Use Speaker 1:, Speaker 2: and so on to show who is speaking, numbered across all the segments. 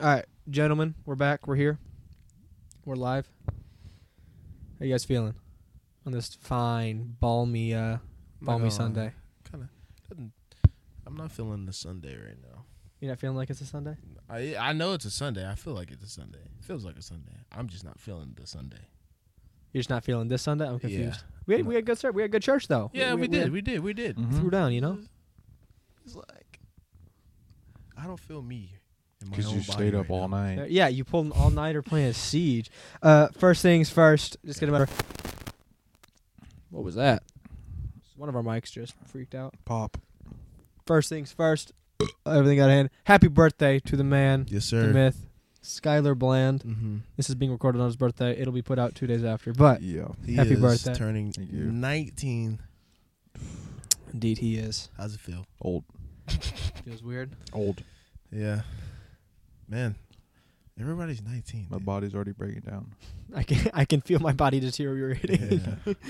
Speaker 1: All right, gentlemen, we're back. We're here. We're live. How you guys feeling on this fine, balmy, uh, balmy Sunday?
Speaker 2: Kind of. I'm not feeling the Sunday right now.
Speaker 1: You're not feeling like it's a Sunday?
Speaker 2: I I know it's a Sunday. I feel like it's a Sunday. It feels like a Sunday. I'm just not feeling the Sunday.
Speaker 1: You're just not feeling this Sunday? I'm
Speaker 2: Yeah.
Speaker 1: confused. We had, we had good start. We Mm-hmm. had good church though.
Speaker 2: Yeah, we,
Speaker 1: had-
Speaker 2: did. We did. We did.
Speaker 1: we threw down, you know.
Speaker 2: It's like I don't feel me. in my
Speaker 3: Because
Speaker 2: own
Speaker 3: you
Speaker 2: body
Speaker 3: stayed up
Speaker 2: right
Speaker 3: all
Speaker 2: now.
Speaker 1: Uh,
Speaker 3: night.
Speaker 1: Yeah, you pulled an all nighter playing Siege. Uh, first things first, just gonna remember. What was that? One of our mics just freaked out.
Speaker 3: Pop.
Speaker 1: First things first, everything got hand. Happy birthday to the man,
Speaker 2: Yes,
Speaker 1: the
Speaker 2: sir.
Speaker 1: myth, Skylar Bland.
Speaker 2: Mm-hmm.
Speaker 1: This is being recorded on his birthday. It'll be put out two days after. But
Speaker 3: Yeah.
Speaker 2: He
Speaker 1: Happy
Speaker 2: is
Speaker 1: birthday.
Speaker 2: Turning
Speaker 3: Thank you.
Speaker 2: 19.
Speaker 1: indeed, he is.
Speaker 2: How's it feel?
Speaker 3: Old.
Speaker 1: Feels weird.
Speaker 3: Old.
Speaker 2: Yeah. Man, everybody's 19.
Speaker 3: My
Speaker 2: dude.
Speaker 3: body's already breaking down.
Speaker 1: I can I can feel my body deteriorating.
Speaker 2: Yeah.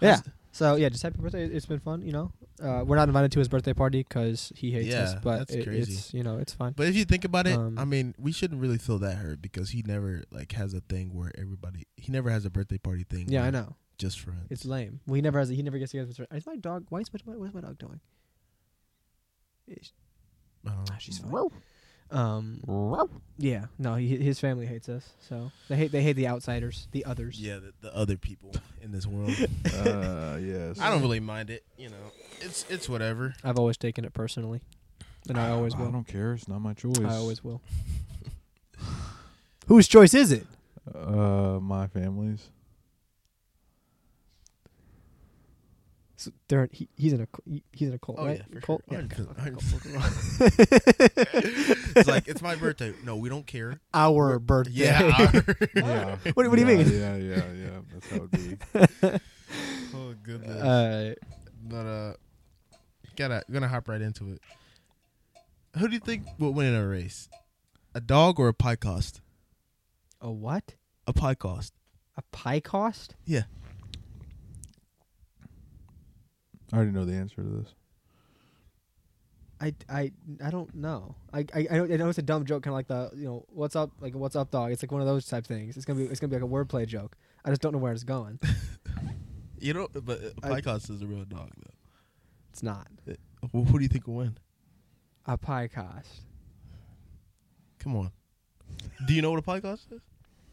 Speaker 1: Yeah. So yeah, just happy birthday. It's been fun. You know, uh, we're not invited to his birthday party because he hates us.
Speaker 2: Yeah,
Speaker 1: But
Speaker 2: that's
Speaker 1: it-
Speaker 2: crazy.
Speaker 1: it's you know it's fine.
Speaker 2: But if you think about it,
Speaker 1: Um,
Speaker 2: I mean, we shouldn't really feel that hurt because he never like has a thing where everybody he never has a birthday party thing.
Speaker 1: Yeah, I
Speaker 2: where
Speaker 1: know.
Speaker 2: Just friends.
Speaker 1: It's lame. Well, he never has. He never gets together. with his- Is my dog? Why is my why is my dog doing?
Speaker 2: I don't know.
Speaker 1: Ah, She's fine. Um. Yeah. No. He, his family hates us. So they hate. They hate the outsiders. The others.
Speaker 2: yeah, the, the other people in this world.
Speaker 3: uh, yes.
Speaker 2: I don't really mind it. You know, it's it's whatever.
Speaker 1: I've always taken it personally, and I always
Speaker 3: I
Speaker 1: will.
Speaker 3: don't care. It's not my choice.
Speaker 1: I always will. Whose choice is it?
Speaker 3: Uh, my family's.
Speaker 1: So they're, he, he's in a cu- he- he's in a cult,
Speaker 2: Oh
Speaker 1: right?
Speaker 2: yeah, for
Speaker 1: cult.
Speaker 2: sure.
Speaker 1: Yeah, okay,
Speaker 2: 100%.
Speaker 1: okay, cult,
Speaker 2: 100%.
Speaker 1: cult, cult.
Speaker 2: it's like it's my birthday. No, we don't care.
Speaker 1: Our birthday.
Speaker 2: Yeah.
Speaker 3: yeah.
Speaker 1: What- what do you
Speaker 3: Yeah,
Speaker 1: mean?
Speaker 3: Yeah, yeah, yeah. That's how it be.
Speaker 2: oh goodness.
Speaker 1: uh,
Speaker 2: but uh, gotta gonna hop right into it. Who do you think will win in a race? A dog or a podcast?
Speaker 1: a what?
Speaker 2: A podcast.
Speaker 1: A pie cost?
Speaker 3: I already know the answer to this.
Speaker 1: I, I, I don't know. I I, I, don't, I know it's a dumb joke, kind of like the you know what's up like what's up dog. It's like one of those type things. It's gonna be it's gonna be like a wordplay joke. I just don't know where it's going.
Speaker 2: You know, but a
Speaker 1: I-
Speaker 2: podcast is a real dog though.
Speaker 1: It's not
Speaker 2: Who, who do you think will win?
Speaker 1: a pie cost.
Speaker 2: Come on. Do you know what a podcast is?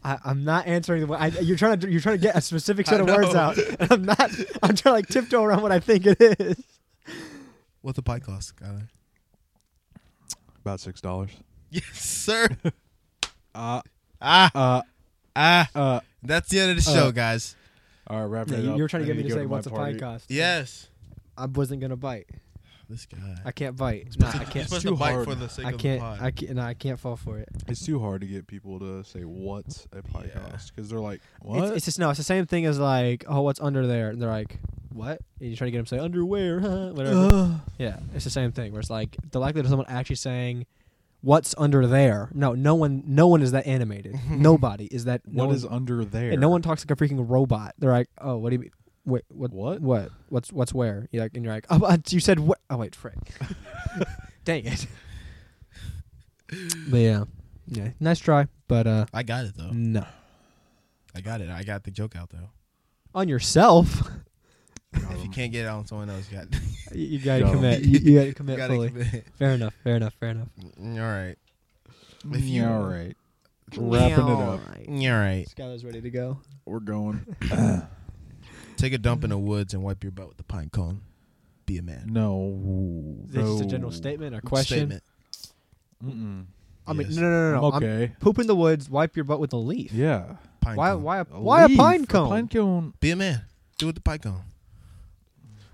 Speaker 1: I, I'm not answering the. wa- I, you're trying to you're trying to get a specific set
Speaker 2: I
Speaker 1: of words
Speaker 2: know.
Speaker 1: out. And I'm not. I'm trying to like tiptoe around what I think it is.
Speaker 2: What's a podcast, Skyler?
Speaker 3: About six dollars.
Speaker 2: Yes, sir.
Speaker 3: Uh,
Speaker 2: ah,
Speaker 3: uh,
Speaker 2: ah.
Speaker 3: uh.
Speaker 2: That's the end of the
Speaker 3: Uh,
Speaker 2: show, guys.
Speaker 3: All right, wrap
Speaker 1: Yeah,
Speaker 3: it
Speaker 1: you,
Speaker 3: up.
Speaker 1: you were trying to
Speaker 3: I
Speaker 1: get me
Speaker 3: need
Speaker 1: to
Speaker 3: go
Speaker 1: say
Speaker 3: my
Speaker 1: what's a pie
Speaker 3: party.
Speaker 1: cost.
Speaker 2: Yes.
Speaker 1: I wasn't gonna bite.
Speaker 2: This guy.
Speaker 1: I can't bite. Nah, I
Speaker 2: You're
Speaker 1: can't.
Speaker 2: supposed
Speaker 3: too
Speaker 2: to bite
Speaker 3: hard.
Speaker 2: for the sake
Speaker 1: I
Speaker 2: of
Speaker 1: can't.
Speaker 2: the pod.
Speaker 1: I can't. Nah, I can't fall for it.
Speaker 3: It's too hard to get people to say what's a pie
Speaker 2: Yeah.
Speaker 3: cost because they're like, what?
Speaker 1: It's, it's just no. It's the same thing as like, oh, what's under there? And they're like, what? And you try to get them to say underwear, huh, whatever. yeah, it's the same thing. Where it's like the likelihood of someone actually saying, "What's under there?" No, no one. No one is that animated. Nobody is that. no
Speaker 3: what
Speaker 1: one-
Speaker 3: is under there?
Speaker 1: And no one talks like a freaking robot. They're like, oh, what do you mean? Wait, what?
Speaker 3: What?
Speaker 1: What? What's what's where? You're like, and you're like, oh, but you said what? Oh wait, frick. Dang it. But yeah, yeah, nice try, but uh,
Speaker 2: I got it though.
Speaker 1: no,
Speaker 2: I got it. I got the joke out though.
Speaker 1: on yourself.
Speaker 3: Got
Speaker 2: If you
Speaker 3: 'em.
Speaker 2: can't get it on someone else, you got you
Speaker 1: you you gotta
Speaker 3: Dumb.
Speaker 1: commit. You, you gotta commit
Speaker 2: gotta
Speaker 1: fully.
Speaker 2: commit.
Speaker 1: Fair enough. Fair enough. Fair enough.
Speaker 2: Mm, All right. If you-
Speaker 3: all right, wrapping it up.
Speaker 2: Mm, All right.
Speaker 1: Skylar's ready to go.
Speaker 3: We're going.
Speaker 2: Take a dump in the woods and wipe your butt with a pine cone. Be a man.
Speaker 3: No.
Speaker 1: Is this just a general
Speaker 3: no.
Speaker 1: statement or Mm, question?
Speaker 2: Statement.
Speaker 3: Mm-mm.
Speaker 1: I mean,
Speaker 2: Yes.
Speaker 1: no, no, no, no.
Speaker 3: I'm
Speaker 1: I'm
Speaker 3: okay.
Speaker 1: poop in the woods. Wipe your butt with a leaf.
Speaker 3: yeah.
Speaker 2: Pine
Speaker 1: Why?
Speaker 2: cone.
Speaker 1: Why? A,
Speaker 3: A
Speaker 1: why
Speaker 3: leaf,
Speaker 1: a pine cone?
Speaker 3: pine cone.
Speaker 2: Be a man. Do it with the pine cone.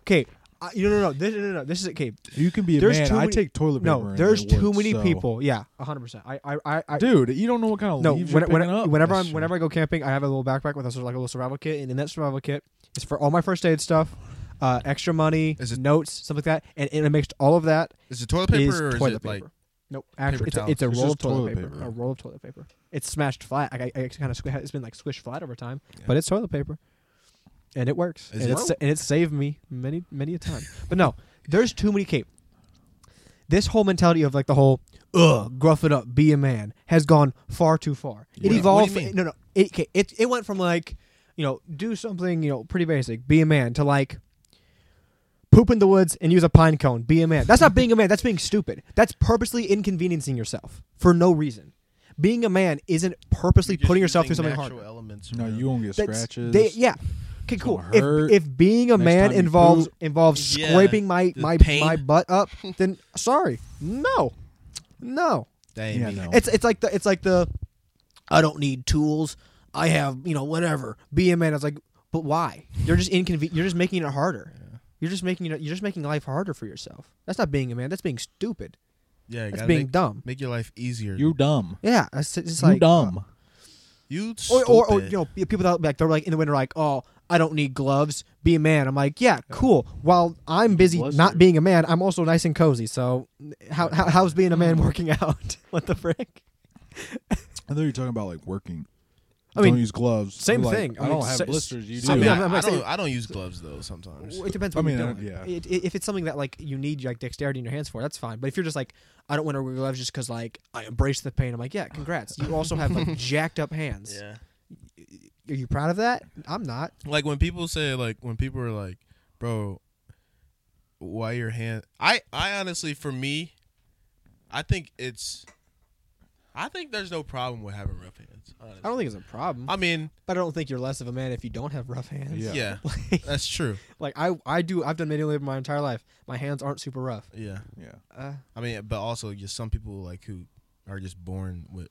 Speaker 1: Okay. Uh, you no no no this no no no this is okay
Speaker 3: You can be a
Speaker 1: There's
Speaker 3: man.
Speaker 1: too
Speaker 3: I
Speaker 1: many-
Speaker 3: take toilet paper.
Speaker 1: no
Speaker 3: in
Speaker 1: there's
Speaker 3: the
Speaker 1: too
Speaker 3: woods,
Speaker 1: many
Speaker 3: so-
Speaker 1: people yeah 100% I I I, I
Speaker 3: Dude, you don't know what kind of
Speaker 1: no
Speaker 3: leaves
Speaker 1: when,
Speaker 3: you're
Speaker 1: when,
Speaker 3: picking up.
Speaker 1: whenever
Speaker 2: That's
Speaker 1: I'm whenever I go camping I have a little backpack with us like a little survival kit and in that survival kit is for all my first aid stuff uh extra money
Speaker 2: Is it-
Speaker 1: notes stuff like that and, and amidst all of that
Speaker 2: Is it toilet paper
Speaker 1: is
Speaker 2: or
Speaker 1: toilet
Speaker 2: is it
Speaker 1: paper.
Speaker 2: like
Speaker 1: Nope, actually, it's a,
Speaker 2: towels.
Speaker 1: it's a
Speaker 3: It's
Speaker 1: roll of
Speaker 3: just
Speaker 1: toilet,
Speaker 3: toilet
Speaker 1: paper.
Speaker 3: paper.
Speaker 1: A roll of toilet paper. It's smashed flat. I, I, kind of it's been like squished flat over time,
Speaker 2: Yeah.
Speaker 1: but it's toilet paper, and it works.
Speaker 2: Is
Speaker 1: and
Speaker 2: it-
Speaker 1: it's and it saved me many many a time. but no, there's too many cape. this whole mentality of like the whole ugh gruff it up be a man has gone far too far
Speaker 3: What do
Speaker 1: it
Speaker 3: you-
Speaker 1: evolved
Speaker 2: what do you mean?
Speaker 1: no no it, okay, it it went from like you know do something you know pretty basic be a man to like poop in the woods and use a pine cone be a man that's not being a man that's being stupid that's purposely inconveniencing yourself for no reason being a man isn't purposely
Speaker 2: You're just
Speaker 1: putting yourself
Speaker 2: using
Speaker 1: through something hard
Speaker 2: natural Elements,
Speaker 3: No,
Speaker 2: bro.
Speaker 3: you won't get
Speaker 1: that's-
Speaker 3: scratches.
Speaker 1: They, yeah. Okay,
Speaker 3: It's
Speaker 1: cool.
Speaker 3: gonna
Speaker 1: If,
Speaker 3: hurt.
Speaker 1: if being a
Speaker 3: Next
Speaker 1: man
Speaker 3: time you
Speaker 1: involves
Speaker 3: poop.
Speaker 1: involves
Speaker 2: Yeah,
Speaker 1: scraping my
Speaker 2: the
Speaker 1: my,
Speaker 2: pain.
Speaker 1: my butt up, then sorry, no, no.
Speaker 2: Dang,
Speaker 3: Yeah,
Speaker 2: me.
Speaker 3: no.
Speaker 1: It's it's like the it's like the I don't need tools. I have you know whatever. Be a man. It's like, but why? You're just inconven. You're just making it harder. You're just making it. You're just making life harder for yourself. That's not being a man. That's being stupid.
Speaker 2: Yeah, you
Speaker 1: That's
Speaker 2: gotta
Speaker 1: being
Speaker 2: make,
Speaker 1: dumb.
Speaker 2: make your life easier.
Speaker 3: you dumb.
Speaker 1: Yeah, that's it's just
Speaker 3: you
Speaker 1: like uh,
Speaker 3: dumb.
Speaker 2: you
Speaker 1: or,
Speaker 2: stupid.
Speaker 1: or, or you know pe- people that like they're like in the winter like oh I don't need gloves be a man I'm like yeah cool while I'm busy
Speaker 3: gloves
Speaker 1: not
Speaker 3: too.
Speaker 1: being a man I'm also nice and cozy so how, how how's being a
Speaker 2: Mm.
Speaker 1: man working out what the frick
Speaker 3: I thought you were talking about like working.
Speaker 1: I mean,
Speaker 3: don't use gloves.
Speaker 1: same
Speaker 3: You're like,
Speaker 1: thing. I
Speaker 3: I,
Speaker 1: mean,
Speaker 3: don't have
Speaker 1: sa-
Speaker 3: blisters. You
Speaker 1: I
Speaker 3: do.
Speaker 2: I,
Speaker 1: mean,
Speaker 2: mean,
Speaker 1: I'm-
Speaker 2: I,
Speaker 1: I'm
Speaker 2: I
Speaker 1: not
Speaker 2: don't,
Speaker 1: saying-
Speaker 2: I don't use gloves though. Sometimes
Speaker 1: it depends
Speaker 3: I
Speaker 1: what
Speaker 3: mean,
Speaker 1: you're
Speaker 3: I-
Speaker 1: doing
Speaker 3: yeah.
Speaker 1: It- it- if it's something that like you need like dexterity in your hands for that's fine but if you're just like I don't want to wear gloves just because like I embrace the pain I'm like yeah congrats you also have like jacked up hands
Speaker 2: yeah.
Speaker 1: are you proud of that I'm not
Speaker 2: Like when people say like when people are like, bro, why your hand? I I honestly for me, I think it's, I think there's no problem with having rough hands. Honestly.
Speaker 1: I don't think it's a problem
Speaker 2: I mean,
Speaker 1: but I don't think you're less of a man if you don't have rough hands
Speaker 3: Yeah.
Speaker 2: yeah, that's true.
Speaker 1: Like I, I do. I've done manual labor my entire life. My hands aren't super rough.
Speaker 2: Yeah.
Speaker 3: Yeah.
Speaker 1: Uh,
Speaker 2: I mean, but also just some people like who are just born with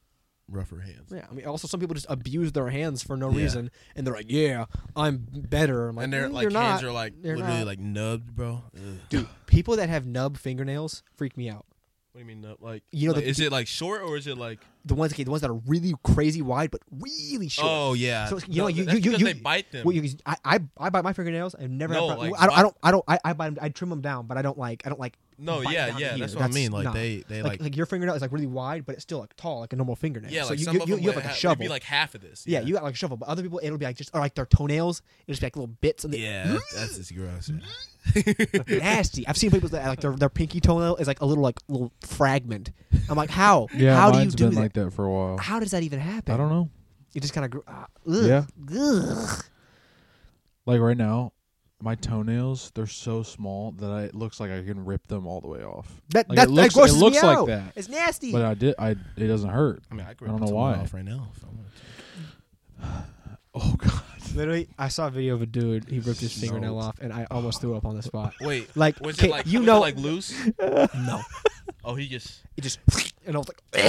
Speaker 2: rougher hands.
Speaker 1: yeah. I mean, also some people just abuse their hands for no
Speaker 2: Yeah.
Speaker 1: reason, and they're like, "Yeah, I'm better." I'm like,
Speaker 2: and their
Speaker 1: "Mm,
Speaker 2: like
Speaker 1: you're
Speaker 2: hands
Speaker 1: not.
Speaker 2: are like
Speaker 1: You're
Speaker 2: literally
Speaker 1: not.
Speaker 2: like nubbed, bro. Ugh.
Speaker 1: dude. People that have nub fingernails freak me out.
Speaker 2: What do you mean nub? Like
Speaker 1: You know
Speaker 2: like,
Speaker 1: the-
Speaker 2: is it like short or is it like?
Speaker 1: The ones, okay, the ones that are really crazy wide but really short.
Speaker 2: Oh yeah.
Speaker 1: So, you know, you- you-
Speaker 2: that's
Speaker 1: you-
Speaker 2: because
Speaker 1: you-
Speaker 2: they bite them.
Speaker 1: Well, you, can- I, I, I bite my fingernails. I've never.
Speaker 2: No,
Speaker 1: had, pro-
Speaker 2: like,
Speaker 1: I don't. I
Speaker 2: my-
Speaker 1: don't. I don't. I, I bite. 'em- I trim them down, but I don't like. I don't like.
Speaker 2: no,
Speaker 1: bite
Speaker 2: yeah,
Speaker 1: down to
Speaker 2: yeah.
Speaker 1: here.
Speaker 2: That's what I mean. Like
Speaker 1: nah.
Speaker 2: they, they
Speaker 1: Like,
Speaker 2: like,
Speaker 1: like your fingernail is like really wide, but it's still like tall, like a normal fingernail.
Speaker 2: yeah,
Speaker 1: so
Speaker 2: like
Speaker 1: you,
Speaker 2: some
Speaker 1: you,
Speaker 2: of
Speaker 1: you,
Speaker 2: them
Speaker 1: you have
Speaker 2: would
Speaker 1: like a
Speaker 2: ha-
Speaker 1: shovel.
Speaker 2: It'd be like half of this.
Speaker 1: Yeah, you got like a shovel, but other people it'll be like just or like their toenails. It'll just be like little bits and they-
Speaker 2: Yeah, that's just gross. yeah.
Speaker 1: nasty. I've seen people that like their, their pinky toenail is like a little like little fragment. I'm like, how?
Speaker 3: Yeah.
Speaker 1: how do you
Speaker 3: mine's
Speaker 1: do
Speaker 3: been
Speaker 1: that?
Speaker 3: like that for a while.
Speaker 1: How does that even happen?
Speaker 3: I don't know.
Speaker 1: It just kind of grew. Uh,
Speaker 3: Yeah.
Speaker 1: ugh, Ugh.
Speaker 3: Like right now, my toenails they're so small that I, it looks like I can rip them all the way off.
Speaker 1: That
Speaker 3: Like,
Speaker 1: that,
Speaker 3: it looks,
Speaker 1: that grosses
Speaker 3: it looks
Speaker 1: me
Speaker 3: like
Speaker 1: out.
Speaker 3: that.
Speaker 1: It's nasty.
Speaker 3: But um, I did. I it doesn't hurt.
Speaker 2: I mean, I, could
Speaker 3: I don't
Speaker 2: rip
Speaker 3: know
Speaker 2: someone
Speaker 3: why.
Speaker 2: Off right now. If I wanted to.
Speaker 3: Oh god.
Speaker 1: Literally, I saw a video of a dude. He ripped his fingernail
Speaker 2: Snort.
Speaker 1: off, and I almost threw up on the spot.
Speaker 2: Wait,
Speaker 1: Like,
Speaker 2: was
Speaker 1: okay,
Speaker 2: it like
Speaker 1: you
Speaker 2: was it,
Speaker 1: know-
Speaker 2: like loose?
Speaker 1: No,
Speaker 2: Oh, he just
Speaker 1: it just and I was like,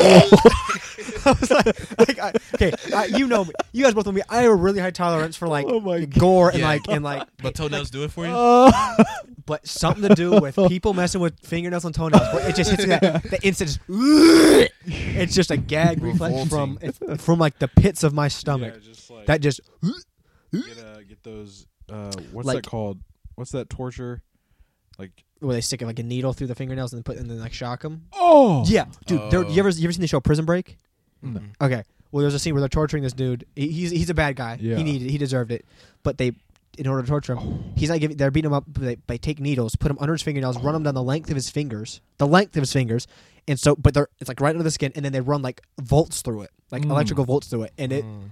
Speaker 1: I was like, like I, okay, I, you know me, you guys both know me. I have a really high tolerance for like
Speaker 3: Oh my
Speaker 1: gore and
Speaker 2: Yeah.
Speaker 1: like and like,
Speaker 2: but toenails do it for you.
Speaker 1: but something to do with people messing with fingernails and toenails. It just hits me that the instant. Just, it's just a gag reflex from it's from like the pits of my stomach.
Speaker 3: just like
Speaker 1: That just
Speaker 3: get, uh, get those. Uh, what's
Speaker 1: Like-
Speaker 3: that called? What's that torture? Like
Speaker 1: where they stick like a needle through the fingernails and then put and then like shock them.
Speaker 3: oh
Speaker 1: Yeah, dude. there-
Speaker 2: Oh.
Speaker 1: you ever you ever seen the show Prison Break?
Speaker 3: No.
Speaker 1: Okay. Well, there's a scene where they're torturing this dude. He, he's he's a bad guy.
Speaker 3: Yeah.
Speaker 1: He needed he deserved it, but they in order to torture him, he's not giving. They're beating him up. but They, they take needles, put him under his fingernails, run him down the length of his fingers, the length of his fingers, and so but they're it's like right under the skin, and then they run like volts through it, like
Speaker 3: Mm.
Speaker 1: electrical volts through it, and it.
Speaker 2: Mm.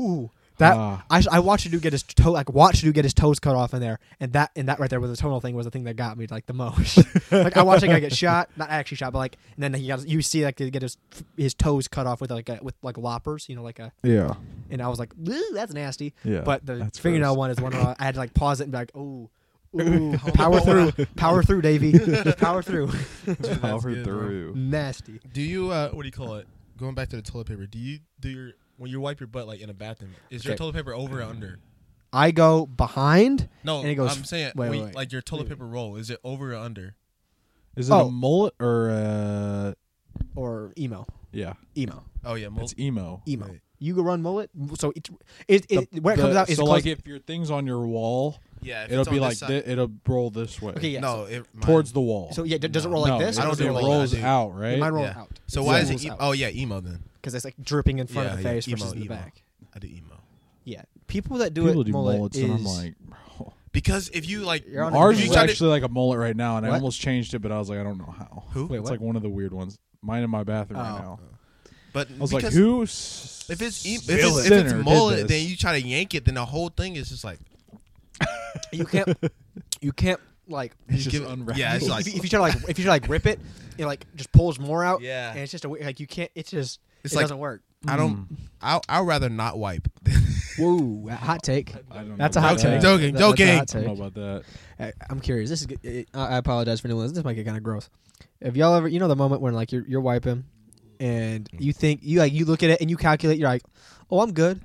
Speaker 1: Ooh, that
Speaker 3: Ah.
Speaker 1: I, I watched a dude get his toe like watched a dude get his toes cut off in there, and that and that right there with the toenail thing was the thing that got me like the most. like I watched a guy get shot, not actually shot, but like and then he got you see like they get his his toes cut off with like a, with like loppers, you know, like a
Speaker 3: yeah
Speaker 1: and I was like, "Ooh, that's nasty.
Speaker 3: yeah.
Speaker 1: But the
Speaker 3: that's
Speaker 1: fingernail
Speaker 3: gross.
Speaker 1: one is one where I had to like pause it and be like, oh. Ooh, power through, power through, Davey, power through.
Speaker 2: That's
Speaker 3: power
Speaker 2: good, bro.
Speaker 3: through.
Speaker 1: Nasty.
Speaker 2: Do you uh, what do you call it? Going back to the toilet paper. Do you do your when you wipe your butt like in a bathroom? Is your
Speaker 1: Okay.
Speaker 2: toilet paper over or under?
Speaker 1: I go behind.
Speaker 2: No,
Speaker 1: And it goes-
Speaker 2: I'm saying
Speaker 1: wait,
Speaker 2: when
Speaker 1: wait,
Speaker 2: you-
Speaker 1: wait.
Speaker 2: like your toilet paper roll. Is it over or under?
Speaker 3: Is it
Speaker 1: Oh.
Speaker 3: a mullet or uh
Speaker 1: or emo,
Speaker 3: yeah?
Speaker 1: emo,
Speaker 2: Oh yeah, mul-
Speaker 3: It's e-, emo.
Speaker 1: emo.
Speaker 2: Right.
Speaker 1: You go run mullet, so it's it, E- it
Speaker 3: The-
Speaker 1: when it
Speaker 3: the-
Speaker 1: comes out. It's
Speaker 3: so
Speaker 1: close-
Speaker 3: like if your thing's on your wall,
Speaker 2: yeah. if
Speaker 3: it'll
Speaker 2: it's on
Speaker 3: be
Speaker 2: this
Speaker 3: like
Speaker 2: side-
Speaker 3: thi- it'll roll this way.
Speaker 1: Okay, yeah.
Speaker 2: no, it, mine-
Speaker 3: towards the wall.
Speaker 1: So yeah, d- does it
Speaker 2: No.
Speaker 1: roll like
Speaker 3: no,
Speaker 1: this?
Speaker 3: It,
Speaker 2: I don't
Speaker 3: it
Speaker 2: do it like
Speaker 3: rolls
Speaker 2: that, dude.
Speaker 3: out, right?
Speaker 1: Mine roll
Speaker 2: Yeah.
Speaker 1: out.
Speaker 2: So why is
Speaker 1: rolls
Speaker 2: it? E-
Speaker 1: out.
Speaker 2: oh yeah, emo then.
Speaker 1: Because it's like dripping in front
Speaker 2: Yeah,
Speaker 1: of the
Speaker 2: yeah,
Speaker 1: face
Speaker 2: emo,
Speaker 1: versus in the
Speaker 2: emo.
Speaker 1: back.
Speaker 2: I do emo.
Speaker 1: Yeah, people that do
Speaker 3: People
Speaker 1: it
Speaker 3: do
Speaker 1: mullet
Speaker 3: mullets,
Speaker 1: is
Speaker 3: and I'm like, bro,
Speaker 2: Because if you like,
Speaker 1: You're on a
Speaker 3: Ours
Speaker 1: You
Speaker 3: is
Speaker 1: tried
Speaker 2: try to-
Speaker 3: actually like a mullet right now, and I
Speaker 1: What?
Speaker 3: almost changed it, but I was like, I don't know how.
Speaker 2: who?
Speaker 1: Wait,
Speaker 3: it's
Speaker 1: what?
Speaker 3: like one of the weird ones. Mine in my bathroom
Speaker 1: Oh.
Speaker 3: right now.
Speaker 2: But
Speaker 3: I was like,
Speaker 2: because
Speaker 3: who?
Speaker 2: if it's e- if it's, if it's mullet, then you try to yank it, then the whole thing is just like
Speaker 1: You can't. you can't like.
Speaker 3: It's
Speaker 2: you
Speaker 3: just
Speaker 2: give-
Speaker 3: unwrapped.
Speaker 2: Yeah, it's
Speaker 1: if,
Speaker 2: like mm.
Speaker 1: if you try to like if you try to like rip it, it like just pulls more out.
Speaker 2: Yeah.
Speaker 1: And it's just a weird like you can't. It's just
Speaker 2: It's
Speaker 1: it
Speaker 2: like-
Speaker 1: doesn't work.
Speaker 2: I don't. I I'd rather not wipe.
Speaker 1: Whoa, hot take.
Speaker 3: I don't
Speaker 1: That's a
Speaker 3: know
Speaker 1: hot
Speaker 3: about
Speaker 1: take.
Speaker 3: that.
Speaker 2: Joking,
Speaker 1: That- that's a
Speaker 2: joking.
Speaker 1: hot
Speaker 3: I don't
Speaker 1: take.
Speaker 3: know about that.
Speaker 1: I- I'm curious. This is. g- it- I I apologize for anyone. This might get kind of gross. If y'all ever, you know, the moment when like you're you're wiping, and
Speaker 3: Mm-hmm.
Speaker 1: you think you like you look at it and you calculate, you're like, oh, I'm good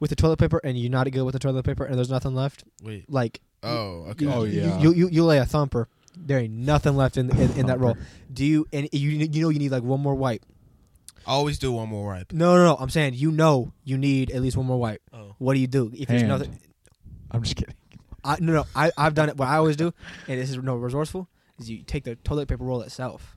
Speaker 1: with the toilet paper, and you're not good with the toilet paper, and there's nothing left.
Speaker 2: Wait.
Speaker 1: Like,
Speaker 2: Oh, okay.
Speaker 1: you,
Speaker 3: Oh,
Speaker 1: you-
Speaker 3: yeah.
Speaker 1: You, you you lay a thumper. There ain't nothing left in in, in that roll. Do you and you you know you need like one more wipe.
Speaker 2: Always do one more wipe.
Speaker 1: No, no, no. I'm saying you know you need at least one more wipe.
Speaker 2: Oh.
Speaker 1: What do you do if there's
Speaker 3: Hand.
Speaker 1: nothing?
Speaker 3: I'm just kidding.
Speaker 1: I, no, no. I, I've done it. What I always do, and this is no resourceful, is you take the toilet paper roll itself.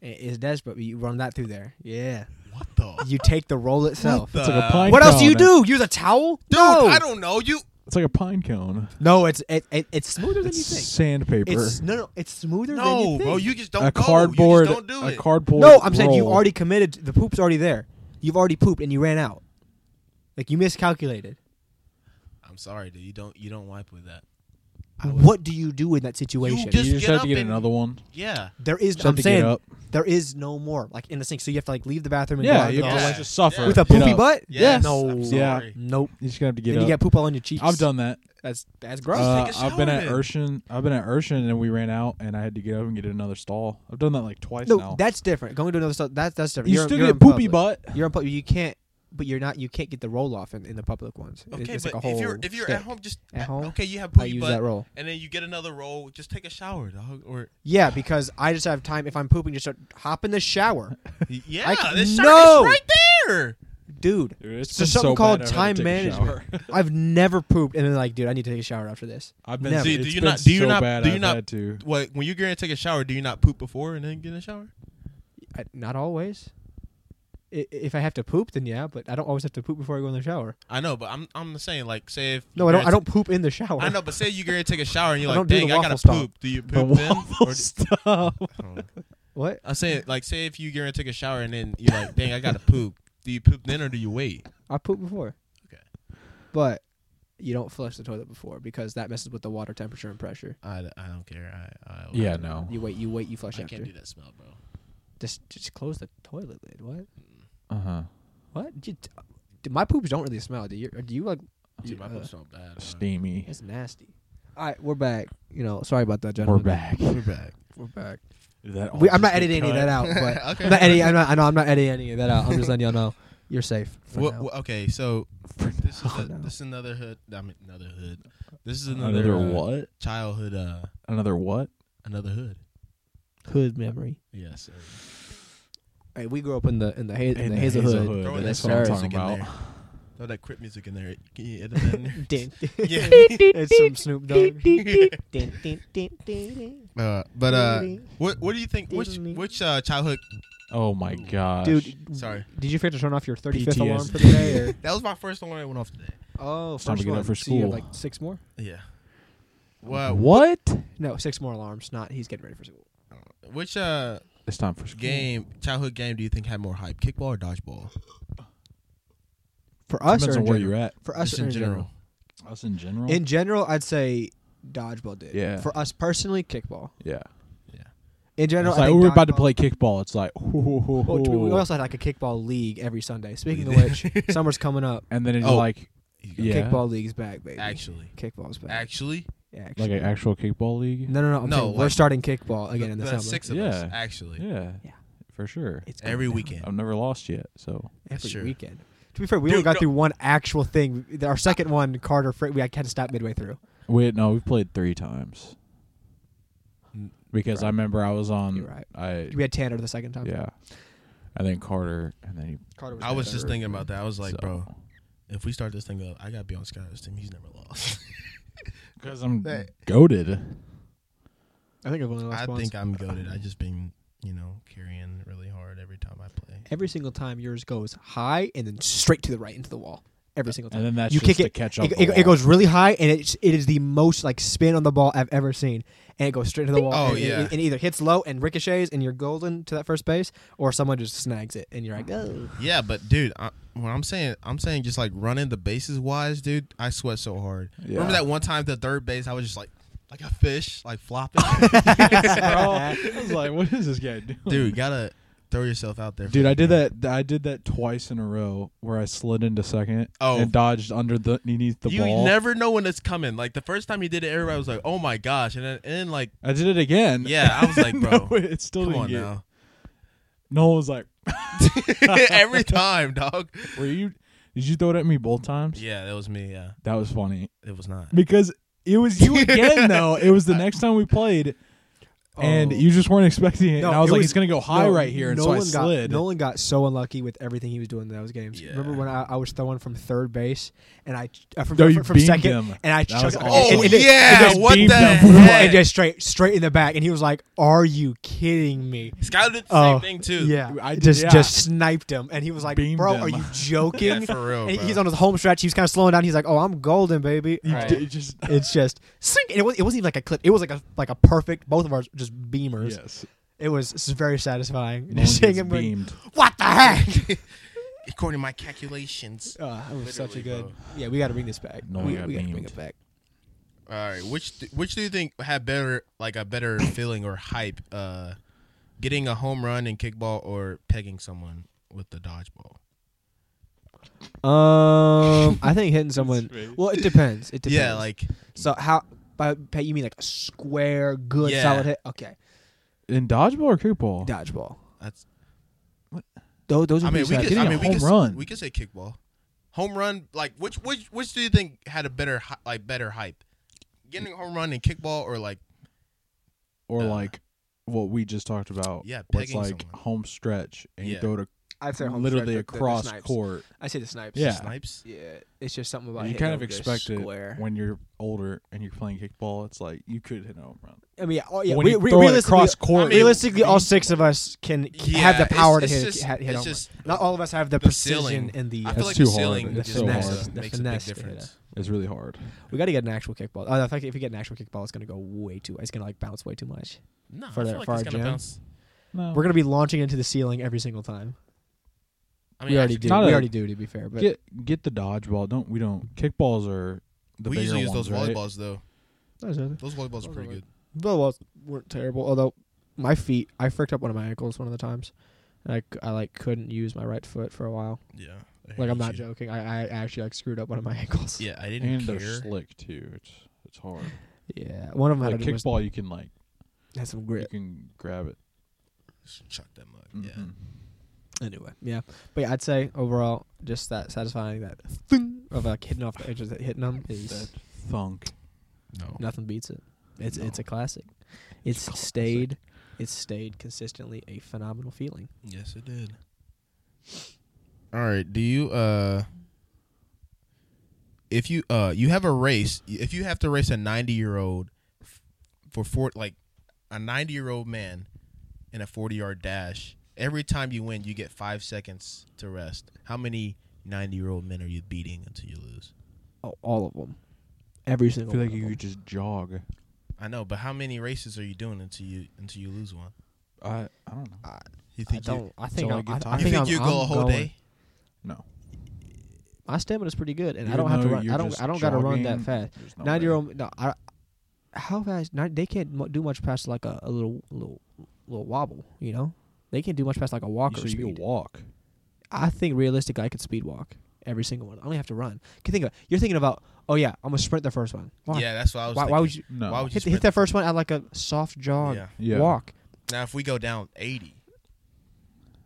Speaker 1: It- It's desperate, but you run that through there. Yeah.
Speaker 2: What the?
Speaker 1: You take the roll itself.
Speaker 2: the-
Speaker 3: It's like a
Speaker 2: Uh,
Speaker 3: pine.
Speaker 1: What else do
Speaker 3: cone.
Speaker 1: you do? Use a towel?
Speaker 2: Dude,
Speaker 1: no.
Speaker 2: I don't know you.
Speaker 3: It's like a pine cone.
Speaker 1: No, it's it, it, it's smoother than
Speaker 3: It's
Speaker 1: you think.
Speaker 3: sandpaper.
Speaker 1: It's no, no. It's smoother than you
Speaker 2: No,
Speaker 1: think.
Speaker 2: bro, you just don't
Speaker 3: a
Speaker 2: go.
Speaker 3: cardboard.
Speaker 2: You just don't do
Speaker 3: a
Speaker 2: it.
Speaker 3: cardboard.
Speaker 1: no, I'm saying you
Speaker 3: roll.
Speaker 1: already committed. The poop's already there. You've already pooped and you ran out. Like you miscalculated.
Speaker 2: I'm sorry, dude. You don't you don't wipe with that.
Speaker 1: What do you do in that situation?
Speaker 3: You
Speaker 2: Just
Speaker 3: just
Speaker 2: get
Speaker 3: have
Speaker 2: up
Speaker 3: to get
Speaker 2: and-
Speaker 3: another one.
Speaker 2: Yeah.
Speaker 1: there is.
Speaker 3: Just
Speaker 1: I'm
Speaker 3: have to get
Speaker 1: saying
Speaker 3: up.
Speaker 1: there is no more like in the sink. So you have to like leave the bathroom and go
Speaker 3: Yeah,
Speaker 1: out
Speaker 3: you
Speaker 1: the
Speaker 2: have
Speaker 1: hallway.
Speaker 2: yeah.
Speaker 3: just just suffer
Speaker 1: with a
Speaker 3: Get
Speaker 1: poopy
Speaker 3: up.
Speaker 1: butt?
Speaker 2: Yes,
Speaker 1: No.
Speaker 2: I'm
Speaker 3: Yeah.
Speaker 2: sorry.
Speaker 1: Nope.
Speaker 3: You're just gonna have to get
Speaker 1: Then
Speaker 3: up.
Speaker 1: you got poop all on your cheeks.
Speaker 3: I've done that.
Speaker 1: That's that's gross.
Speaker 3: Uh,
Speaker 2: take a
Speaker 3: I've been
Speaker 2: shower
Speaker 3: at
Speaker 2: then.
Speaker 3: Urshan. I've been at Urshan, and we ran out, and I had to get up and get another stall. I've done that like twice
Speaker 1: no,
Speaker 3: now.
Speaker 1: that's different. Going to another stuff. That's that's different.
Speaker 3: you
Speaker 1: You're-
Speaker 3: still
Speaker 1: you're
Speaker 3: get
Speaker 1: in
Speaker 3: poopy
Speaker 1: public.
Speaker 3: butt.
Speaker 1: You're in public. You can't. But you're not. You can't get the roll off in, in the public ones. It-
Speaker 2: Okay,
Speaker 1: it's
Speaker 2: but
Speaker 1: like a whole
Speaker 2: if you're if you're at
Speaker 1: stick.
Speaker 2: home, just
Speaker 1: At home,
Speaker 2: Okay, you have
Speaker 1: I
Speaker 2: poopy
Speaker 1: use
Speaker 2: butt,
Speaker 1: that roll.
Speaker 2: and then you get another roll. Just take a shower, dog. Or
Speaker 1: Yeah, because I just have time. If I'm pooping, just start, hop in the shower,
Speaker 2: yeah,
Speaker 1: I-
Speaker 2: the shower
Speaker 1: no!
Speaker 2: is right there.
Speaker 1: dude.
Speaker 3: It's
Speaker 1: There's something called time management. I've never pooped and then like, dude, I need to take a shower after this.
Speaker 3: I've been.
Speaker 1: Never.
Speaker 2: See,
Speaker 3: it's
Speaker 2: do you
Speaker 3: been
Speaker 2: not- do you
Speaker 3: so
Speaker 2: not-
Speaker 3: bad.
Speaker 2: do you
Speaker 3: I've
Speaker 2: not-
Speaker 3: had to.
Speaker 2: What when you're gonna take a shower, do you not poop before and then get in a shower?
Speaker 1: I, not always. I, if I have to poop, then yeah, but I don't always have to poop before I go in the shower.
Speaker 2: I know, but I'm I'm saying like say if
Speaker 1: No, I
Speaker 2: you're
Speaker 1: don't. I
Speaker 2: gonna
Speaker 1: don't poop in the shower.
Speaker 2: I know, but say you're gonna take a shower and you're
Speaker 1: I
Speaker 2: like,
Speaker 1: don't do the
Speaker 2: dang, I gotta
Speaker 1: waffle stop.
Speaker 2: poop. Do you
Speaker 3: The
Speaker 2: poop then?
Speaker 3: waffle stuff.
Speaker 1: What?
Speaker 2: I'm saying like say if you're gonna take a shower and then you're like, dang, I gotta poop. Do you poop then or do you wait?
Speaker 1: I pooped before.
Speaker 2: Okay.
Speaker 1: But you don't flush the toilet before because that messes with the water temperature and pressure.
Speaker 2: I, I don't care. I, I
Speaker 3: Yeah, no.
Speaker 1: You wait, you wait, you flush
Speaker 2: I
Speaker 1: after.
Speaker 2: can't do that smell, bro.
Speaker 1: Just just close the toilet lid. What?
Speaker 3: Uh huh.
Speaker 1: What? You, d- my poops don't really smell. Do you? or Do you like?
Speaker 2: Dude, my
Speaker 1: uh,
Speaker 2: poop's so bad. bro.
Speaker 3: Steamy.
Speaker 1: It's nasty. All right, we're back. You know, sorry about that,
Speaker 3: We're
Speaker 1: gentlemen.
Speaker 3: back.
Speaker 2: We're back.
Speaker 1: We're back.
Speaker 3: That
Speaker 1: We, I'm
Speaker 3: all
Speaker 1: not
Speaker 3: just
Speaker 1: editing any of
Speaker 3: cut.
Speaker 1: that out. But
Speaker 2: Okay.
Speaker 1: I'm not editing. I'm not, I know I'm not editing any of that out. I'm just letting y'all know you're safe. For
Speaker 2: Wha-
Speaker 1: now.
Speaker 2: wha- okay, so this is
Speaker 1: For
Speaker 2: a,
Speaker 1: now.
Speaker 2: this is another hood. I mean, another hood. This is another,
Speaker 3: Another
Speaker 2: uh,
Speaker 3: what?
Speaker 2: childhood. Uh,
Speaker 3: Another what?
Speaker 2: another hood.
Speaker 1: Hood memory.
Speaker 2: Yes. sir.
Speaker 1: Hey, we grew up in the in the, ha- in
Speaker 3: In
Speaker 1: the
Speaker 3: the
Speaker 1: Hazel
Speaker 3: Hazel
Speaker 1: Hood.
Speaker 3: Hood,
Speaker 2: Throw
Speaker 1: that's
Speaker 2: that
Speaker 1: what I'm
Speaker 2: crip
Speaker 3: talking
Speaker 2: music in
Speaker 3: about.
Speaker 2: there. Throw that crip music in there. Can you edit that in there?
Speaker 1: Din-
Speaker 2: Yeah.
Speaker 1: it's some Snoop Dogg. Din, din, din, din, din.
Speaker 2: Uh, but uh, what what do you think? Which
Speaker 1: Diddly.
Speaker 2: which uh, childhood?
Speaker 3: Oh my gosh,
Speaker 1: Dude,
Speaker 2: Sorry,
Speaker 1: did you forget to turn off your 35th alarm
Speaker 3: PTSD.
Speaker 1: for the day? Or?
Speaker 2: that was my first one that went off today.
Speaker 1: Oh,
Speaker 3: It's time to
Speaker 1: first
Speaker 3: get up
Speaker 1: one.
Speaker 3: for
Speaker 1: So you have,
Speaker 3: school.
Speaker 1: like six more?
Speaker 2: Yeah. Well,
Speaker 3: What?
Speaker 1: No, six more alarms. Not he's getting ready for school.
Speaker 2: which uh
Speaker 3: It's time for school.
Speaker 2: game childhood game do you think had more hype? Kickball or dodgeball?
Speaker 1: For us
Speaker 3: Depends
Speaker 1: or
Speaker 3: on
Speaker 1: in
Speaker 3: where
Speaker 1: general?
Speaker 3: you're at.
Speaker 1: For us
Speaker 2: Just
Speaker 1: or
Speaker 2: in general.
Speaker 3: Us in general.
Speaker 1: In general, I'd say dodgeball did.
Speaker 3: Yeah.
Speaker 1: For us personally, kickball.
Speaker 3: yeah.
Speaker 1: In general,
Speaker 3: It's
Speaker 1: I
Speaker 3: like
Speaker 1: think
Speaker 3: we were about to
Speaker 1: dodgeball-
Speaker 3: play kickball. It's like,
Speaker 1: Well, t- we also had like a kickball league every Sunday. Speaking of
Speaker 2: did.
Speaker 1: which, summer's coming up.
Speaker 3: and then it's
Speaker 2: Oh.
Speaker 3: like,
Speaker 2: You
Speaker 3: yeah,
Speaker 1: Kickball league's back, baby.
Speaker 2: go. Actually,
Speaker 1: kickball's back.
Speaker 2: actually,
Speaker 1: Yeah, actually.
Speaker 3: like an actual kickball league.
Speaker 1: No, no, no. I'm
Speaker 2: No,
Speaker 1: saying we're
Speaker 2: like-
Speaker 1: starting kickball again in the
Speaker 2: the
Speaker 1: summer.
Speaker 2: six of
Speaker 3: Yeah.
Speaker 2: us actually
Speaker 3: Yeah,
Speaker 1: Yeah.
Speaker 3: for sure.
Speaker 1: It's going
Speaker 2: every
Speaker 1: down
Speaker 2: weekend.
Speaker 3: I've never lost yet, so
Speaker 1: every
Speaker 2: Sure.
Speaker 1: weekend. To be fair, we only
Speaker 2: Dude,
Speaker 1: got
Speaker 2: no-
Speaker 1: through one actual thing. Our second one, Carter, Fra- we had to stop midway through.
Speaker 3: wait, no, we played three times
Speaker 2: Mm,
Speaker 3: because I remember I was on.
Speaker 1: You're right.
Speaker 3: I
Speaker 1: We had Tanner the second time.
Speaker 3: yeah, and then Carter, and then he,
Speaker 1: Carter was
Speaker 2: I was
Speaker 1: there.
Speaker 2: just thinking about that. I was like,
Speaker 3: so.
Speaker 2: bro, if we start this thing up, I gotta be on Skyler's team. He's never lost.
Speaker 3: because I'm
Speaker 2: Hey.
Speaker 3: goaded.
Speaker 1: I think I've only lost
Speaker 2: I
Speaker 1: once.
Speaker 2: think I'm goaded. I just been you know carrying really hard every time I play.
Speaker 1: Every single time yours goes high and then straight to the right into the wall. every single time.
Speaker 3: and then that's
Speaker 1: you
Speaker 3: just
Speaker 1: kick
Speaker 3: to
Speaker 1: it,
Speaker 3: catch up.
Speaker 1: it,
Speaker 3: the
Speaker 1: it, it
Speaker 3: wall.
Speaker 1: goes really high, and it's, it is the most like spin on the ball I've ever seen, and it goes straight to the wall.
Speaker 2: Oh,
Speaker 1: and, it-
Speaker 2: yeah.
Speaker 1: it, it either hits low and ricochets, and you're golden to that first base, or someone just snags it, and you're like, oh.
Speaker 2: Yeah, but dude, I, when I'm saying I'm saying just like running the bases wise, dude, I sweat so hard. Remember
Speaker 3: Yeah.
Speaker 2: that one time the third base, I was just like like a fish, like flopping.
Speaker 3: I was like, what is this guy doing?
Speaker 2: dude, gotta throw yourself out there.
Speaker 3: Dude, I did that. I did that twice in a row, where I slid into second
Speaker 2: Oh.
Speaker 3: and dodged under the beneath the
Speaker 2: you
Speaker 3: ball.
Speaker 2: never know when it's coming. Like the first time you did it, everybody was like, "Oh my gosh!" And then, and then like,
Speaker 3: I did it again.
Speaker 2: Yeah, I was like,
Speaker 3: No,
Speaker 2: bro,
Speaker 3: it still
Speaker 2: come
Speaker 3: didn't
Speaker 2: on
Speaker 3: get.
Speaker 2: now.
Speaker 3: Noel was like,
Speaker 2: Every time, dog.
Speaker 3: "Were you? Did you throw it at me both times?"
Speaker 2: Yeah, that was me. Yeah,
Speaker 3: That was funny
Speaker 2: it was not.
Speaker 3: because it was you again. though it was the next time we played, and
Speaker 1: Oh.
Speaker 3: you just weren't expecting it.
Speaker 1: No,
Speaker 3: and I was
Speaker 1: it
Speaker 3: like,
Speaker 1: was-
Speaker 3: "He's gonna go high
Speaker 1: No,
Speaker 3: right here," and
Speaker 1: Nolan
Speaker 3: so I slid.
Speaker 1: Got, Nolan got so unlucky with everything he was doing in those games.
Speaker 2: Yeah.
Speaker 1: Remember when I, I was throwing from third base and I uh, from,
Speaker 3: No, you
Speaker 1: from, from
Speaker 3: beamed
Speaker 1: second
Speaker 3: him.
Speaker 1: and I
Speaker 3: That was
Speaker 1: chucked it-
Speaker 3: awesome.
Speaker 1: and- and
Speaker 2: Oh,
Speaker 1: it-
Speaker 2: yeah,
Speaker 1: it just
Speaker 2: what
Speaker 1: beamed
Speaker 2: the
Speaker 1: him,
Speaker 2: heck?
Speaker 1: and just straight straight in the back and he was like, "Are you kidding me?"
Speaker 2: Scout did the
Speaker 1: Oh,
Speaker 2: same thing too.
Speaker 1: Yeah,
Speaker 3: I
Speaker 1: I
Speaker 3: did-
Speaker 1: just
Speaker 3: yeah.
Speaker 1: just sniped him, and he was like,
Speaker 3: Beamed
Speaker 1: "Bro,
Speaker 3: him.
Speaker 1: are you
Speaker 2: Yeah,
Speaker 1: joking?"
Speaker 2: for real.
Speaker 1: and
Speaker 2: Bro.
Speaker 1: he's on his home stretch. He was kind of slowing down. He's like, "Oh, I'm golden, baby."
Speaker 3: You
Speaker 1: Right.
Speaker 3: did- just
Speaker 1: It's just sink. And it, was, it wasn't even like a clip. It was like a like a perfect. Both of ours just beamers.
Speaker 3: yes.
Speaker 1: It was s- very satisfying.
Speaker 3: Nolan
Speaker 1: Just seeing
Speaker 3: gets
Speaker 1: him going,
Speaker 3: beamed.
Speaker 1: what the heck?
Speaker 2: According to my calculations.
Speaker 1: Uh, it was such a good.
Speaker 2: Literally, bro.
Speaker 1: Yeah, we got to bring this back.
Speaker 3: No,
Speaker 1: we
Speaker 3: I got
Speaker 1: we gotta bring
Speaker 3: beamed.
Speaker 1: it back.
Speaker 2: All right, which th- which do you think had better like a better feeling or hype, uh, getting a home run in kickball or pegging someone with the dodgeball?
Speaker 1: Um, I think hitting someone. Well, it depends. It depends.
Speaker 2: Yeah, like
Speaker 1: so how by pay you mean like a square, good,
Speaker 2: Yeah.
Speaker 1: solid hit? Okay,
Speaker 3: In dodgeball or kickball?
Speaker 1: dodgeball.
Speaker 2: that's.
Speaker 1: Those those are
Speaker 2: I mean,
Speaker 1: pretty
Speaker 2: we
Speaker 1: solid.
Speaker 2: could.
Speaker 3: Getting
Speaker 2: I
Speaker 3: a
Speaker 2: mean, we
Speaker 3: home
Speaker 2: could,
Speaker 3: run.
Speaker 2: We could say kickball, home run. Like which which which do you think had a better hy- like better hype, getting a home run in kickball or like
Speaker 3: or
Speaker 2: Uh,
Speaker 3: like what we just talked about.
Speaker 2: Yeah,
Speaker 3: where it's
Speaker 2: pegging
Speaker 3: like
Speaker 2: someone.
Speaker 3: home stretch, and you
Speaker 2: Yeah.
Speaker 3: throw it
Speaker 1: I'd say
Speaker 3: ac-
Speaker 1: home
Speaker 3: literally
Speaker 1: stretch, the- the- the
Speaker 3: across
Speaker 1: snipes.
Speaker 3: court.
Speaker 1: I say the snipes.
Speaker 3: Yeah.
Speaker 2: snipes?
Speaker 1: yeah. It's just something about
Speaker 3: you
Speaker 1: hitting
Speaker 3: kind of
Speaker 1: over the
Speaker 3: expect it
Speaker 1: square.
Speaker 3: when you're older and you're playing kickball. It's like you could hit a home run.
Speaker 1: I mean, yeah, oh, yeah.
Speaker 3: When
Speaker 1: We,
Speaker 3: you
Speaker 1: re-
Speaker 3: throw it
Speaker 1: realistically,
Speaker 3: across court,
Speaker 1: I mean,
Speaker 2: it
Speaker 1: realistically, all
Speaker 3: beats
Speaker 1: six of us can c- have
Speaker 2: Yeah,
Speaker 1: the power
Speaker 2: it's-
Speaker 1: to
Speaker 2: it's
Speaker 1: hit,
Speaker 2: just-
Speaker 1: hit, hit
Speaker 2: it's
Speaker 1: home.
Speaker 2: just-
Speaker 1: run. Not all of us have the,
Speaker 2: the
Speaker 1: precision
Speaker 2: ceiling.
Speaker 1: and the.
Speaker 2: I
Speaker 1: uh,
Speaker 2: feel
Speaker 3: That's
Speaker 2: like
Speaker 3: too
Speaker 2: the
Speaker 3: hard.
Speaker 2: ceiling
Speaker 3: That's
Speaker 2: just
Speaker 3: so
Speaker 2: makes,
Speaker 3: hard.
Speaker 2: a,
Speaker 1: The
Speaker 2: makes a big
Speaker 1: finesse to hit
Speaker 2: difference.
Speaker 3: It's really hard.
Speaker 1: we got to get an actual kickball. Oh, in fact, if we get an actual kickball, it's gonna go way too. It's gonna like bounce way too much.
Speaker 2: No,
Speaker 1: For
Speaker 2: I
Speaker 1: the-
Speaker 2: feel like
Speaker 1: for
Speaker 2: it's
Speaker 1: our
Speaker 2: gonna
Speaker 1: gym?
Speaker 2: bounce. Oh.
Speaker 3: No,
Speaker 1: We're gonna be launching into the ceiling every single time.
Speaker 2: I mean,
Speaker 1: we already
Speaker 2: actually,
Speaker 1: do.
Speaker 3: Not
Speaker 1: We
Speaker 3: a-
Speaker 1: already do. To be fair, but
Speaker 3: get get the dodgeball. Don't we don't kickballs are the
Speaker 2: we
Speaker 3: bigger
Speaker 2: usually use
Speaker 3: ones,
Speaker 2: those
Speaker 3: right?
Speaker 2: volleyballs though. Those volleyballs are
Speaker 1: Those
Speaker 2: pretty
Speaker 1: are
Speaker 2: good.
Speaker 1: the walls weren't terrible. Although my feet, I fricked up one of my ankles one of the times. And I, c- I, like couldn't use my right foot for a while.
Speaker 2: Yeah. I
Speaker 1: Like
Speaker 2: hate
Speaker 1: I'm not
Speaker 2: you.
Speaker 1: joking. I, I actually like screwed up one of my ankles.
Speaker 2: Yeah, I
Speaker 3: And
Speaker 2: didn't
Speaker 3: they're
Speaker 2: care.
Speaker 3: slick too. It's it's hard.
Speaker 1: Yeah, one of them
Speaker 3: Like
Speaker 1: had, a- was,
Speaker 3: kickball, you can like
Speaker 1: had some
Speaker 3: you
Speaker 1: grip.
Speaker 3: can grab it.
Speaker 2: Chuck that mug. Yeah.
Speaker 3: Mhm.
Speaker 1: Anyway, yeah, but yeah, I'd say overall, just that satisfying that thing of like hitting off the edge of the, hitting them
Speaker 3: That
Speaker 1: is
Speaker 3: thunk.
Speaker 2: No.
Speaker 1: nothing beats it. It's
Speaker 3: No.
Speaker 1: it's a classic. It's,
Speaker 3: classic.
Speaker 1: stayed. It's stayed consistently a phenomenal feeling.
Speaker 2: Yes, it did. All right. Do you uh? If you uh, you have a race. If you have to race a ninety-year-old f- for four, like a ninety-year-old man in a forty-yard dash, every time you win, you get five seconds to rest. How many ninety-year-old men are you beating until you lose?
Speaker 1: Oh, all of them, every
Speaker 3: I
Speaker 1: single.
Speaker 3: feel
Speaker 1: one
Speaker 3: like
Speaker 1: of
Speaker 3: you
Speaker 1: 'em.
Speaker 3: could just jog.
Speaker 2: I know, but how many races are you doing until you until you lose one?
Speaker 3: I I don't know.
Speaker 2: You
Speaker 1: I
Speaker 2: think you
Speaker 1: don't. I think
Speaker 3: all
Speaker 1: I'm,
Speaker 3: I
Speaker 1: I,
Speaker 3: get
Speaker 1: I
Speaker 2: you
Speaker 1: think
Speaker 2: think
Speaker 1: I'm,
Speaker 2: you go
Speaker 1: I'm
Speaker 2: a whole
Speaker 1: going.
Speaker 2: day?
Speaker 3: No.
Speaker 1: My stamina's pretty good, and I
Speaker 3: Even
Speaker 1: don't have to
Speaker 3: though
Speaker 1: run.
Speaker 3: you're
Speaker 1: I don't.
Speaker 3: just
Speaker 1: I don't got to run that
Speaker 3: jogging,
Speaker 1: fast.
Speaker 3: there's no way.
Speaker 1: Nine year old. No, I. How fast? Nine, they can't mo- do much past like a, a little little little wobble. You know, they can't do much past like a walk
Speaker 3: So
Speaker 1: or
Speaker 3: you
Speaker 1: speed.
Speaker 3: could walk.
Speaker 1: I think realistically, I could speed walk every single one. I only have to run. Can think of it. You're thinking about. Oh yeah, I'm gonna sprint the first one. Why?
Speaker 2: Yeah, that's what I was.
Speaker 1: why, why would you
Speaker 3: No.
Speaker 2: Why would you
Speaker 1: hit, hit
Speaker 2: sprint
Speaker 1: that first one at like a soft jog
Speaker 2: Yeah.
Speaker 3: Yeah.
Speaker 1: walk?
Speaker 2: Now, if we go down eighty,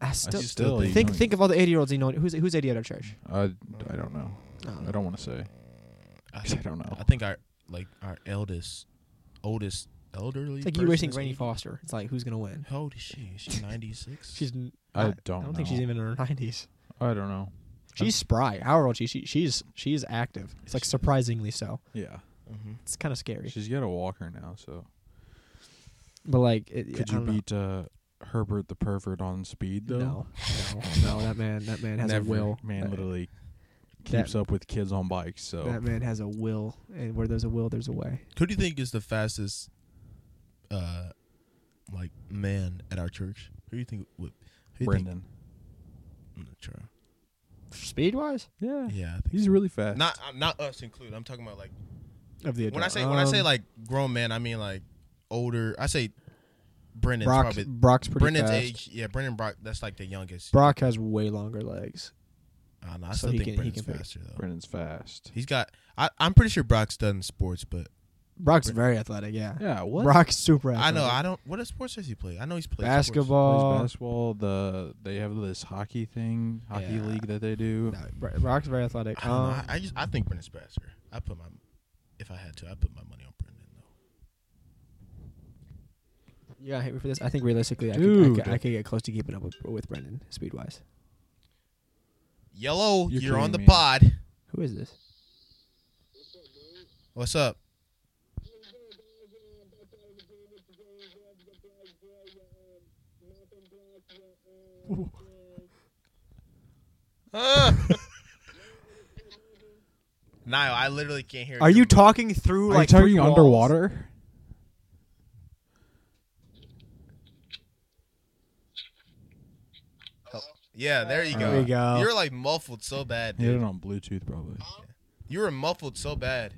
Speaker 1: I still
Speaker 2: just
Speaker 3: still
Speaker 2: think-
Speaker 1: think
Speaker 3: don't-
Speaker 1: think of all the eighty year olds you know. Who's who's eighty at our church?
Speaker 3: I, I don't know. I don't want to say.
Speaker 2: I
Speaker 3: 'cause I
Speaker 2: think,
Speaker 3: don't know.
Speaker 2: I think our like our eldest, oldest elderly.
Speaker 1: It's like you
Speaker 2: person
Speaker 1: racing
Speaker 2: is
Speaker 1: Granny
Speaker 2: 80.
Speaker 1: Foster. It's like who's gonna win?
Speaker 2: How old is she? Is she ninety six?
Speaker 1: She's. n-
Speaker 3: I
Speaker 1: not-
Speaker 3: don't
Speaker 1: I don't think she's
Speaker 3: know.
Speaker 1: even in her nineties.
Speaker 3: I don't know.
Speaker 1: She's spry. However old she, she she's she's active. It's like surprisingly so.
Speaker 3: Yeah.
Speaker 2: mm-hmm.
Speaker 1: It's kind of scary.
Speaker 3: She's got a walker now, so
Speaker 1: But like, it,
Speaker 3: could
Speaker 1: I
Speaker 3: you
Speaker 1: don't know.
Speaker 3: beat uh, Herbert the pervert on speed though?
Speaker 1: No, no, no, that man, that man has a
Speaker 3: Never.
Speaker 1: will.
Speaker 3: Man
Speaker 1: That-
Speaker 3: literally keeps up with kids on bikes. So
Speaker 1: That man has a will, and where there's a will, there's a way.
Speaker 2: Who do you think is the fastest, uh, like man at our church? Who do you think? Would, who do you
Speaker 3: Brendan,
Speaker 2: Think, Mm, true.
Speaker 1: Speed wise,
Speaker 3: yeah,
Speaker 2: Yeah, I think
Speaker 3: he's really fast.
Speaker 2: not uh, not us included. I'm talking about like
Speaker 1: of the
Speaker 2: when I
Speaker 1: adult.
Speaker 2: say when I say
Speaker 1: Um,
Speaker 2: like grown man, I mean like older. I say Brendan's
Speaker 1: Brock's,
Speaker 2: probably
Speaker 1: Brock's pretty
Speaker 2: Brendan's
Speaker 1: fast.
Speaker 2: age. Yeah, Brendan Brock. That's like the youngest.
Speaker 1: Brock has way longer legs.
Speaker 2: I, don't know, I
Speaker 1: so
Speaker 2: still
Speaker 1: he
Speaker 2: think
Speaker 1: can- he
Speaker 2: Brendan's
Speaker 1: can pick.
Speaker 2: faster though.
Speaker 3: Brendan's fast.
Speaker 2: He's got. I, I'm pretty sure Brock's done sports, but
Speaker 1: Brock's
Speaker 2: Bren-
Speaker 1: very athletic. Yeah.
Speaker 3: Yeah, what?
Speaker 1: Brock's super
Speaker 2: I
Speaker 1: athletic.
Speaker 2: know I don't. What sports does he play? I know he's played sports.
Speaker 3: Plays
Speaker 1: Basketball.
Speaker 3: basketball. The they have this hockey thing, hockey
Speaker 1: Yeah.
Speaker 3: league that they do.
Speaker 1: No, Bro- Brock's very athletic.
Speaker 2: I, don't know.
Speaker 1: Um,
Speaker 2: I, I just I think Brendan's faster. I put my if I had to, I would put my money on Brendan though.
Speaker 1: you gotta hate me for this. I think realistically, I could, I,
Speaker 3: Dude.
Speaker 1: could, I could get close to keeping up with, with Brendan speed wise.
Speaker 2: Yellow,
Speaker 3: You're
Speaker 2: you're, on
Speaker 3: kidding
Speaker 2: the
Speaker 3: me.
Speaker 2: pod.
Speaker 1: Who is this?
Speaker 2: What's up? Uh. Niall, I literally can't hear.
Speaker 1: Are you
Speaker 2: You're-
Speaker 1: talking through
Speaker 3: Are
Speaker 1: like
Speaker 3: you
Speaker 1: three
Speaker 3: talking
Speaker 1: walls?
Speaker 3: underwater?
Speaker 2: Yeah, there you go.
Speaker 3: There
Speaker 1: you go.
Speaker 2: You're like muffled so bad,
Speaker 3: Hit
Speaker 2: dude.
Speaker 3: it on Bluetooth, probably.
Speaker 2: You were muffled so bad.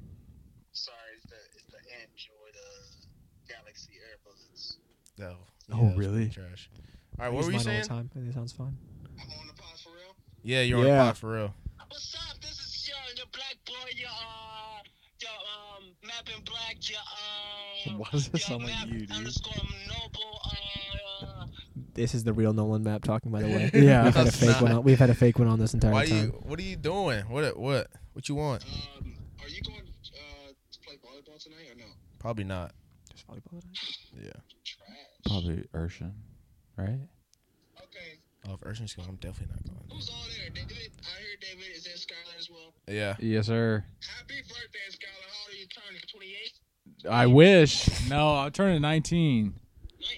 Speaker 4: Sorry, it's the it's the Android uh, Galaxy AirPods.
Speaker 2: No.
Speaker 3: Oh,
Speaker 2: that was
Speaker 3: really?
Speaker 2: pretty Trash. All right, what
Speaker 1: Use
Speaker 2: were you
Speaker 1: mine all the
Speaker 2: saying?
Speaker 1: time, and it sounds fine.
Speaker 4: I'm on the pod for real.
Speaker 2: Yeah, you're on
Speaker 1: Yeah.
Speaker 2: the pod for real.
Speaker 4: What's up? This is your your black boy, your uh, your um, map and black, your um,
Speaker 3: Why does it
Speaker 4: your
Speaker 3: sound like
Speaker 4: map
Speaker 3: you, dude?
Speaker 4: underscore noble. Uh,
Speaker 1: This is the real Nolan map talking, by the way.
Speaker 3: Yeah.
Speaker 1: we've had a
Speaker 2: That's
Speaker 1: fake one.
Speaker 2: not-
Speaker 1: On, we've had a fake one on this entire
Speaker 2: Why
Speaker 1: time.
Speaker 2: you? What are you doing? What? What? What you want?
Speaker 4: um, are you going uh, to play volleyball tonight or no?
Speaker 2: Probably not.
Speaker 1: There's volleyball tonight?
Speaker 2: Yeah.
Speaker 4: Trash.
Speaker 3: Probably Urshan, right?
Speaker 4: Okay,
Speaker 2: Off Urshan Oh, School, I'm definitely not going.
Speaker 4: who's all there? David, I hear David is in Skylar as well.
Speaker 2: Yeah.
Speaker 3: Yes, sir.
Speaker 4: Happy birthday, Skylar. How old are you turning? 28?
Speaker 3: I wish. No, I'm turning 19.
Speaker 4: Nine?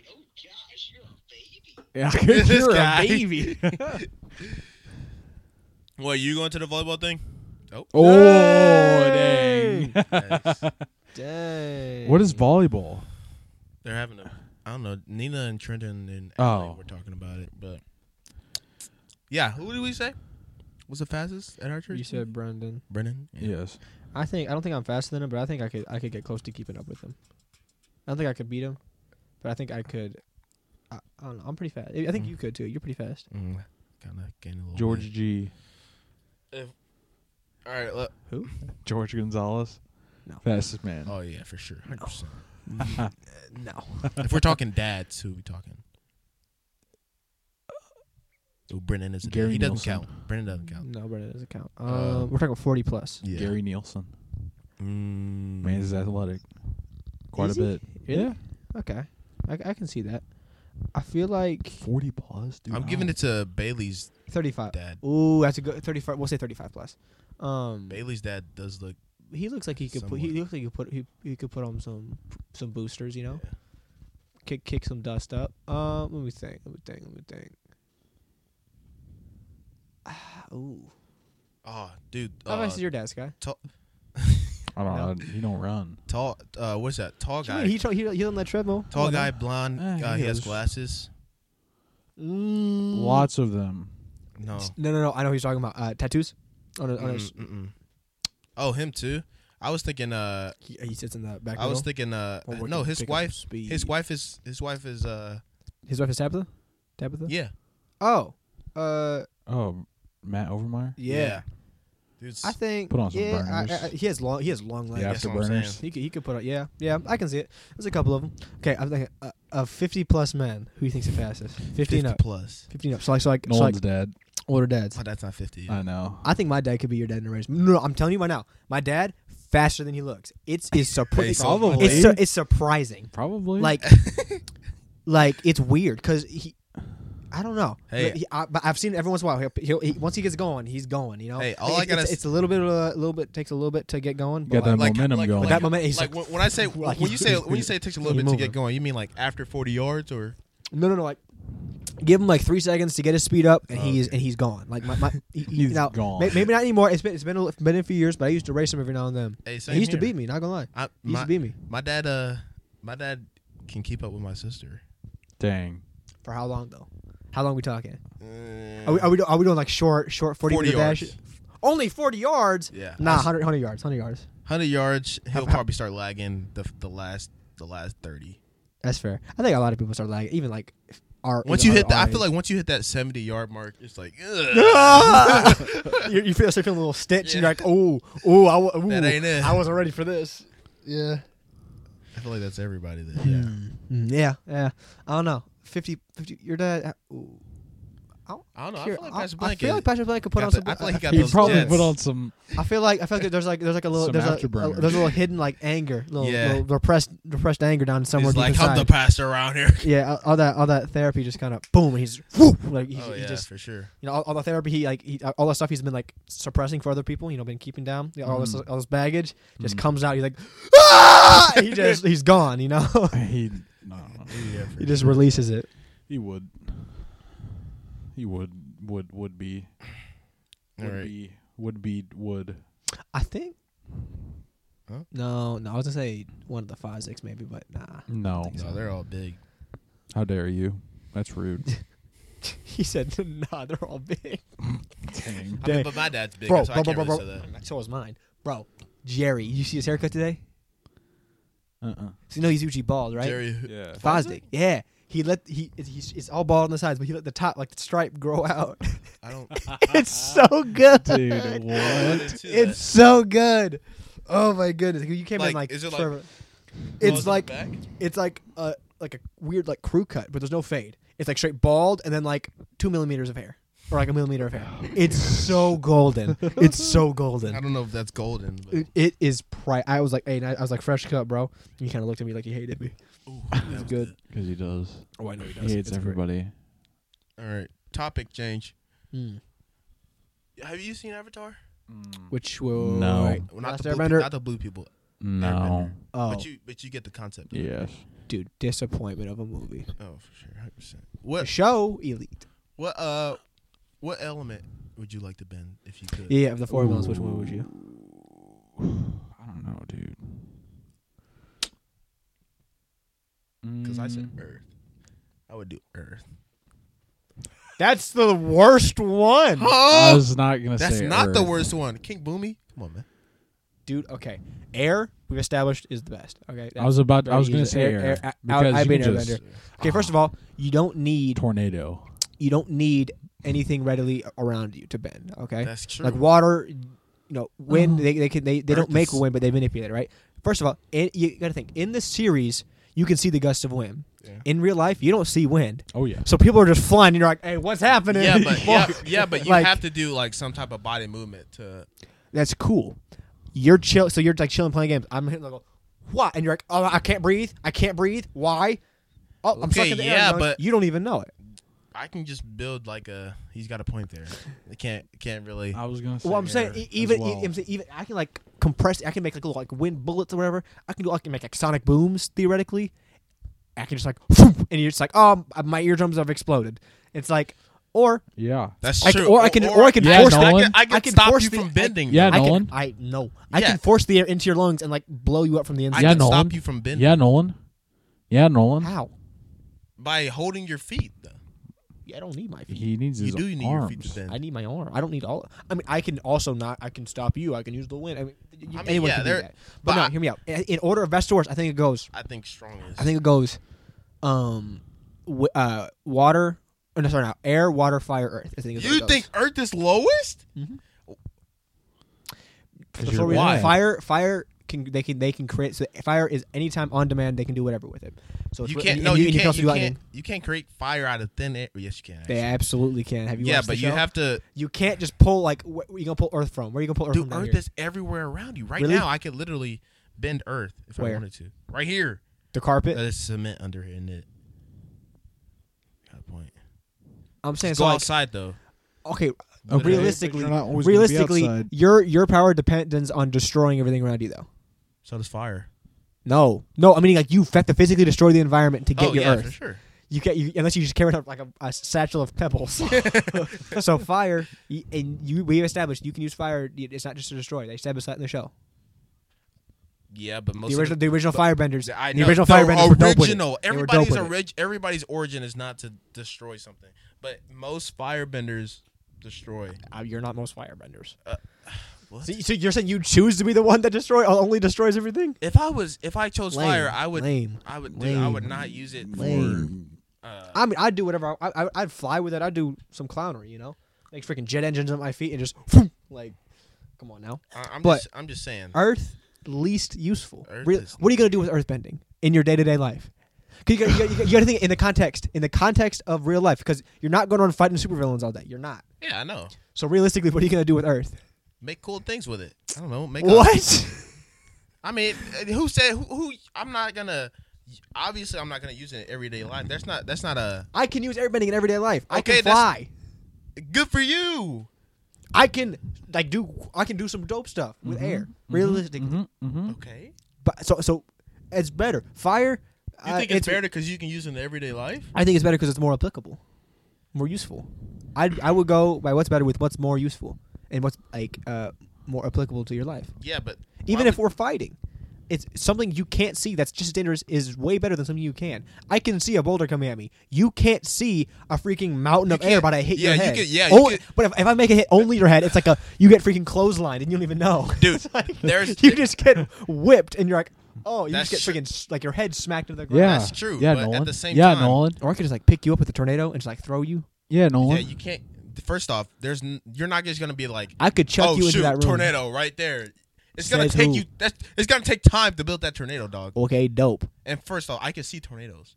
Speaker 4: Oh gosh, you're a baby.
Speaker 3: Yeah,
Speaker 2: This
Speaker 3: you're
Speaker 2: guy.
Speaker 3: a baby.
Speaker 2: What? You going to the volleyball thing? Oh.
Speaker 3: oh,
Speaker 1: Yay.
Speaker 3: dang.
Speaker 2: Nice.
Speaker 1: Dang.
Speaker 3: what is volleyball?
Speaker 2: They're having a. I don't know. Nina and Trenton and
Speaker 3: Oh.
Speaker 2: oh. we're talking about it, but yeah. Who did we say was the fastest at our church?
Speaker 1: You said Brendan.
Speaker 2: Brennan.
Speaker 3: Yes.
Speaker 1: I think I don't think I'm faster than him, but I think I could I could get close to keeping up with him. I don't think I could beat him, but I think I could. I, I don't know. I'm pretty fast. I think you could too. You're pretty fast.
Speaker 2: Mm, kind of gained a little.
Speaker 3: George G.
Speaker 2: All right. Look.
Speaker 3: George Gonzalez.
Speaker 1: No.
Speaker 3: Fastest man.
Speaker 2: Oh yeah, for sure. 100%.
Speaker 1: No.
Speaker 2: if we're talking dads, who we talking? Oh, Brennan is.
Speaker 3: Gary
Speaker 2: Gary he doesn't
Speaker 3: Nielsen.
Speaker 2: count. Brennan doesn't count.
Speaker 1: No, Brendan doesn't count. Um,
Speaker 2: Uh,
Speaker 1: we're talking 40 plus.
Speaker 2: Yeah.
Speaker 3: Gary Nielsen.
Speaker 2: Mm,
Speaker 3: Man, he's athletic. Quite
Speaker 1: Is
Speaker 3: a
Speaker 1: he?
Speaker 3: bit.
Speaker 1: Really?
Speaker 3: Yeah.
Speaker 1: Okay, I, I can see that. I feel like
Speaker 3: 40 plus, dude.
Speaker 2: I'm giving it to Bailey's
Speaker 1: 35.
Speaker 2: dad.
Speaker 1: Ooh, that's a good 35. We'll say 35 plus. Um,
Speaker 2: Bailey's dad does look.
Speaker 1: he looks like he could put. He
Speaker 2: Somewhat.
Speaker 1: looks like he could put. He, he could put on some some boosters. You know,
Speaker 2: Yeah.
Speaker 1: kick kick some dust up. Um, let me think. Let me think. Let me think. Ah, ooh,
Speaker 2: Oh, dude.
Speaker 1: how
Speaker 2: Uh,
Speaker 1: fast is your dad's guy?
Speaker 3: I don't
Speaker 1: No.
Speaker 3: know. He don't run.
Speaker 2: tall. Uh, what's that? Tall guy.
Speaker 1: He tra- he he's on that treadmill. Come
Speaker 2: Tall
Speaker 1: on
Speaker 2: guy,
Speaker 1: now.
Speaker 2: blonde.
Speaker 3: Eh,
Speaker 2: uh,
Speaker 3: he
Speaker 2: he has
Speaker 3: is.
Speaker 2: glasses.
Speaker 1: Mm.
Speaker 3: Lots of them.
Speaker 2: No.
Speaker 1: No, no, no. I know who he's talking about. Uh, tattoos. On, a, on his,
Speaker 2: Mm-mm, mm-mm. Oh, him too. I was thinking. Uh,
Speaker 1: he, he sits in the back.
Speaker 2: I was
Speaker 1: middle.
Speaker 2: thinking. Uh,
Speaker 1: Or working
Speaker 2: no, his
Speaker 1: pickup
Speaker 2: wife.
Speaker 1: speed.
Speaker 2: His wife is. His wife is. Uh,
Speaker 1: His wife is Tabitha. Tabitha.
Speaker 2: yeah.
Speaker 1: Oh. Uh.
Speaker 3: Oh, Matt Overmeyer?
Speaker 1: Yeah.
Speaker 2: Dude's
Speaker 1: I think.
Speaker 3: Put on some
Speaker 1: yeah, I-
Speaker 3: burners.
Speaker 1: I, I, he has long. He has long legs.
Speaker 3: Yeah,
Speaker 2: that's what I'm saying.
Speaker 3: afterburners.
Speaker 1: He could, he could put on. Yeah, yeah, I can see it. There's a couple of them. Okay, I'm thinking uh, of 50 plus men. Who you think's the fastest? 15 up.
Speaker 2: plus.
Speaker 1: 15 up. So like, so like, so like
Speaker 3: Nolan's dead.
Speaker 1: older dads.
Speaker 2: Oh, that's not fifty.
Speaker 3: I know.
Speaker 1: I think my dad could be your dad in a race. No, no, I'm telling you right now, my dad faster than he looks. It's is
Speaker 2: Hey,
Speaker 1: surprising.
Speaker 2: so-
Speaker 3: Probably.
Speaker 1: it's, su- it's surprising.
Speaker 3: Probably.
Speaker 1: Like, like it's weird because he. I don't know.
Speaker 2: Hey.
Speaker 1: But he, I, but I've seen it every once in a while. He'll, he'll, he, once he gets going, he's going. You know.
Speaker 2: Hey, all
Speaker 1: Like,
Speaker 2: I
Speaker 1: it's-
Speaker 2: gotta
Speaker 1: it's,
Speaker 2: s-
Speaker 1: it's a little bit, a little bit takes a little bit to get going.
Speaker 3: got
Speaker 1: But like,
Speaker 3: that momentum going.
Speaker 1: But that moment is
Speaker 2: like
Speaker 1: like-
Speaker 2: when, when I say
Speaker 1: like
Speaker 2: when you
Speaker 1: he's-
Speaker 2: say when you say it takes a little
Speaker 1: he's
Speaker 2: bit to
Speaker 1: moving.
Speaker 2: get going, you mean like after forty yards or
Speaker 1: no, no, no. Like Give him like three seconds to get his speed up, and
Speaker 2: Oh,
Speaker 1: he's
Speaker 2: okay.
Speaker 1: and he's gone. Like my, my he, he-
Speaker 3: He's
Speaker 1: now,
Speaker 3: gone.
Speaker 1: may- maybe not anymore. It's been it's been a, been a few years, but I used to race him every now and then.
Speaker 2: Hey,
Speaker 1: And
Speaker 2: same
Speaker 1: he used to
Speaker 2: here.
Speaker 1: beat me. Not gonna lie,
Speaker 2: I,
Speaker 1: he used
Speaker 2: my,
Speaker 1: to beat me
Speaker 2: my dad. Uh, my dad can keep up with my sister.
Speaker 3: Dang.
Speaker 1: for how long though? How long we talking? Are we are we, do- are we doing like short short forty,
Speaker 2: 40
Speaker 1: meter dash?
Speaker 2: yards.
Speaker 1: Only forty yards?
Speaker 2: Yeah.
Speaker 1: Nah,
Speaker 2: I s-
Speaker 1: 100, 100 yards, hundred yards.
Speaker 2: hundred yards. He'll
Speaker 1: how-
Speaker 2: probably start lagging the the last the last thirty.
Speaker 1: That's fair. I think a lot of people start lagging, even like our.
Speaker 2: Once
Speaker 1: even
Speaker 2: you hit
Speaker 1: our-
Speaker 2: that,
Speaker 1: our
Speaker 2: I feel
Speaker 1: age.
Speaker 2: like once you hit that seventy yard mark, it's like ugh.
Speaker 1: you, you feel start feeling a little stitch, and you're
Speaker 2: Yeah.
Speaker 1: like, oh, oh, I, wa- ooh,
Speaker 2: That ain't it.
Speaker 1: I wasn't ready for this. Yeah.
Speaker 2: I feel like that's everybody. That yeah.
Speaker 1: Mm, yeah, yeah. I don't know. 50, 50 your dad. uh, ooh.
Speaker 2: I don't know.
Speaker 1: Here,
Speaker 2: I feel like
Speaker 1: I-
Speaker 2: Pastor
Speaker 1: I
Speaker 2: Blank.
Speaker 1: feel like Patrick Blank could put
Speaker 2: got
Speaker 1: on
Speaker 2: the-
Speaker 1: some. uh,
Speaker 2: I feel like he got
Speaker 3: He
Speaker 2: those
Speaker 3: probably
Speaker 2: jets.
Speaker 3: put on some.
Speaker 1: I feel like I feel like there's like there's like a little
Speaker 3: Some
Speaker 1: there's a, a
Speaker 3: afterburners.
Speaker 1: there's a little hidden like anger, little,
Speaker 2: Yeah.
Speaker 1: little repressed repressed anger down somewhere
Speaker 2: He's
Speaker 1: deep
Speaker 2: like I'm
Speaker 1: inside.
Speaker 2: the pastor around here.
Speaker 1: yeah, all- all that all that therapy just kind of boom, and he's whoop, like he,
Speaker 2: oh
Speaker 1: he
Speaker 2: yeah,
Speaker 1: just
Speaker 2: for sure.
Speaker 1: you know all, all the therapy he like he, all the stuff he's been like suppressing for other people, you know, been keeping down you know, all this
Speaker 2: Mm.
Speaker 1: all this baggage just comes out. He's like, ah! he just he's gone, you know.
Speaker 3: He. No, no, no.
Speaker 2: Yeah,
Speaker 1: he just releases it.
Speaker 3: He would. He would. Would. Would be. Would
Speaker 2: Alright.
Speaker 3: be. Would be. Would.
Speaker 1: I think.
Speaker 2: Huh?
Speaker 1: No, no, I was gonna say one of the five six maybe, but nah.
Speaker 3: No.
Speaker 2: No, they're all big.
Speaker 3: How dare you? That's rude.
Speaker 1: he said, nah, they're all big.
Speaker 3: Dang.
Speaker 2: I mean,
Speaker 1: Dang.
Speaker 2: but my dad's big,
Speaker 1: Bro,
Speaker 2: so
Speaker 1: bro,
Speaker 2: I can't
Speaker 1: bro,
Speaker 2: really
Speaker 1: bro,
Speaker 2: say that.
Speaker 1: So was mine, bro. Jerry, you see his haircut today?
Speaker 3: Uh-uh.
Speaker 1: So you know he's usually bald, right?
Speaker 2: Jerry,
Speaker 3: Yeah.
Speaker 1: Fosdick. Yeah. He let he it's, he's, it's all bald on the sides, but he let the top like the stripe grow out.
Speaker 2: I don't.
Speaker 1: it's so good.
Speaker 3: Dude, what?
Speaker 1: It's so good. Oh my goodness. You came in
Speaker 2: Like,
Speaker 1: like
Speaker 2: is it like
Speaker 1: forever.
Speaker 2: Blows
Speaker 1: it's
Speaker 2: in the
Speaker 1: like
Speaker 2: back?
Speaker 1: it's like a like a weird like crew cut, but there's no fade. It's like straight bald and then like two millimeters of hair. Or like a millimeter of hair.
Speaker 2: Oh,
Speaker 1: It's so golden. It's so
Speaker 2: I
Speaker 1: golden.
Speaker 2: don't know if that's golden. But,
Speaker 1: It, it is pri I was like, hey, and I, I was like, fresh cut, bro. And you kind of looked at me like you hated me.
Speaker 2: Ooh, that was
Speaker 1: good.
Speaker 3: Because he does.
Speaker 1: Oh, I know he
Speaker 3: He hates everybody.
Speaker 2: All right, topic change.
Speaker 1: Mm.
Speaker 2: Have you seen Avatar?
Speaker 1: Which will
Speaker 3: No.
Speaker 2: Well,
Speaker 1: Last
Speaker 2: not the blue, pe-
Speaker 1: Airbender.
Speaker 2: not the blue people.
Speaker 3: No.
Speaker 1: oh,
Speaker 2: But you, but you get the concept. Of
Speaker 3: Yes.
Speaker 1: dude, disappointment of a movie.
Speaker 2: It. Oh, for sure, hundred percent.
Speaker 1: The
Speaker 2: What,
Speaker 1: show elite.
Speaker 2: what, uh, what element would you like to bend if you could?
Speaker 1: Yeah, yeah, of the four ones, which one would you?
Speaker 3: I don't know, dude.
Speaker 2: Because I said
Speaker 3: Mm.
Speaker 2: Earth. I would do Earth.
Speaker 1: That's the worst one.
Speaker 3: I
Speaker 2: Oh,
Speaker 3: was not gonna
Speaker 2: that's
Speaker 3: say.
Speaker 2: not the
Speaker 3: Earth.
Speaker 2: worst one. King Boomy. Come on, man.
Speaker 1: dude. Okay, air we've established is the best. Okay,
Speaker 3: I was about. I
Speaker 1: very
Speaker 3: was gonna
Speaker 1: easy.
Speaker 3: say
Speaker 1: Air-
Speaker 3: air,
Speaker 1: air- out-
Speaker 3: because
Speaker 1: I've
Speaker 3: you
Speaker 1: been
Speaker 3: can
Speaker 1: Airbender.
Speaker 3: just
Speaker 1: okay. First of all, you don't need
Speaker 3: tornado.
Speaker 1: you don't need anything readily around you to bend. Okay,
Speaker 2: That's true.
Speaker 1: like water, you know,
Speaker 3: Oh.
Speaker 1: wind. They they can they, they don't
Speaker 2: Earth
Speaker 1: make
Speaker 2: is-
Speaker 1: wind, but they manipulate it. Right. First of all, in, you got to think in this series. You can see the gust of wind.
Speaker 2: Yeah.
Speaker 1: In real life, you don't see wind.
Speaker 3: Oh yeah.
Speaker 1: So people are just flying, and you're like, "Hey, what's happening?"
Speaker 2: yeah, but yeah,
Speaker 1: Fuck.
Speaker 2: yeah, but you
Speaker 1: Like-
Speaker 2: have to do like some type of body movement to.
Speaker 1: that's cool. You're chill, so you're like chilling, playing games. I'm hitting like, what? And you're like, oh, I can't breathe. I can't breathe. Why? Oh, I'm
Speaker 2: Okay,
Speaker 1: sucking the
Speaker 2: yeah,
Speaker 1: air. in.
Speaker 2: but-
Speaker 1: you don't even know it.
Speaker 2: I can just build like a. He's got a point there. It can't can't really.
Speaker 3: I was gonna say.
Speaker 1: Well, I'm saying
Speaker 3: air
Speaker 1: e-
Speaker 3: as
Speaker 1: even
Speaker 3: well.
Speaker 1: e- I'm saying even I can like compress. I can make like little like wind bullets or whatever. I can do I can make like sonic booms theoretically. I can just like, and you're just like, oh, my eardrums have exploded. It's like, or
Speaker 3: yeah.
Speaker 2: That's
Speaker 1: I
Speaker 2: true.
Speaker 1: can- or I can- or I can
Speaker 3: Yeah, force-
Speaker 2: I
Speaker 3: Nolan.
Speaker 2: can, I can
Speaker 1: I can
Speaker 2: stop
Speaker 1: force
Speaker 2: you
Speaker 1: the-
Speaker 2: from
Speaker 1: I-
Speaker 2: bending.
Speaker 3: Yeah,
Speaker 2: though.
Speaker 1: I
Speaker 3: Nolan?
Speaker 1: can I no, I
Speaker 2: Yeah.
Speaker 1: can force the air into your lungs and like blow you up from the
Speaker 2: I
Speaker 1: inside.
Speaker 3: Yeah,
Speaker 2: can
Speaker 3: Nolan.
Speaker 2: stop you from bending
Speaker 3: Yeah, Nolan. Yeah, Nolan.
Speaker 1: How?
Speaker 2: by holding your feet. Though.
Speaker 1: I don't need my feet.
Speaker 3: He needs
Speaker 2: You
Speaker 3: his
Speaker 2: do need your
Speaker 3: arms.
Speaker 2: feet to bend.
Speaker 1: I need my arm. I don't need all. I mean, I can also not. I can stop you. I can use the wind. I mean, y-
Speaker 2: mean,
Speaker 1: anyone
Speaker 2: yeah,
Speaker 1: can do
Speaker 2: there-
Speaker 1: that. But,
Speaker 2: but
Speaker 1: no,
Speaker 2: I-
Speaker 1: hear me out. In in order of best source, I think it goes.
Speaker 2: I think strong is.
Speaker 1: I think it goes. Um, w- uh, water. Oh, no, sorry, now air, water, fire, earth. I think is what
Speaker 2: you
Speaker 1: it
Speaker 2: think Earth is lowest?
Speaker 1: goes.
Speaker 3: Because
Speaker 1: The
Speaker 3: you're
Speaker 1: reason-
Speaker 2: wide.
Speaker 1: fire, fire can they can they can create. So fire is anytime on demand. They can do whatever with it. So it's
Speaker 2: You
Speaker 1: what-
Speaker 2: can't.
Speaker 1: and
Speaker 2: No, you,
Speaker 1: and
Speaker 2: can't.
Speaker 1: also
Speaker 2: You
Speaker 1: do
Speaker 2: can't,
Speaker 1: lightning.
Speaker 2: you can't create fire out of thin air. Yes, you can.
Speaker 1: They
Speaker 2: actually.
Speaker 1: absolutely can. Have you?
Speaker 2: yeah,
Speaker 1: watched the
Speaker 2: but you
Speaker 1: show?
Speaker 2: have to.
Speaker 1: You can't just pull like wh- where you gonna pull earth from? Where you gonna pull earth
Speaker 2: Dude,
Speaker 1: from? down
Speaker 2: Earth
Speaker 1: here?
Speaker 2: is everywhere around you. Right
Speaker 1: Really?
Speaker 2: now, I could literally bend Earth if
Speaker 1: Where?
Speaker 2: I wanted to. Right here.
Speaker 1: the carpet.
Speaker 2: There's cement under here, isn't it? Got a point.
Speaker 1: I'm saying
Speaker 2: Go
Speaker 1: so. Like,
Speaker 2: outside though.
Speaker 1: okay,
Speaker 3: Okay.
Speaker 1: realistically,
Speaker 3: But you're not always gonna be
Speaker 1: realistically,
Speaker 3: outside.
Speaker 1: your your power depends on destroying everything around you, though.
Speaker 2: So does fire.
Speaker 1: No, no, I mean like you have to physically destroy the environment to get
Speaker 2: oh
Speaker 1: your
Speaker 2: yeah,
Speaker 1: Earth.
Speaker 2: for sure.
Speaker 1: you can't you, unless you just carry it up like a, a satchel of pebbles. so fire, y- and you we established you can use fire. y- It's not just to destroy. They established that in the show.
Speaker 2: Yeah, but most
Speaker 1: The
Speaker 2: of
Speaker 1: original, the original firebenders,
Speaker 2: I
Speaker 1: the
Speaker 2: know.
Speaker 1: original
Speaker 2: The
Speaker 1: firebenders were dope with it.
Speaker 2: original.
Speaker 1: They were dope
Speaker 2: Everybody's
Speaker 1: with it.
Speaker 2: orig- everybody's origin is not to destroy something, but most firebenders destroy.
Speaker 1: Uh, you're not most firebenders.
Speaker 2: Uh, What?
Speaker 1: So, so you're saying you choose to be the one that destroy uh, only destroys everything?
Speaker 2: If I was, if I chose
Speaker 1: Lame,
Speaker 2: fire, I would,
Speaker 1: lame,
Speaker 2: I would, dude, I would
Speaker 1: lame,
Speaker 2: not use it
Speaker 1: lame.
Speaker 2: for. Uh,
Speaker 1: I mean, I'd do whatever. I, I I'd fly with it. I'd do some clownery, you know, like freaking jet engines on my feet and just like, come on now.
Speaker 2: I, I'm
Speaker 1: But-
Speaker 2: just, I'm just saying.
Speaker 1: Earth least useful.
Speaker 2: Earth
Speaker 1: Really-
Speaker 2: is-
Speaker 1: what are you gonna do with earth bending in your day to day life? 'Cause You gotta, you, gotta, you gotta think in the context, in the context of real life, because you're not going around fighting supervillains all day. You're not.
Speaker 2: Yeah, I know.
Speaker 1: So realistically, what are you gonna do with Earth?
Speaker 2: Make cool things with it. I don't know. Make a-
Speaker 1: What?
Speaker 2: I mean, who said who, who? I'm not gonna. Obviously, I'm not gonna use it in everyday life. That's not. That's not a.
Speaker 1: I can use airbending in everyday life. I
Speaker 2: Okay,
Speaker 1: can
Speaker 2: that's-
Speaker 1: fly.
Speaker 2: Good for you.
Speaker 1: I can like do. I can do some dope stuff with air.
Speaker 2: Mm-hmm.
Speaker 1: Realistically,
Speaker 3: Mm-hmm.
Speaker 2: Okay.
Speaker 1: but so so it's better. Fire.
Speaker 2: You
Speaker 1: uh,
Speaker 2: think it's better because you can use it in everyday life?
Speaker 1: I think it's better because it's more applicable, more useful. I I would go by what's better with what's more useful and what's like uh, more applicable to your life.
Speaker 2: Yeah, but
Speaker 1: Even
Speaker 2: why
Speaker 1: if we're fighting, it's something you can't see that's just as dangerous is way better than something you can. I can see a boulder coming at me. You can't see a freaking mountain of air,
Speaker 2: can't-
Speaker 1: but I hit
Speaker 2: yeah,
Speaker 1: your
Speaker 2: you
Speaker 1: head.
Speaker 2: could- yeah, you
Speaker 1: Oh,
Speaker 2: could-
Speaker 1: but if, if I make a hit only your head, it's like a you get freaking clotheslined and you don't even know,
Speaker 2: Dude,
Speaker 1: It's like-
Speaker 2: there's-
Speaker 1: you just get whipped and you're like, oh, you just
Speaker 2: That's
Speaker 1: get
Speaker 2: true.
Speaker 1: freaking s- like your head smacked into the ground.
Speaker 3: Yeah,
Speaker 2: That's true,
Speaker 3: Yeah,
Speaker 2: but at
Speaker 3: Nolan.
Speaker 2: the same
Speaker 3: yeah,
Speaker 2: time-
Speaker 3: Nolan.
Speaker 1: Or I could just like pick you up with a tornado and just like throw you.
Speaker 3: Yeah,
Speaker 2: Yeah,
Speaker 3: Nolan.
Speaker 2: you can't. First off, there's n- you're not just gonna be like,
Speaker 1: I could chuck
Speaker 2: oh
Speaker 1: you into
Speaker 2: shoot,
Speaker 1: that room.
Speaker 2: tornado right there. It's gonna
Speaker 1: Says
Speaker 2: take
Speaker 1: who?
Speaker 2: you. That's it's gonna take time to build that tornado, dog.
Speaker 1: Okay, dope.
Speaker 2: And first off, I can see tornadoes,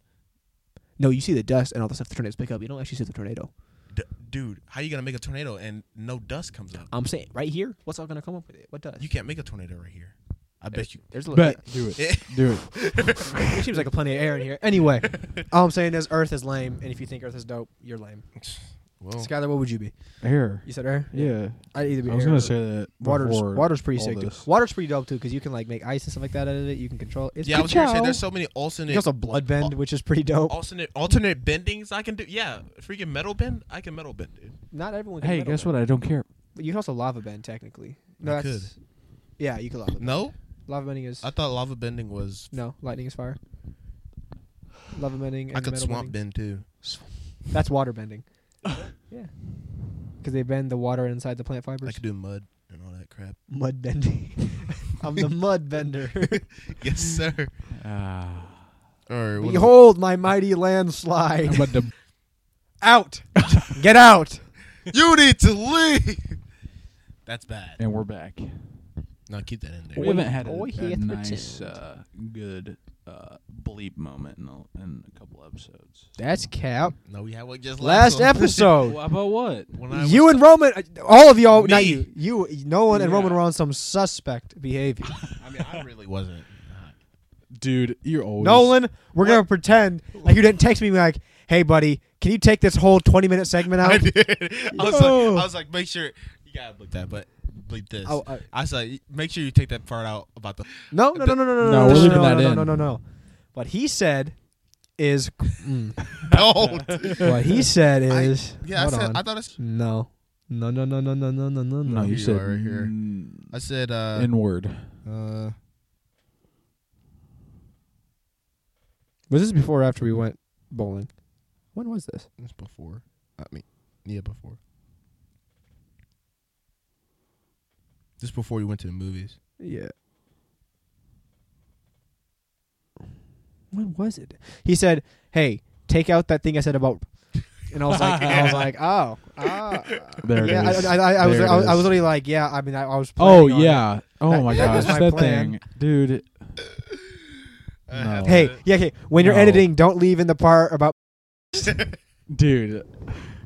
Speaker 1: No, you see the dust and all the stuff the tornadoes pick up. You don't actually see the tornado.
Speaker 2: D- dude. How you gonna make a tornado and no dust comes up?
Speaker 1: I'm saying right here, what's all gonna come up with it? What dust?
Speaker 2: You can't make a tornado right here. I bet you.
Speaker 1: There's a
Speaker 3: Bet do it. Do it.
Speaker 1: It seems like a plenty of air in here. Anyway, all I'm saying is Earth is lame, and if you think Earth is dope, you're lame.
Speaker 2: well,
Speaker 1: Skylar, what would you be?
Speaker 3: Air.
Speaker 1: You said air.
Speaker 3: Yeah.
Speaker 1: I'd either be.
Speaker 3: I was
Speaker 1: air or-
Speaker 3: gonna say that.
Speaker 1: water's
Speaker 3: before
Speaker 1: water's pretty
Speaker 3: all
Speaker 1: sick. Dude.
Speaker 3: this.
Speaker 1: Water's pretty dope too, because you can like make ice and stuff like that out of it. You can control. It. It's
Speaker 2: yeah, I
Speaker 1: pretty
Speaker 2: was gonna say
Speaker 1: dope.
Speaker 2: there's so many alternate.
Speaker 1: You also blood bend, which is pretty dope.
Speaker 2: alternate alternate bendings I can do. Yeah, freaking metal bend. I can metal bend, dude.
Speaker 1: Not everyone. Can
Speaker 3: Hey, guess what? I don't care.
Speaker 1: But you can also lava bend technically.
Speaker 2: I
Speaker 1: No, that's, Yeah, you could lava. Bend.
Speaker 2: No,
Speaker 1: Lava bending is
Speaker 2: I thought lava bending was.
Speaker 1: No, lightning is fire. Lava bending. And
Speaker 2: I could
Speaker 1: metal
Speaker 2: swamp
Speaker 1: bending.
Speaker 2: bend too.
Speaker 1: That's water bending. yeah, because they bend the water inside the plant fibers.
Speaker 2: I could do mud and all that crap.
Speaker 1: mud bending. I'm the mud bender.
Speaker 2: yes, sir.
Speaker 3: Ah.
Speaker 2: Or what am I-
Speaker 1: Behold my mighty landslide.
Speaker 3: But the
Speaker 1: out. Get out.
Speaker 2: you need to leave. That's bad.
Speaker 3: and we're back.
Speaker 2: No, keep that in
Speaker 3: We
Speaker 2: there.
Speaker 1: Wait,
Speaker 3: haven't had a,
Speaker 1: oh, he
Speaker 3: a
Speaker 1: hath
Speaker 3: nice,
Speaker 1: returned.
Speaker 3: uh, good uh, bleep moment in a, in a couple episodes.
Speaker 1: That's cap.
Speaker 2: No, we had one just
Speaker 1: Last
Speaker 2: time.
Speaker 1: episode.
Speaker 3: Well, about what?
Speaker 2: When I
Speaker 1: You
Speaker 2: was-
Speaker 1: and Roman, uh, all of y'all, not
Speaker 2: Me.
Speaker 1: you, you, Nolan and
Speaker 3: Yeah.
Speaker 1: Roman were on some suspect behavior.
Speaker 2: I mean, I really wasn't.
Speaker 3: Dude, you're always
Speaker 1: Nolan, we're gonna pretend like you didn't text me like, "Hey, buddy, can you take this whole twenty-minute segment
Speaker 2: I
Speaker 1: out?"
Speaker 2: did. I was
Speaker 1: Yo.
Speaker 2: like, I was like, make sure you gotta bleep that, but bleep this.
Speaker 1: Oh, I-
Speaker 2: I was like, make sure you take that part out about the.
Speaker 1: No, no, no, no, no, no,
Speaker 3: No,
Speaker 1: no,
Speaker 3: we're
Speaker 1: no,
Speaker 3: leaving
Speaker 1: no,
Speaker 3: that
Speaker 1: no,
Speaker 3: in.
Speaker 1: no, no, no, no. What he said is, mm,
Speaker 2: Don't.
Speaker 1: what he said
Speaker 2: I-
Speaker 1: is,
Speaker 2: Yeah, I
Speaker 1: hold
Speaker 2: said.
Speaker 1: on.
Speaker 2: I thought it's.
Speaker 1: no, no, no, no, no, no, no, no, no,
Speaker 3: No,
Speaker 1: no.
Speaker 3: you
Speaker 2: you
Speaker 3: said
Speaker 2: are right here.
Speaker 3: n-
Speaker 2: I said. uh
Speaker 3: N-word.
Speaker 2: Uh,
Speaker 1: Was this before or after we went bowling? When was this?
Speaker 2: it's before. I mean, yeah, before. Just before you went to the movies.
Speaker 1: Yeah. When was it? He said, "Hey, take out that thing I said about." And I was like, and I was like, oh, ah.
Speaker 3: There
Speaker 1: yeah.
Speaker 3: it is.
Speaker 1: I, I, I, I was,
Speaker 3: There it
Speaker 1: I was, I
Speaker 3: is.
Speaker 1: was literally like, yeah. I mean, I, I was.
Speaker 3: Oh
Speaker 1: planning on it.
Speaker 3: yeah. Oh
Speaker 1: That-
Speaker 3: my
Speaker 1: that
Speaker 3: gosh,
Speaker 1: was my
Speaker 3: that
Speaker 1: plan.
Speaker 3: thing, dude. No.
Speaker 1: Hey, yeah, okay. When you're
Speaker 3: No.
Speaker 1: editing, don't leave in the part about.
Speaker 3: Dude,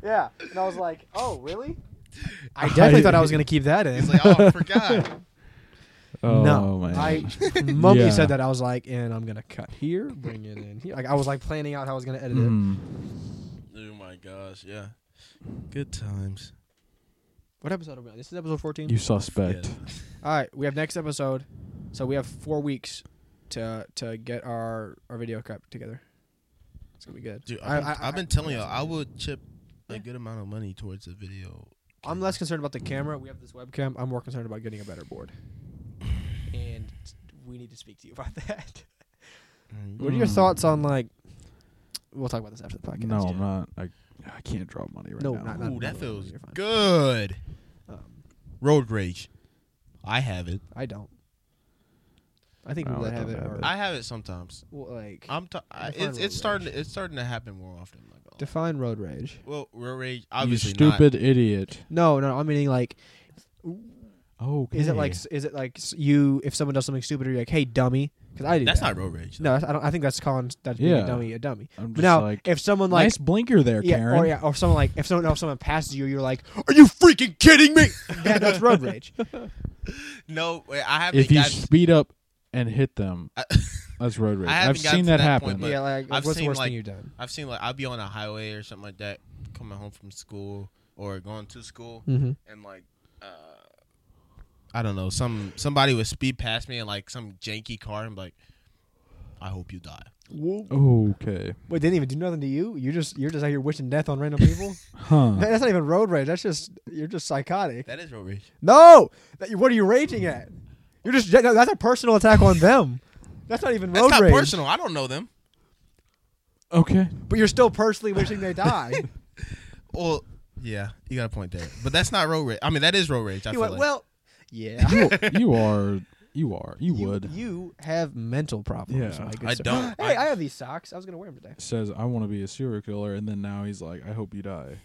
Speaker 1: Yeah, and I was like, oh, really? I definitely thought I was gonna keep that in.
Speaker 2: He's like, oh, I forgot.
Speaker 3: oh
Speaker 1: no,
Speaker 3: man,
Speaker 1: I the moment you
Speaker 3: Yeah.
Speaker 1: said that, I was like, and I'm gonna cut here, bring it in here. Like I was like planning out how I was gonna edit it.
Speaker 3: Mm.
Speaker 2: oh my gosh, yeah. Good times.
Speaker 1: What episode are we on? This is episode 14.
Speaker 3: you suspect.
Speaker 1: All right, we have next episode, so we have four weeks to to get our our video cut together. It's gonna be good.
Speaker 2: Dude,
Speaker 1: I-
Speaker 2: I've been,
Speaker 1: I-
Speaker 2: I, have been telling you, I would chip a good amount of money towards the video.
Speaker 1: I'm less concerned about the camera. We have this webcam. I'm more concerned about getting a better board. And we need to speak to you about that. What are your
Speaker 3: Mm.
Speaker 1: thoughts on like? We'll talk about this after the podcast.
Speaker 3: No, I'm not. I, I can't drop money right
Speaker 1: No,
Speaker 3: now.
Speaker 1: not- not-
Speaker 2: Ooh, that
Speaker 1: no,
Speaker 2: feels
Speaker 1: you're fine.
Speaker 2: good.
Speaker 1: Um,
Speaker 2: Road rage. I have it.
Speaker 1: I don't. I think
Speaker 3: No,
Speaker 1: people
Speaker 3: I
Speaker 1: that have
Speaker 3: don't
Speaker 1: it
Speaker 3: have
Speaker 1: are
Speaker 3: it.
Speaker 2: I have it sometimes.
Speaker 1: well, like
Speaker 2: I'm. T- I,
Speaker 1: Define
Speaker 2: it's
Speaker 1: road
Speaker 2: it's starting.
Speaker 1: rage.
Speaker 2: To, it's starting to happen more often. I'm not gonna lie.
Speaker 1: define road rage.
Speaker 2: well, road rage.
Speaker 3: you
Speaker 2: Obviously not.
Speaker 3: stupid idiot.
Speaker 1: No, no, I'm meaning like,
Speaker 3: Oh,
Speaker 1: is it like, s- is it like s- you if someone does something stupid, you're like, hey, dummy, because I do.
Speaker 2: That's
Speaker 1: that.
Speaker 2: not road rage.
Speaker 1: No, that's- I don't. I think that's calling that's being
Speaker 3: Yeah.
Speaker 1: a dummy a dummy.
Speaker 3: I'm
Speaker 1: But
Speaker 3: just
Speaker 1: now,
Speaker 3: like,
Speaker 1: if someone like
Speaker 3: nice blinker there,
Speaker 1: yeah,
Speaker 3: Karen.
Speaker 1: or yeah, or someone like if someone if someone passes you, you're like,
Speaker 2: Are you freaking kidding me?
Speaker 1: yeah, that's road rage.
Speaker 2: no, wait, I haven't.
Speaker 3: If you
Speaker 2: gotten-
Speaker 3: speed up and hit them,
Speaker 2: I-
Speaker 3: that's road rage.
Speaker 2: I
Speaker 3: I've
Speaker 2: haven't gotten
Speaker 3: seen
Speaker 2: to
Speaker 3: that,
Speaker 2: that
Speaker 3: happen.
Speaker 2: point, But
Speaker 1: yeah, like
Speaker 2: I've
Speaker 1: what's the
Speaker 2: seen,
Speaker 1: worst
Speaker 2: like-
Speaker 1: thing you've done?
Speaker 2: I've seen like I'll be on a highway or something like that, coming home from school or going to school,
Speaker 1: Mm-hmm.
Speaker 2: and like, uh, I don't know, some somebody would speed past me in like some janky car, and be like, I hope you die.
Speaker 3: okay,
Speaker 1: Wait, they didn't even do nothing to you. You're just you're just out here wishing death on random people.
Speaker 3: huh?
Speaker 1: That- that's not even road rage. That's just you're just psychotic.
Speaker 2: That is road rage.
Speaker 1: No, That- what are you raging at? You're just no, that's a personal attack on them. That's not even
Speaker 2: That's
Speaker 1: road
Speaker 2: not
Speaker 1: rage.
Speaker 2: personal. I don't know them.
Speaker 3: Okay,
Speaker 1: But you're still personally wishing they die.
Speaker 2: Well, yeah, you got a point there, but that's not road rage. I mean, that is road rage. I
Speaker 1: you
Speaker 2: feel
Speaker 1: went
Speaker 2: like.
Speaker 1: well. Yeah.
Speaker 3: you, you are, you are, you,
Speaker 1: You,
Speaker 3: would.
Speaker 1: you have mental problems.
Speaker 3: Yeah.
Speaker 1: my good
Speaker 2: I
Speaker 1: sir.
Speaker 2: don't.
Speaker 1: Hey, I,
Speaker 2: I-
Speaker 1: have these socks. I was gonna wear them today.
Speaker 3: Says I want to be a serial killer, and then now he's like, I hope you die.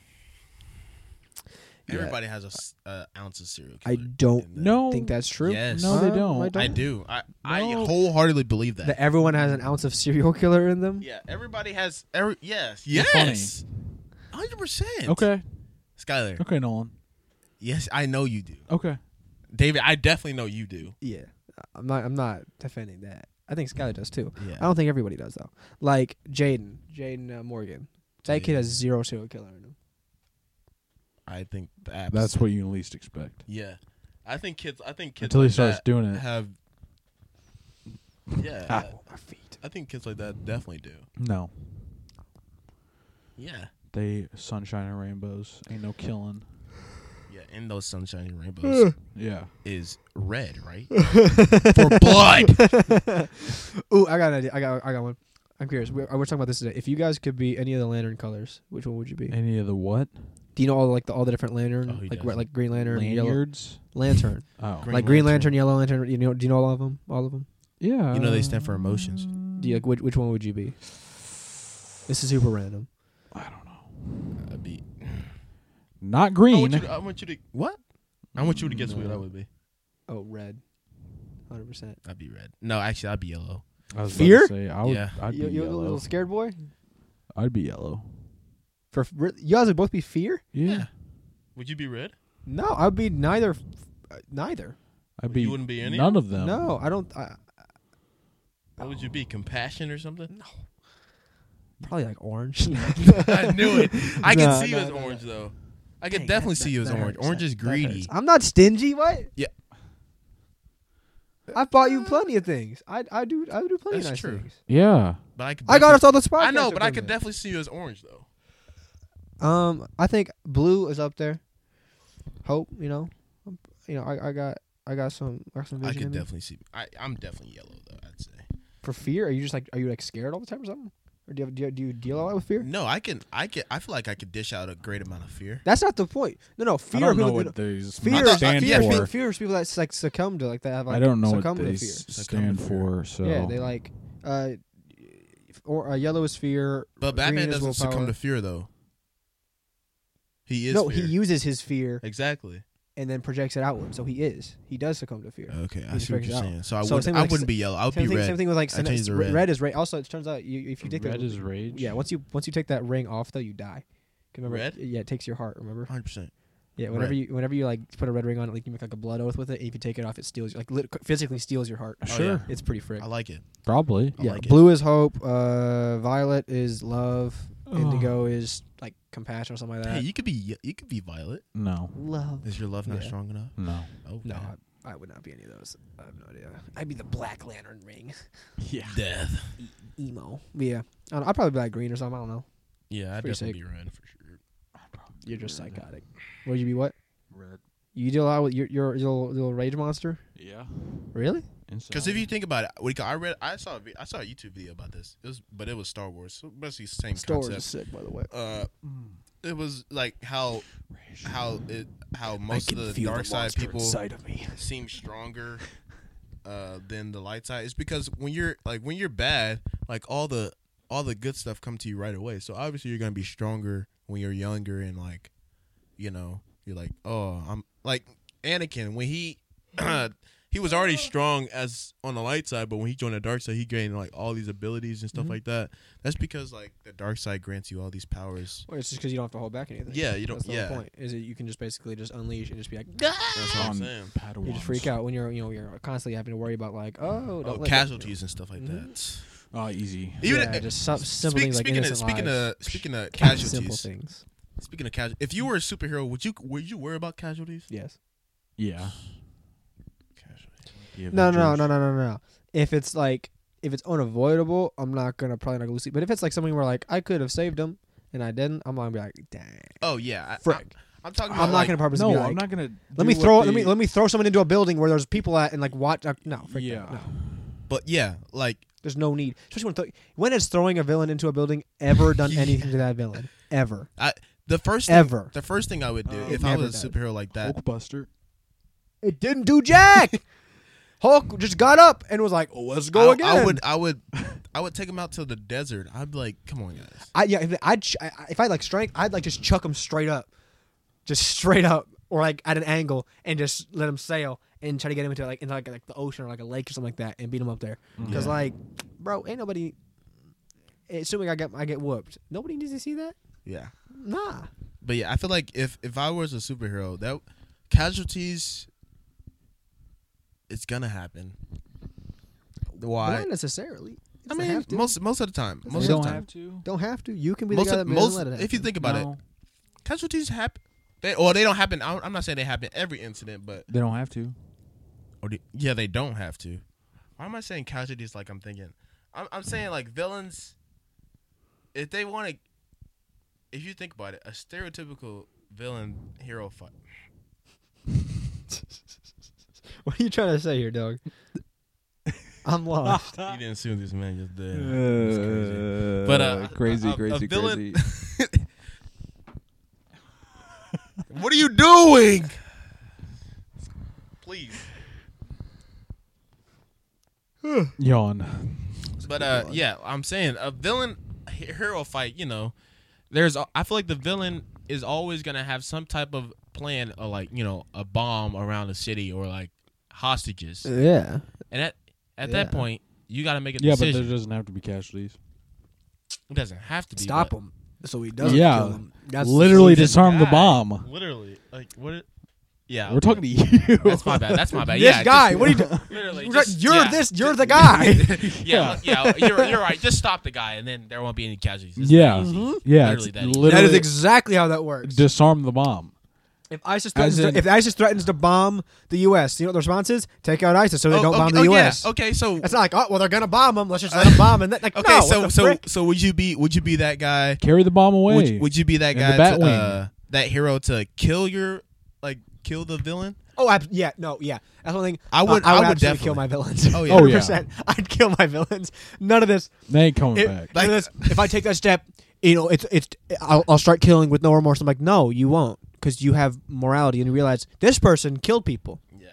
Speaker 2: Everybody has a s- uh, ounce of serial
Speaker 1: I
Speaker 2: killer.
Speaker 1: don't
Speaker 2: in them.
Speaker 3: No,
Speaker 1: think that's true.
Speaker 2: Yes.
Speaker 3: no,
Speaker 1: Uh,
Speaker 3: they
Speaker 1: I
Speaker 3: don't.
Speaker 1: don't-
Speaker 2: I do. I, I
Speaker 3: No.
Speaker 2: wholeheartedly believe that.
Speaker 1: That everyone has an ounce of serial killer in them.
Speaker 2: yeah, everybody has. Every, yes,
Speaker 3: You're funny.
Speaker 2: yes, hundred percent.
Speaker 3: Okay,
Speaker 2: Skyler.
Speaker 3: okay, Nolan.
Speaker 2: Yes, I know you do,
Speaker 3: Okay,
Speaker 2: David. I definitely know you do.
Speaker 1: Yeah, I'm not. I'm not defending that. I think Skylar does too.
Speaker 2: Yeah.
Speaker 1: I don't think everybody does though. Like Jaden, Jaden uh, Morgan, that
Speaker 2: Jaden.
Speaker 1: kid has zero serial killer in him.
Speaker 2: I think that's,
Speaker 3: that's what you least expect
Speaker 2: Yeah, I think kids. I think kids
Speaker 3: until he
Speaker 2: like
Speaker 3: starts
Speaker 2: that
Speaker 3: doing it.
Speaker 2: have. Yeah,
Speaker 1: Oh, my feet.
Speaker 2: I think kids like that definitely do.
Speaker 3: No,
Speaker 2: Yeah,
Speaker 3: they sunshine and rainbows. Ain't no killing.
Speaker 2: yeah. And those sunshine and rainbows
Speaker 3: Yeah.
Speaker 2: is red, right? For blood.
Speaker 1: Ooh, I got an idea. I got. I got one. I'm curious. We're, we're talking about this today. If you guys could be any of the lantern colors, which one would you be?
Speaker 3: Any of the what?
Speaker 1: Do you know all like the all the different lantern,
Speaker 2: Oh, he
Speaker 1: like
Speaker 2: does.
Speaker 1: re- like Green Lantern, Yellow
Speaker 3: Lanyards?
Speaker 1: Lantern,
Speaker 3: Oh.
Speaker 2: Green
Speaker 1: like Green Lantern,
Speaker 2: Lantern.
Speaker 1: Yellow Lantern. You know? Do you know all of them? All of them?
Speaker 3: yeah.
Speaker 2: You know they stand for emotions.
Speaker 1: Do you like which which one would you be? This is super random.
Speaker 3: I don't know.
Speaker 2: I'd be.
Speaker 3: Not
Speaker 2: I want,
Speaker 3: green.
Speaker 2: you to, I want you to what? I want you to guess what I would be.
Speaker 1: Oh, red. Hundred percent.
Speaker 2: I'd be red. No, actually, I'd be yellow.
Speaker 3: I was about
Speaker 1: Fear?
Speaker 3: to say, I would,
Speaker 2: Yeah.
Speaker 3: I'd be
Speaker 1: You, you a
Speaker 3: yellow.
Speaker 1: little scared boy?
Speaker 3: I'd be yellow.
Speaker 1: For f- re- you guys would both be fear?
Speaker 3: Yeah.
Speaker 2: Would you be red?
Speaker 1: No, I'd be neither. f- uh, Neither.
Speaker 3: I'd be.
Speaker 2: You wouldn't be any?
Speaker 3: None of them.
Speaker 1: No, I don't. I,
Speaker 2: What would you be? Compassion or something?
Speaker 1: probably like orange.
Speaker 2: I knew it. I
Speaker 1: No,
Speaker 2: can see you
Speaker 1: no,
Speaker 2: as
Speaker 1: no,
Speaker 2: orange though. I can
Speaker 1: Dang,
Speaker 2: definitely
Speaker 1: that-
Speaker 2: see you as
Speaker 1: that
Speaker 2: orange.
Speaker 1: hurts.
Speaker 2: Orange is
Speaker 1: That hurts.
Speaker 2: greedy.
Speaker 1: I'm not stingy. What?
Speaker 2: Yeah.
Speaker 1: I bought you plenty of things. I I do I do plenty
Speaker 2: That's
Speaker 1: of nice
Speaker 2: true.
Speaker 1: things.
Speaker 3: Yeah.
Speaker 2: But I could.
Speaker 1: I got
Speaker 2: definitely-
Speaker 1: us all the spots.
Speaker 2: I know, but I could definitely see you as orange though.
Speaker 1: Um, I think blue is up there. Hope you know, Um, you know. I, I got I got some I got some
Speaker 2: I
Speaker 1: vision. in
Speaker 2: could
Speaker 1: me.
Speaker 2: definitely see. I, I'm definitely yellow though. I'd say.
Speaker 1: For fear, are you just like are you like scared all the time or something? Or do you, do you, do you deal a lot with fear?
Speaker 2: No, I can. I can. I feel like I could dish out a great amount of fear.
Speaker 1: That's not the point. No, no, fear.
Speaker 3: I don't
Speaker 1: people,
Speaker 3: know
Speaker 1: that-
Speaker 3: what these
Speaker 1: fear,
Speaker 2: thought-
Speaker 3: stand
Speaker 1: fear,
Speaker 3: for.
Speaker 1: fear, fear is people that like succumb to like that have like
Speaker 3: I don't know
Speaker 1: succumb
Speaker 3: what they
Speaker 1: to fear.
Speaker 3: s- stand
Speaker 2: Succumb to fear.
Speaker 3: for. So
Speaker 1: Yeah, they like uh, or uh, yellow is fear.
Speaker 2: But
Speaker 1: green
Speaker 2: Batman
Speaker 1: is
Speaker 2: doesn't succumb
Speaker 1: willpower.
Speaker 2: to fear though. He is.
Speaker 1: no,
Speaker 2: fear.
Speaker 1: he uses his fear
Speaker 2: exactly.
Speaker 1: and then projects it outward. So he is. He does succumb to fear.
Speaker 2: Okay, I
Speaker 1: just
Speaker 2: see what
Speaker 1: figures it
Speaker 2: you're
Speaker 1: out.
Speaker 2: saying. So I
Speaker 1: So
Speaker 2: wouldn't.
Speaker 1: same
Speaker 2: I
Speaker 1: like-
Speaker 2: wouldn't be yellow. I would
Speaker 1: same,
Speaker 2: Uh, be
Speaker 1: thing,
Speaker 2: red.
Speaker 1: same thing with like
Speaker 2: I changed to
Speaker 1: re-
Speaker 2: red.
Speaker 1: red. is ra- Also, it turns out you, if you take
Speaker 3: red
Speaker 1: the
Speaker 3: is rage.
Speaker 1: yeah, once you once you take that ring off though, you die. 'Cause Remember,
Speaker 2: Red?
Speaker 1: yeah, it takes your heart. Remember,
Speaker 2: 100. percent
Speaker 1: yeah. Whenever
Speaker 2: Red.
Speaker 1: you whenever you like put a red ring on it, like you make like a blood oath with it. And if you take it off, it steals like lit- physically steals your heart.
Speaker 2: yeah.
Speaker 3: Sure.
Speaker 1: It's pretty frick.
Speaker 2: I like it.
Speaker 3: Probably.
Speaker 2: I
Speaker 1: yeah,
Speaker 2: like it.
Speaker 1: blue is hope. Uh, violet is love. Indigo is like compassion or something like that.
Speaker 2: Hey, you could be. ye- You could be violet.
Speaker 3: No.
Speaker 1: love.
Speaker 2: Is your love not
Speaker 1: Yeah.
Speaker 2: strong enough?
Speaker 3: No.
Speaker 2: Oh
Speaker 1: No,
Speaker 2: man.
Speaker 1: I- I would not be any of those. I have no idea. I'd be the Black Lantern ring.
Speaker 3: Yeah.
Speaker 2: Death.
Speaker 1: Emo. But yeah. I don't know, I'd probably be like green or something. I don't know.
Speaker 2: Yeah, I'd
Speaker 1: Pretty
Speaker 2: definitely
Speaker 1: sick.
Speaker 2: be red for sure.
Speaker 1: You're just
Speaker 2: Mm.
Speaker 1: psychotic. Would you be what?
Speaker 3: Red.
Speaker 1: You deal a lot with your your, your little, little rage monster?
Speaker 3: Yeah.
Speaker 1: Really?
Speaker 2: Because if you think about it, we got- I read, I saw, a vi- I saw a YouTube video about this. It was, but it was Star Wars. So basically, same
Speaker 1: Star Wars is
Speaker 2: concept.
Speaker 1: sick, by the way.
Speaker 2: Uh, it was like how how it how most of the
Speaker 1: feel
Speaker 2: dark side
Speaker 1: monster
Speaker 2: people
Speaker 1: inside of me.
Speaker 2: seem stronger uh, than the light side. It's because when you're like when you're bad, like all the all the good stuff come to you right away. So obviously you're gonna be stronger when you're younger and like, you know, you're like, oh, I'm like Anakin when he he was already strong as on the light side, but when he joined the dark side, he gained like all these abilities and stuff like that. That's because like the dark side grants you all these powers.
Speaker 1: Well, it's just because you don't have to hold back anything.
Speaker 2: Yeah, you don't-
Speaker 1: That's the whole
Speaker 2: yeah.
Speaker 1: point. Is that you can just basically just unleash and just be like,
Speaker 2: That's
Speaker 1: Um,
Speaker 2: what I'm saying.
Speaker 3: Padawan.
Speaker 1: you just freak out when you're you know you're constantly having to worry about like oh, don't
Speaker 2: Oh,
Speaker 1: let
Speaker 2: casualties and stuff like that.
Speaker 3: Oh, easy.
Speaker 2: Even
Speaker 1: yeah,
Speaker 2: if-
Speaker 1: just some, simple
Speaker 2: Speak-
Speaker 1: things like
Speaker 2: speaking
Speaker 1: innocent
Speaker 2: of speaking
Speaker 1: lives.
Speaker 2: of speaking of
Speaker 1: simple
Speaker 2: casualties.
Speaker 1: things.
Speaker 2: Speaking of casualties, if you were a superhero, would you would you worry about casualties?
Speaker 1: Yes.
Speaker 3: Yeah.
Speaker 2: Casualties.
Speaker 3: The
Speaker 1: No, no, no,
Speaker 3: Avengers.
Speaker 1: no, no, no, no. no. If it's like if it's unavoidable, I'm not gonna probably not gonna lose. sleep. But if it's like something where like I could have saved him and I didn't, I'm gonna be like, dang,
Speaker 2: Oh yeah, I,
Speaker 1: frick.
Speaker 2: I, am talking.
Speaker 1: I'm
Speaker 2: About
Speaker 1: not
Speaker 2: like,
Speaker 1: gonna purposely
Speaker 3: No,
Speaker 1: be
Speaker 3: I'm
Speaker 1: like,
Speaker 3: not gonna.
Speaker 1: let me
Speaker 3: do
Speaker 1: throw
Speaker 3: what
Speaker 1: let me
Speaker 3: the-
Speaker 1: let me throw someone into a building where there's people at and like watch. Uh, no, frick yeah.
Speaker 3: Yeah.
Speaker 1: no.
Speaker 2: But yeah, like
Speaker 1: There's no need. Especially when th- when has throwing a villain into a building ever done anything to that villain? Ever.
Speaker 2: I the first thing,
Speaker 1: Ever.
Speaker 2: the first thing I would do
Speaker 3: Oh,
Speaker 2: if I
Speaker 1: never
Speaker 2: was a
Speaker 1: does.
Speaker 2: superhero like that.
Speaker 3: Hulkbuster.
Speaker 1: It didn't do jack. Hulk just got up and was like, oh, let's go
Speaker 2: I,
Speaker 1: again.
Speaker 2: I would I would I would take him out to the desert. I'd be like, come on guys.
Speaker 1: I yeah, if I'd ch- I, I- if I had, like strength, I'd like just chuck him straight up, just straight up, or like at an angle, and just let him sail and try to get him into like into like, like the ocean or like a lake or something like that, and beat him up there. Because
Speaker 2: Mm-hmm. Yeah.
Speaker 1: like, bro, ain't nobody. Assuming I get I get whooped, nobody needs to see that.
Speaker 2: Yeah.
Speaker 1: Nah,
Speaker 2: But yeah, I feel like if if I was a superhero, that casualties, it's gonna happen. Why?
Speaker 1: not necessarily. You
Speaker 2: I
Speaker 1: don't
Speaker 2: mean,
Speaker 1: have to.
Speaker 2: most most of the time,
Speaker 1: Doesn't
Speaker 2: most
Speaker 1: have
Speaker 2: of
Speaker 1: to.
Speaker 2: the time,
Speaker 3: to.
Speaker 1: don't have to. You can be the
Speaker 2: most
Speaker 1: guy
Speaker 2: of,
Speaker 1: that most,
Speaker 2: most
Speaker 1: let it
Speaker 2: if you
Speaker 1: happen.
Speaker 2: think about it, casualties happen. They or they don't happen. I- I'm not saying they happen every incident, but
Speaker 3: They don't have to.
Speaker 2: or the- yeah, they don't have to. Why am I saying casualties like I'm thinking? I'm, I'm saying like villains. If they want to, if you think about it, a stereotypical villain hero fight.
Speaker 1: what are you trying to say here, dog? I'm lost.
Speaker 2: You didn't see what this man just did. It's crazy.
Speaker 3: Uh,
Speaker 2: But uh,
Speaker 3: crazy,
Speaker 2: a- a- a
Speaker 3: crazy,
Speaker 2: villain-
Speaker 3: crazy.
Speaker 2: what are you doing? Please.
Speaker 3: Yawn.
Speaker 2: But uh, yeah, I'm saying a villain he- hero fight. You know, there's. a- I feel like the villain is always gonna have some type of plan, or like you know, a bomb around the city, or like hostages. And
Speaker 1: yeah.
Speaker 2: at at
Speaker 1: Yeah.
Speaker 2: that point, you gotta make a
Speaker 3: Yeah, but
Speaker 2: decision.
Speaker 3: there doesn't have to be casualties.
Speaker 2: it doesn't have to be.
Speaker 1: Stop
Speaker 2: but
Speaker 1: him so he doesn't
Speaker 3: Yeah.
Speaker 1: kill him. That's
Speaker 3: Literally
Speaker 1: the-
Speaker 2: just-
Speaker 3: disarm the
Speaker 2: guy.
Speaker 3: bomb.
Speaker 2: Literally, like what? It, yeah,
Speaker 3: We're talking to you.
Speaker 2: That's my bad. That's my bad.
Speaker 1: This
Speaker 2: yeah,
Speaker 1: guy,
Speaker 2: just-
Speaker 1: what are you doing?
Speaker 2: Literally,
Speaker 1: You're
Speaker 2: just-
Speaker 1: you're
Speaker 2: yeah.
Speaker 1: this. You're the guy.
Speaker 2: Yeah, yeah, you're, you're right. Just stop the guy, and then there won't be any casualties. It's
Speaker 3: yeah,
Speaker 2: that easy.
Speaker 3: yeah.
Speaker 2: Literally
Speaker 3: it's
Speaker 2: that easy.
Speaker 1: that
Speaker 3: literally
Speaker 1: is exactly how that works.
Speaker 3: disarm the bomb.
Speaker 1: if ISIS threatens,
Speaker 3: As in-
Speaker 1: to, if ISIS threatens to bomb the U.S., you know what the response is? Take out ISIS so they
Speaker 2: Oh,
Speaker 1: don't
Speaker 2: okay,
Speaker 1: bomb the
Speaker 2: oh, yeah.
Speaker 1: U.S.
Speaker 2: Okay, so
Speaker 1: It's not like oh well they're gonna bomb them. Let's just let them bomb and then, like no,
Speaker 2: okay, so
Speaker 1: what the
Speaker 2: so
Speaker 1: frick?
Speaker 2: so would you be would you be that guy?
Speaker 3: Carry the bomb away.
Speaker 2: Would, you- would you be that
Speaker 3: And
Speaker 2: guy?
Speaker 3: the
Speaker 2: to,
Speaker 3: Batwing.
Speaker 2: uh, that hero to kill your like kill the villain?
Speaker 1: oh ab- yeah no yeah that's one thing
Speaker 2: I would-
Speaker 1: uh, I
Speaker 2: I
Speaker 1: would,
Speaker 2: would
Speaker 1: absolutely kill
Speaker 2: definitely.
Speaker 1: my villains
Speaker 2: Oh, yeah.
Speaker 1: 100% I'd kill my villains none of this
Speaker 3: they ain't coming
Speaker 1: It-
Speaker 3: back.
Speaker 1: none of
Speaker 2: Like-
Speaker 1: this if I take that step you know it's it's I'll, I'll start killing with no remorse I'm like no you won't because you have morality and you realize this person killed people
Speaker 2: Yeah.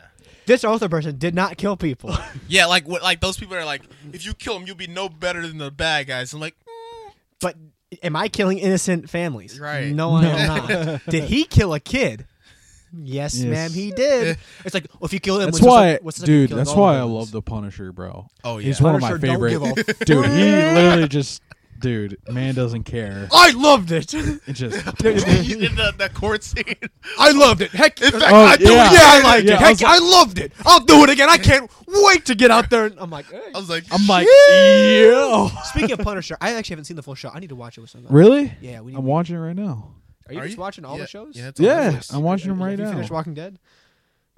Speaker 1: this other person did not kill people.
Speaker 2: Yeah, like what like those people are like, if you kill him, you'll be no better than the bad guys. I'm like, mm,
Speaker 1: but am I killing innocent families?
Speaker 2: Right.
Speaker 1: No, I am not. did he kill a kid? Yes,
Speaker 3: Yes.
Speaker 1: ma'am, he did. It's like well, if you kill him, what's
Speaker 3: That's
Speaker 1: the
Speaker 3: why,
Speaker 1: sec- what's the second
Speaker 3: dude.
Speaker 1: killing
Speaker 3: That's
Speaker 1: all
Speaker 3: why I
Speaker 1: the
Speaker 3: love
Speaker 1: villains?
Speaker 3: the Punisher, bro.
Speaker 2: oh yeah,
Speaker 3: He's one of my
Speaker 1: Punisher don't
Speaker 3: favorite.
Speaker 1: give a
Speaker 3: Dude, he literally just, dude, man doesn't care.
Speaker 1: I loved it.
Speaker 3: It's just,
Speaker 2: in the, the court scene.
Speaker 1: I loved it. Heck, in fact,
Speaker 3: Oh,
Speaker 1: I do it.
Speaker 3: yeah.
Speaker 1: Yeah, I liked
Speaker 3: Yeah,
Speaker 1: it.
Speaker 3: I
Speaker 1: Heck,
Speaker 3: was
Speaker 1: I loved it. I'll do it again. I can't wait to get out there. And I'm like, eh.
Speaker 2: I was like,
Speaker 3: I'm like, yo.
Speaker 1: speaking of Punisher, I actually haven't seen the full show. I need to watch it with somebody.
Speaker 3: Really?
Speaker 1: Yeah, we need.
Speaker 3: I'm watching it right now.
Speaker 1: are you
Speaker 2: Are
Speaker 1: just
Speaker 2: you-
Speaker 1: watching all
Speaker 2: yeah,
Speaker 1: the shows?
Speaker 2: Yeah, it's on
Speaker 3: Yeah,
Speaker 2: Netflix.
Speaker 3: I'm watching them
Speaker 1: Have
Speaker 3: right
Speaker 1: you
Speaker 3: now.
Speaker 1: finished Walking Dead?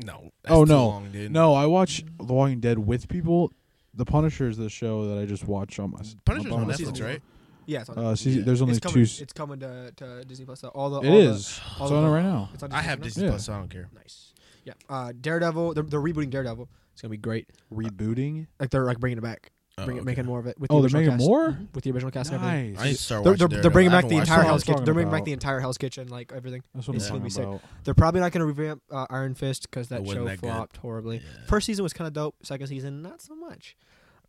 Speaker 2: No. that's
Speaker 3: Oh
Speaker 2: too
Speaker 3: no,
Speaker 2: long, dude.
Speaker 3: no! I watch The Walking Dead with people. The Punisher is the show that I just watch on my.
Speaker 2: Punisher's on
Speaker 3: by
Speaker 1: Season
Speaker 2: Netflix,
Speaker 1: one.
Speaker 3: myself.
Speaker 2: right?
Speaker 1: Yeah, it's on.
Speaker 3: Uh, season,
Speaker 2: Yeah.
Speaker 3: there's only
Speaker 1: it's
Speaker 3: two.
Speaker 1: coming.
Speaker 3: s-
Speaker 1: It's coming to, to Disney Plus. though. All the
Speaker 3: It
Speaker 1: all the-
Speaker 3: is.
Speaker 1: all
Speaker 3: It's
Speaker 1: the-
Speaker 3: on it right now.
Speaker 1: It's on
Speaker 2: I have
Speaker 1: Plus
Speaker 2: Disney
Speaker 3: Yeah.
Speaker 2: Plus. So I don't care.
Speaker 1: now? Nice. Yeah. Uh, Daredevil. They're, they're rebooting Daredevil. It's gonna be great.
Speaker 3: Rebooting.
Speaker 1: Like they're like bringing it back.
Speaker 2: Oh,
Speaker 1: Bring it,
Speaker 2: okay.
Speaker 1: making more of it. With
Speaker 3: Oh,
Speaker 1: the
Speaker 3: they're
Speaker 1: original
Speaker 3: making
Speaker 1: cast.
Speaker 3: more?
Speaker 1: Mhm. with the original cast and everything.
Speaker 3: Nice.
Speaker 2: I need to start
Speaker 1: They're,
Speaker 2: watching
Speaker 1: they're, they're bringing back the
Speaker 2: Daredevil. I
Speaker 1: entire
Speaker 2: haven't watched
Speaker 1: Hell's
Speaker 2: it.
Speaker 1: Kitchen.
Speaker 3: talking
Speaker 1: They're bringing back
Speaker 3: about.
Speaker 1: the entire Hell's Kitchen, like everything.
Speaker 3: That's what
Speaker 1: It's
Speaker 3: I'm
Speaker 1: gonna be
Speaker 3: talking
Speaker 1: sick.
Speaker 3: about.
Speaker 1: They're probably not going to revamp uh, Iron Fist because that
Speaker 2: wasn't
Speaker 1: show
Speaker 2: that good.
Speaker 1: flopped horribly.
Speaker 2: Yeah.
Speaker 1: First season was kind of dope. Second season, not so much.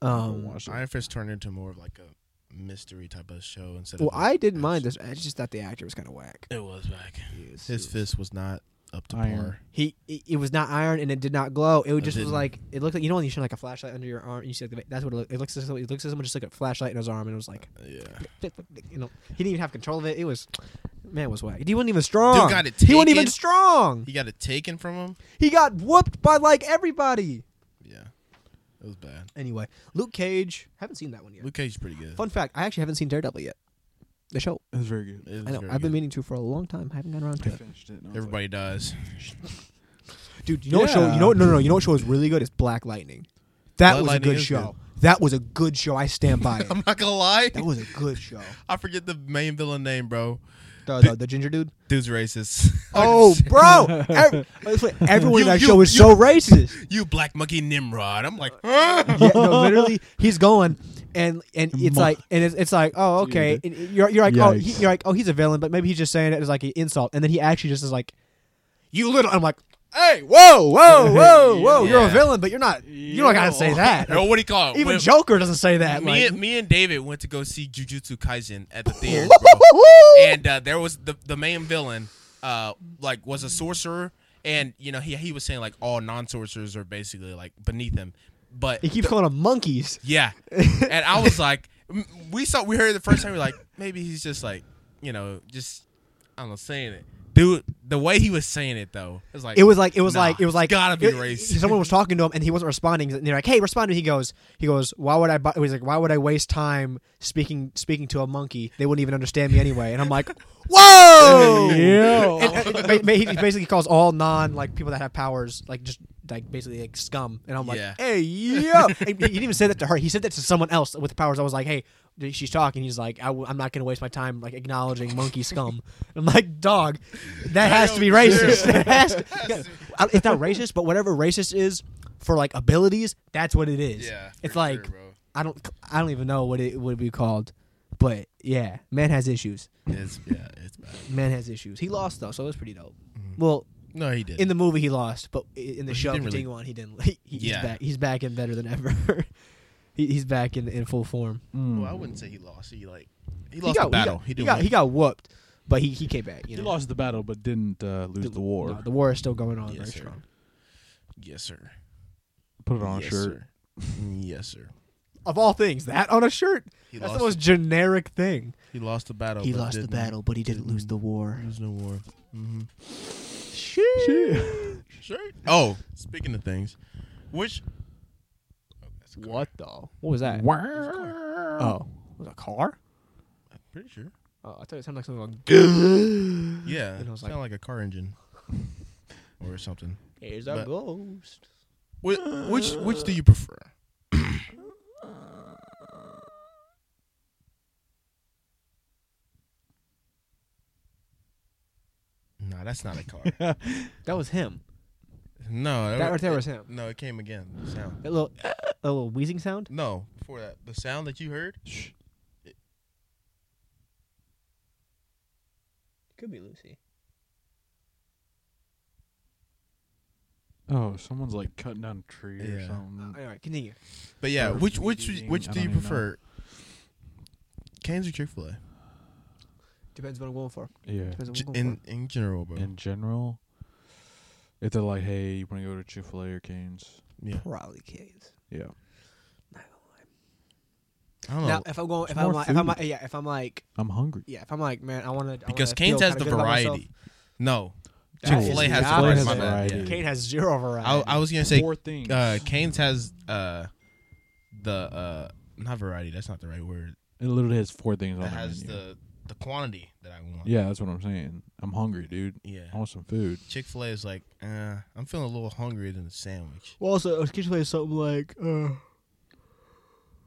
Speaker 3: I'll
Speaker 1: Um,
Speaker 3: watch it.
Speaker 2: Iron Fist turned into more of like a mystery type of show instead
Speaker 1: well,
Speaker 2: of.
Speaker 1: I didn't mind this. I just thought the actor was kind of whack.
Speaker 2: It was back.
Speaker 1: Yes,
Speaker 2: His
Speaker 1: yes.
Speaker 2: fist was not up to
Speaker 3: Iron.
Speaker 2: par.
Speaker 1: He it, it was not iron and it did not glow. It,
Speaker 2: It
Speaker 1: just was
Speaker 2: didn't.
Speaker 1: like it looked like you know when you shine like a flashlight under your arm. And you see like the, that's what it, look, it looks. Like, it looks like someone just like a flashlight in his arm and it was like
Speaker 2: Uh, Yeah.
Speaker 1: you know he didn't even have control of it. It was man it was whack. He wasn't even strong.
Speaker 2: got it
Speaker 1: he wasn't even
Speaker 2: taken.
Speaker 1: strong.
Speaker 2: He got it taken from him.
Speaker 1: He got whooped by like everybody.
Speaker 2: Yeah. It was bad.
Speaker 1: Anyway, Luke Cage haven't seen that one yet.
Speaker 2: Luke Cage's pretty good.
Speaker 1: Fun fact: I actually haven't seen Daredevil yet. The show.
Speaker 3: It was very good.
Speaker 2: It was
Speaker 1: I know.
Speaker 2: very
Speaker 1: I've been
Speaker 2: good.
Speaker 1: meaning to for a long time. I haven't gotten around to
Speaker 3: I
Speaker 1: it.
Speaker 3: finished it. and I was
Speaker 2: Everybody dies.
Speaker 1: Dude, you know what show? You know what? No, no, no. You know what show is really good? It's Black Lightning. That
Speaker 2: Black
Speaker 1: was
Speaker 2: Lightning
Speaker 1: a good
Speaker 2: is
Speaker 1: show. That was a good show. I stand by it.
Speaker 2: I'm not gonna lie.
Speaker 1: that was a good show.
Speaker 2: I forget the main villain name, bro.
Speaker 1: The, the, the ginger dude.
Speaker 2: Dude's racist.
Speaker 1: Oh, bro! Every, that's what- everyone in
Speaker 2: You-
Speaker 1: that
Speaker 2: you-
Speaker 1: show is
Speaker 2: you-
Speaker 1: so racist.
Speaker 2: you black monkey Nimrod. I'm like, "Ah."
Speaker 1: yeah, no, literally, he's going, and and it's like, and it's, it's like, oh, okay. And you're you're like, oh, he,
Speaker 3: Yikes.
Speaker 1: you're like, oh, he's a villain, but maybe he's just saying it as like an insult, and then he actually just is like, you little. I'm like, hey, whoa, whoa, whoa, whoa! You're a
Speaker 2: Yeah.
Speaker 1: villain, but you're not. You don't gotta say that.
Speaker 2: Or what do you call it?
Speaker 1: Even
Speaker 2: When-
Speaker 1: Joker doesn't say that.
Speaker 2: me,
Speaker 1: like,
Speaker 2: and, me and David went to go see Jujutsu Kaisen at the theater, bro. and uh, there was the the main villain, uh, like was a sorcerer, and you know he he was saying like all non sorcerers are basically like beneath him, but
Speaker 1: he keeps calling them monkeys.
Speaker 2: yeah, and I was like, m- we saw we heard it the first time we are like maybe he's just like you know just I don't know saying it, dude. The way he was saying it though, it was like
Speaker 1: It was like it was
Speaker 2: nah,
Speaker 1: like it was like
Speaker 2: gotta be
Speaker 1: it-
Speaker 2: racist.
Speaker 1: Someone was talking to him and he wasn't responding. And they're like, "Hey, respond!" to me." He goes, "He goes, why would I?" bu-" He was like, "Why would I waste time speaking speaking to a monkey? They wouldn't even understand me anyway." And I'm like, "Whoa!"
Speaker 3: Yeah.
Speaker 1: And- and ba- ba- he basically calls all non like people that have powers like just like basically like scum. And I'm like,
Speaker 2: Yeah.
Speaker 1: "Hey, yo!" And he didn't even say that to her. He said that to someone else with powers. I was like, "Hey." She's talking. He's like, I w- "I'm not gonna waste my time like acknowledging monkey scum." I'm like, "Dog, that has to be racist. That has to- I- it's not racist, but whatever racist is for like abilities, that's what it is.
Speaker 2: yeah,
Speaker 1: it's
Speaker 2: for
Speaker 1: like
Speaker 2: sure, bro.
Speaker 1: I don't I don't even know what it would be called, but yeah, man has issues.
Speaker 2: It's, yeah, it's bad.
Speaker 1: Man has issues. He lost though, so it was pretty dope. Well,
Speaker 2: No, he did.
Speaker 1: in the movie he lost, but i- in the
Speaker 2: But Mm-hmm. he
Speaker 1: show
Speaker 2: didn't really-
Speaker 1: continuing on, he didn't. He, he's
Speaker 2: Yeah.
Speaker 1: back. He's back and better than ever. he, he's back in in full form.
Speaker 2: well, I wouldn't say he lost. He like he lost the
Speaker 1: He
Speaker 2: battle.
Speaker 1: got, he,
Speaker 2: didn't
Speaker 1: got,
Speaker 2: win.
Speaker 1: he got whooped, but he he came back. You
Speaker 3: He
Speaker 1: know?
Speaker 3: lost the battle, but didn't uh, lose the war.
Speaker 1: No, the war is still going on.
Speaker 2: Yes,
Speaker 1: very
Speaker 2: sir.
Speaker 1: strong.
Speaker 2: yes, sir.
Speaker 3: Put it on
Speaker 2: yes,
Speaker 3: a shirt.
Speaker 2: Sir. yes, sir.
Speaker 1: Of all things, that on a shirt.
Speaker 2: He
Speaker 1: That's
Speaker 2: lost.
Speaker 1: the most generic thing.
Speaker 2: he lost the battle.
Speaker 1: He
Speaker 2: but
Speaker 1: lost the
Speaker 2: didn't
Speaker 1: battle, but he didn't lose the war.
Speaker 2: Lose no war. Mm-hmm.
Speaker 1: Shit.
Speaker 2: Sure. Oh, speaking of things, which
Speaker 1: What though? What was that?
Speaker 3: Wow.
Speaker 1: Oh, was it a car?
Speaker 2: I'm pretty sure.
Speaker 1: Oh, I thought it sounded like something. Like,
Speaker 2: Yeah,
Speaker 1: And I was
Speaker 2: sound like, a car engine or something.
Speaker 1: Here's
Speaker 2: a
Speaker 1: a
Speaker 2: But-
Speaker 1: ghost.
Speaker 2: Which which, which do you prefer? nah, that's not a car.
Speaker 1: That was him.
Speaker 2: No,
Speaker 1: That
Speaker 2: it-
Speaker 1: right there
Speaker 2: it-
Speaker 1: was him.
Speaker 2: No, it came again. The sound.
Speaker 1: That little, uh, that little wheezing sound.
Speaker 2: No, before that, the sound that you heard.
Speaker 3: Shh.
Speaker 1: Could be Lucy.
Speaker 3: Oh, someone's like cutting down a tree or
Speaker 2: Yeah.
Speaker 3: something.
Speaker 1: Uh, All right, continue.
Speaker 2: But yeah,
Speaker 3: Or
Speaker 2: which which
Speaker 3: eating,
Speaker 2: which
Speaker 3: I
Speaker 2: do you
Speaker 3: don't even know.
Speaker 2: prefer? Canes or Chick Fil A?
Speaker 1: Depends what I'm going for.
Speaker 3: Yeah.
Speaker 1: Depends what I'm going
Speaker 2: In in general, bro.
Speaker 3: In general, if they're like, "Hey, you want to go to Chick Fil A or Canes?"
Speaker 2: yeah,
Speaker 1: for. Probably kids.
Speaker 3: Yeah.
Speaker 2: I don't know
Speaker 1: Now, if I'm going, if
Speaker 3: It's
Speaker 1: I'm
Speaker 3: more
Speaker 1: like, if I'm
Speaker 3: food.
Speaker 1: like, yeah, if I'm like,
Speaker 3: I'm hungry.
Speaker 1: yeah, if I'm like, man, I want to.
Speaker 2: because Canes has the variety. No,
Speaker 1: That
Speaker 2: Chick Fil A
Speaker 1: is
Speaker 2: has
Speaker 1: the
Speaker 2: the variety.
Speaker 1: opposite.
Speaker 2: My bad.
Speaker 3: Variety.
Speaker 2: Yeah.
Speaker 1: Kane has zero variety.
Speaker 2: I, I was gonna say,
Speaker 3: Four things.
Speaker 2: uh, Canes has uh, the uh, not variety. That's not the right word.
Speaker 3: it literally has four things on
Speaker 2: It
Speaker 3: the
Speaker 2: has
Speaker 3: menu.
Speaker 2: the the quantity that I want.
Speaker 3: yeah, that's what I'm saying. I'm hungry, dude. I
Speaker 2: Yeah.
Speaker 3: want some food.
Speaker 2: Chick Fil A is like, uh, I'm feeling a little hungrier than a sandwich,
Speaker 1: Well, also, uh, Chick Fil A is something like, uh,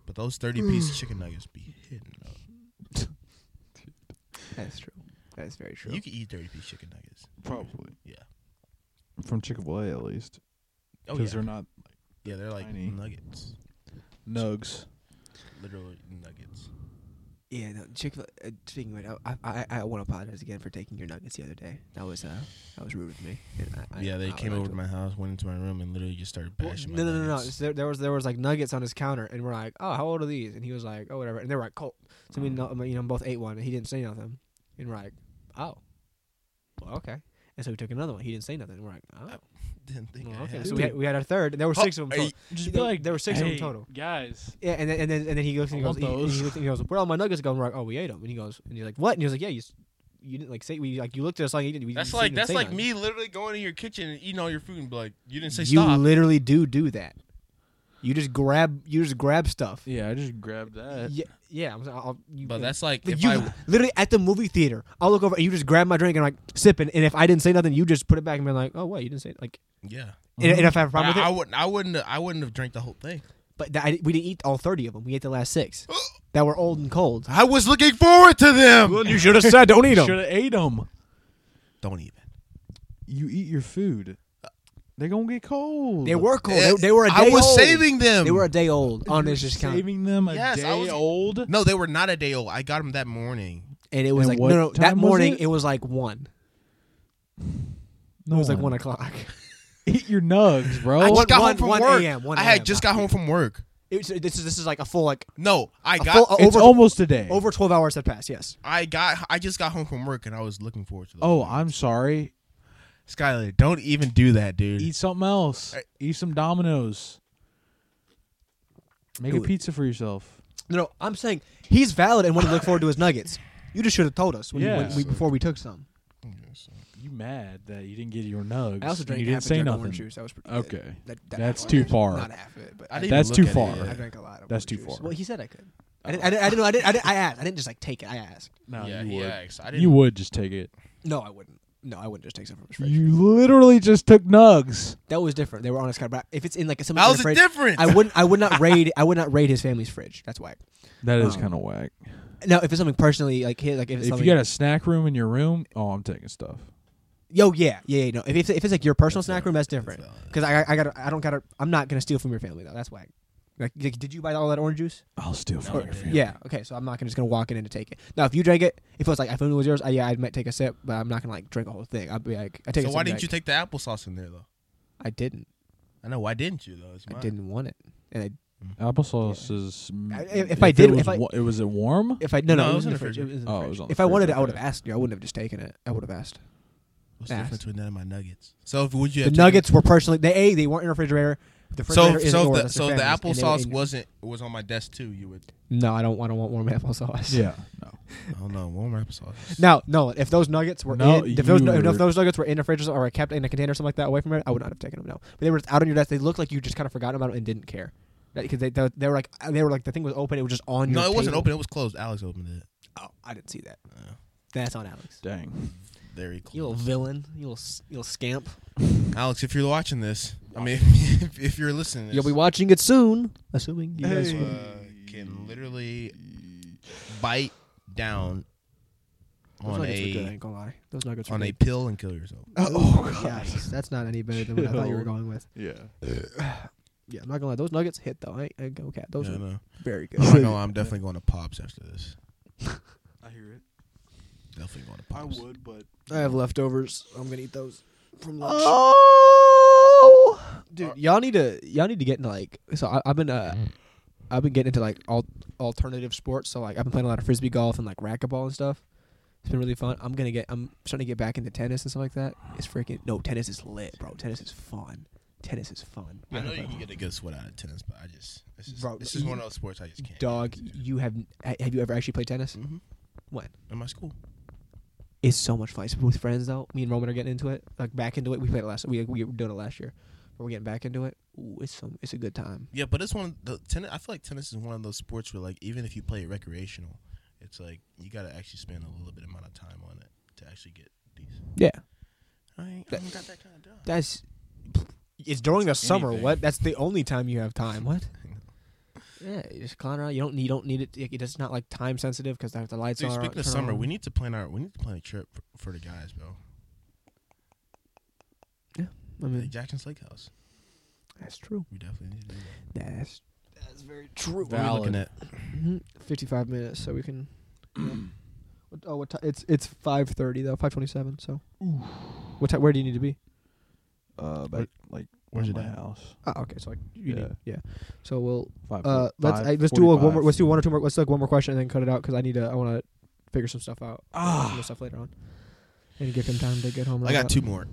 Speaker 2: but those thirty
Speaker 3: Mm.
Speaker 2: piece chicken nuggets be hitting. Up.
Speaker 1: that's true. That's very true.
Speaker 2: You can eat thirty piece chicken nuggets.
Speaker 3: Probably.
Speaker 2: Yeah.
Speaker 3: From Chick Fil A, at least,
Speaker 2: Oh
Speaker 3: because
Speaker 2: yeah,
Speaker 3: they're not
Speaker 2: yeah, they're like
Speaker 3: tiny.
Speaker 2: nuggets,
Speaker 3: nugs.
Speaker 2: literally nuggets.
Speaker 1: yeah, no, Chick Fil. Uh, speaking of, it, I I, I want to apologize again for taking your nuggets the other day. That was uh, that was rude of me. And I, I-
Speaker 2: yeah,
Speaker 1: I
Speaker 2: they
Speaker 1: would
Speaker 2: came
Speaker 1: like
Speaker 2: over
Speaker 1: to-
Speaker 2: to my house, went into my room, and literally just started
Speaker 1: Well,
Speaker 2: bashing.
Speaker 1: no,
Speaker 2: my
Speaker 1: no, no, no.
Speaker 2: nuggets.
Speaker 1: It's- There, there was there was like nuggets on his counter, and we're like, "Oh, how old are these?" And he was like, "Oh, whatever." And they were like, "Cold." So
Speaker 2: Mm.
Speaker 1: we, no, you know, both ate one, and he didn't say nothing. And we're like, "Oh, well, okay." And so we took another one. He didn't say nothing. We're like, "Oh,
Speaker 2: Didn't think
Speaker 1: well,
Speaker 2: I
Speaker 1: okay."
Speaker 2: had
Speaker 1: So
Speaker 2: it.
Speaker 1: we had, we had our third, and there were six of them. Total.
Speaker 5: Just
Speaker 1: There- there were six of 'em
Speaker 5: "Hey,
Speaker 1: total."
Speaker 5: Guys,
Speaker 1: Yeah, and then, and then and then he looks and he
Speaker 5: I
Speaker 1: goes,
Speaker 5: want
Speaker 1: he, and
Speaker 5: those.
Speaker 1: he looks and he goes, "Where all my nuggets go?" And we're like, "Oh, we ate them." And he goes, and he's like, "What?" And he was like, "Yeah, you, s- you didn't like say we like you looked at us like you didn't." We,
Speaker 2: That's
Speaker 1: you
Speaker 2: like
Speaker 1: didn't
Speaker 2: that's
Speaker 1: say
Speaker 2: like
Speaker 1: nothing."
Speaker 2: me literally going in your kitchen and eating all your food and be like, you didn't say
Speaker 1: you
Speaker 2: stop.
Speaker 1: literally do do that. You just grab you just grab stuff.
Speaker 3: Yeah, I just grabbed that.
Speaker 1: Yeah, yeah. I'm, I'll, you,
Speaker 2: but
Speaker 1: yeah.
Speaker 2: that's like
Speaker 1: Like
Speaker 2: if
Speaker 1: you
Speaker 2: I
Speaker 1: literally at the movie theater, I'll look over and you just grab my drink and like sip it. And if I didn't say nothing, you just put it back and be like, "Oh, what? You didn't say it." like."
Speaker 2: yeah,
Speaker 1: And, and if I have a
Speaker 2: I,
Speaker 1: problem with
Speaker 2: I
Speaker 1: it,
Speaker 2: wouldn't I wouldn't I wouldn't have drank the whole thing.
Speaker 1: but that, I, we didn't eat all thirty of them. We ate the last six that were old and cold.
Speaker 2: I was looking forward to them.
Speaker 1: You should have said, "Don't eat
Speaker 3: You should have ate them.
Speaker 2: Don't even.
Speaker 3: You eat your food. They're gonna get cold.
Speaker 1: They were cold. They, they were a day
Speaker 2: I was
Speaker 1: old.
Speaker 2: saving them.
Speaker 1: They were a day old on
Speaker 3: You're
Speaker 1: this discount,
Speaker 3: saving them a
Speaker 2: Yes, I
Speaker 3: day
Speaker 2: was-
Speaker 3: old.
Speaker 2: no, they were not a day old. I got them that morning.
Speaker 1: and it was
Speaker 3: And
Speaker 1: like
Speaker 3: what
Speaker 1: no, no. That
Speaker 3: time was
Speaker 1: morning
Speaker 3: it?
Speaker 1: it? was like one. It
Speaker 3: No
Speaker 1: was like
Speaker 3: one.
Speaker 1: one o'clock.
Speaker 3: Eat your nugs, bro.
Speaker 2: I
Speaker 1: one-
Speaker 2: just got
Speaker 1: one-
Speaker 2: home from
Speaker 1: one
Speaker 2: work.
Speaker 1: AM, one
Speaker 2: I had
Speaker 1: AM,
Speaker 2: just
Speaker 1: not
Speaker 2: got home from work.
Speaker 1: It was, this is this is like a full like
Speaker 2: No, I
Speaker 1: A
Speaker 2: got
Speaker 1: full-
Speaker 3: it's
Speaker 1: over-
Speaker 3: almost a day.
Speaker 1: over twelve hours had passed. Yes,
Speaker 2: I got I just got home from work and I was looking forward to. Them.
Speaker 3: Oh, I'm sorry.
Speaker 2: Skylar, don't even do that, dude.
Speaker 3: Eat something else.
Speaker 2: Hey.
Speaker 3: Eat some Domino's. Make a
Speaker 1: Dude.
Speaker 3: pizza for yourself.
Speaker 1: no, no. I'm saying he's valid and wanted to look forward to his nuggets. You just should have told us when, you- when
Speaker 3: Yeah.
Speaker 1: we, before we took some.
Speaker 3: You mad that you didn't get your nugs?
Speaker 1: I also
Speaker 3: and
Speaker 1: drank
Speaker 3: you didn't
Speaker 1: half a
Speaker 3: say
Speaker 1: jug of
Speaker 3: nothing.
Speaker 1: orange juice. That was pretty good.
Speaker 3: Okay,
Speaker 1: That- that-
Speaker 3: that's
Speaker 1: that-
Speaker 3: too far.
Speaker 1: Not half of it, but
Speaker 2: I
Speaker 1: I,
Speaker 2: didn't
Speaker 3: That's
Speaker 2: even
Speaker 3: too
Speaker 2: look at
Speaker 3: far.
Speaker 2: It.
Speaker 1: drank a lot of.
Speaker 3: That's
Speaker 1: orange
Speaker 3: too
Speaker 1: juice.
Speaker 3: far. Oh.
Speaker 1: Well, he said I could. I didn't. I didn't, I didn't know. I didn't. I didn't. I asked. I didn't just like take it. I asked.
Speaker 3: No,
Speaker 2: yeah,
Speaker 3: you
Speaker 2: he
Speaker 3: would.
Speaker 2: asked. I didn't.
Speaker 3: You would just take it.
Speaker 1: No, I wouldn't. No, I wouldn't just take some from his fridge.
Speaker 3: You literally just took nugs.
Speaker 1: That was different. They were on his card. But if it's in like some,
Speaker 2: How's it
Speaker 1: fridge,
Speaker 2: different?
Speaker 1: I wouldn't. I would not raid. I would not raid his family's fridge. That's why.
Speaker 3: That is
Speaker 1: Um,
Speaker 3: kind of whack.
Speaker 1: Now, if it's something personally, like his, like if it's
Speaker 3: If
Speaker 1: something,
Speaker 3: you got a snack room in your room, oh, I'm taking stuff.
Speaker 1: yo, yeah, yeah, yeah, no. If, if if it's like your personal
Speaker 2: That's
Speaker 1: snack
Speaker 2: valid.
Speaker 1: room, that's
Speaker 2: That's
Speaker 1: different.
Speaker 2: valid.
Speaker 1: Because I, I, I got, I don't gotta. I'm not gonna steal from your family though. That's whack. Like, like, did you buy all that orange juice?
Speaker 3: I'll steal
Speaker 2: No,
Speaker 3: from
Speaker 2: I
Speaker 3: your
Speaker 2: didn't.
Speaker 3: family.
Speaker 1: Yeah. Okay. So I'm not gonna just gonna walk in and take it. Now, if you drank it, if it was like if it was yours, I, yeah, I might take a sip, but I'm not gonna like drink a whole thing. I'd be like, I take.
Speaker 2: So
Speaker 1: a
Speaker 2: why
Speaker 1: sip,
Speaker 2: didn't
Speaker 1: like,
Speaker 2: you take the applesauce in there though?
Speaker 1: I didn't.
Speaker 2: I know why didn't you though? It's
Speaker 1: I
Speaker 2: mine.
Speaker 1: didn't want it. And I,
Speaker 3: Applesauce is. mm,
Speaker 1: I- if- if I did-
Speaker 3: it was,
Speaker 1: if I-
Speaker 3: wa- it was it warm.
Speaker 1: if I no no,
Speaker 2: No,
Speaker 1: it was in the fridge. It was in the
Speaker 3: Oh, it
Speaker 1: fridge.
Speaker 3: was on the
Speaker 1: If I wanted it,
Speaker 3: fridge,
Speaker 1: I would have
Speaker 3: okay.
Speaker 1: asked you. I wouldn't have just taken it. I would have asked.
Speaker 2: What's
Speaker 1: Ass.
Speaker 2: the difference between that and my nuggets? So if would you
Speaker 1: the
Speaker 2: have
Speaker 1: nuggets were personally they a they weren't in the refrigerator. The
Speaker 2: taken- So
Speaker 1: refrigerator is
Speaker 2: so
Speaker 1: yours,
Speaker 2: the,
Speaker 1: that's
Speaker 2: so
Speaker 1: your
Speaker 2: the
Speaker 1: family's, and
Speaker 2: applesauce
Speaker 1: they-
Speaker 2: wasn't was on my desk too. You would
Speaker 1: No, I don't want to want warm applesauce.
Speaker 3: yeah. No.
Speaker 2: I don't know warm applesauce.
Speaker 1: Now, no. If those nuggets were
Speaker 3: No,
Speaker 1: in, if those,
Speaker 3: you
Speaker 1: nu- if
Speaker 3: were-
Speaker 1: those nuggets were in a fridge or kept in a container or something like that away from it, I would not have taken them. No, but they were out on your desk. They looked like you just kind of forgot about it and didn't care because they, they they were like they were like the thing was open. It was just on
Speaker 2: no,
Speaker 1: your.
Speaker 2: it wasn't
Speaker 1: table.
Speaker 2: open. It was closed. Alex opened it.
Speaker 1: Oh, I didn't see that.
Speaker 2: Oh.
Speaker 1: That's on Alex.
Speaker 3: Dang.
Speaker 2: Very
Speaker 1: You little
Speaker 2: close.
Speaker 1: villain. You little s- you little scamp.
Speaker 2: Alex, if you're watching this, I mean, if, if you're listening, to
Speaker 1: You'll be
Speaker 2: this,
Speaker 1: watching it soon, assuming you guys.
Speaker 2: you uh, can literally bite down
Speaker 1: Those
Speaker 2: on
Speaker 1: nuggets were good. I
Speaker 2: a
Speaker 1: ain't gonna lie. Those nuggets were
Speaker 2: on a
Speaker 1: good.
Speaker 2: pill and kill yourself.
Speaker 3: Oh,
Speaker 1: Yikes, that's not any better than what I thought you were
Speaker 3: Chill.
Speaker 1: going with.
Speaker 3: Yeah.
Speaker 1: Yeah, I'm not gonna lie. Those nuggets hit though. I ain't, I ain't gonna cat. Those
Speaker 2: Yeah, I
Speaker 1: are
Speaker 2: know.
Speaker 1: very good.
Speaker 2: I'm not gonna lie, I'm definitely going to pops after this.
Speaker 3: I hear it.
Speaker 2: Definitely going to pops.
Speaker 3: but
Speaker 1: I have leftovers. I'm gonna eat those from lunch.
Speaker 3: oh.
Speaker 1: Dude, y'all need to y'all need to get into like. So I, I've been uh,
Speaker 2: Mm.
Speaker 1: I've been getting into like al- alternative sports. So like I've been playing a lot of frisbee golf and like racquetball and stuff. It's been really fun. I'm gonna get. I'm starting to get back into tennis and stuff like that. It's freaking no. Tennis is lit, bro. Tennis is fun. Tennis is fun.
Speaker 2: I know you can get a good sweat out of tennis, but I just this is
Speaker 1: Bro,
Speaker 2: this is
Speaker 1: you-
Speaker 2: one of those sports I just can't.
Speaker 1: Dog, you have have you ever actually played tennis?
Speaker 2: Mm-hmm.
Speaker 1: When?
Speaker 2: in my school?
Speaker 1: It's so much fun. It's with friends though. Me and Roman are getting into it, like back into it. We played it last. We we were doing it last year, but we're getting back into it. Ooh, it's some. It's a good time.
Speaker 2: Yeah, but it's one of the tennis. I feel like tennis is one of those sports where like even if you play it recreational, it's like you got to actually spend a little bit amount of time on it to actually get fifties.
Speaker 1: Yeah.
Speaker 2: I ain't, I
Speaker 1: That-
Speaker 2: ain't got that kind of job.
Speaker 1: That's it's during the summer.
Speaker 3: anything.
Speaker 1: What? That's the only time you have time. What? Yeah, you just clown around. You don't need. You don't need it. it- It's not like time sensitive because the lights
Speaker 2: Dude,
Speaker 1: are.
Speaker 2: speaking of
Speaker 1: turn
Speaker 2: summer,
Speaker 1: on.
Speaker 2: we need to plan our we need to plan a trip for, for the guys, bro.
Speaker 1: I
Speaker 2: Like
Speaker 1: mean,
Speaker 2: Jackson's Lake House.
Speaker 1: that's true.
Speaker 2: We definitely need to do that.
Speaker 1: That's that's very true.
Speaker 2: What are we
Speaker 3: Valid.
Speaker 2: looking at?
Speaker 1: Mm-hmm. Fifty-five minutes, so we can. What- oh, what time? It's it's five thirty though. Five twenty-seven. So. What time? Where do you need to be?
Speaker 3: Uh, but like
Speaker 2: where's
Speaker 3: where's
Speaker 2: it
Speaker 3: my
Speaker 2: at?
Speaker 3: house?
Speaker 1: Oh, okay. So like you need.
Speaker 3: Yeah.
Speaker 1: Yeah. So we'll
Speaker 3: Five.
Speaker 1: Uh,
Speaker 3: foot-
Speaker 1: let's
Speaker 3: five
Speaker 1: I, let's do like one more.
Speaker 3: 45.
Speaker 1: Let's do one or two more. Let's do like one more question and then cut it out because I need to. I want to figure some stuff out.
Speaker 3: Ah.
Speaker 1: Some stuff later on, and give him time to get home. and
Speaker 2: I
Speaker 1: all
Speaker 2: got
Speaker 1: that.
Speaker 2: two more.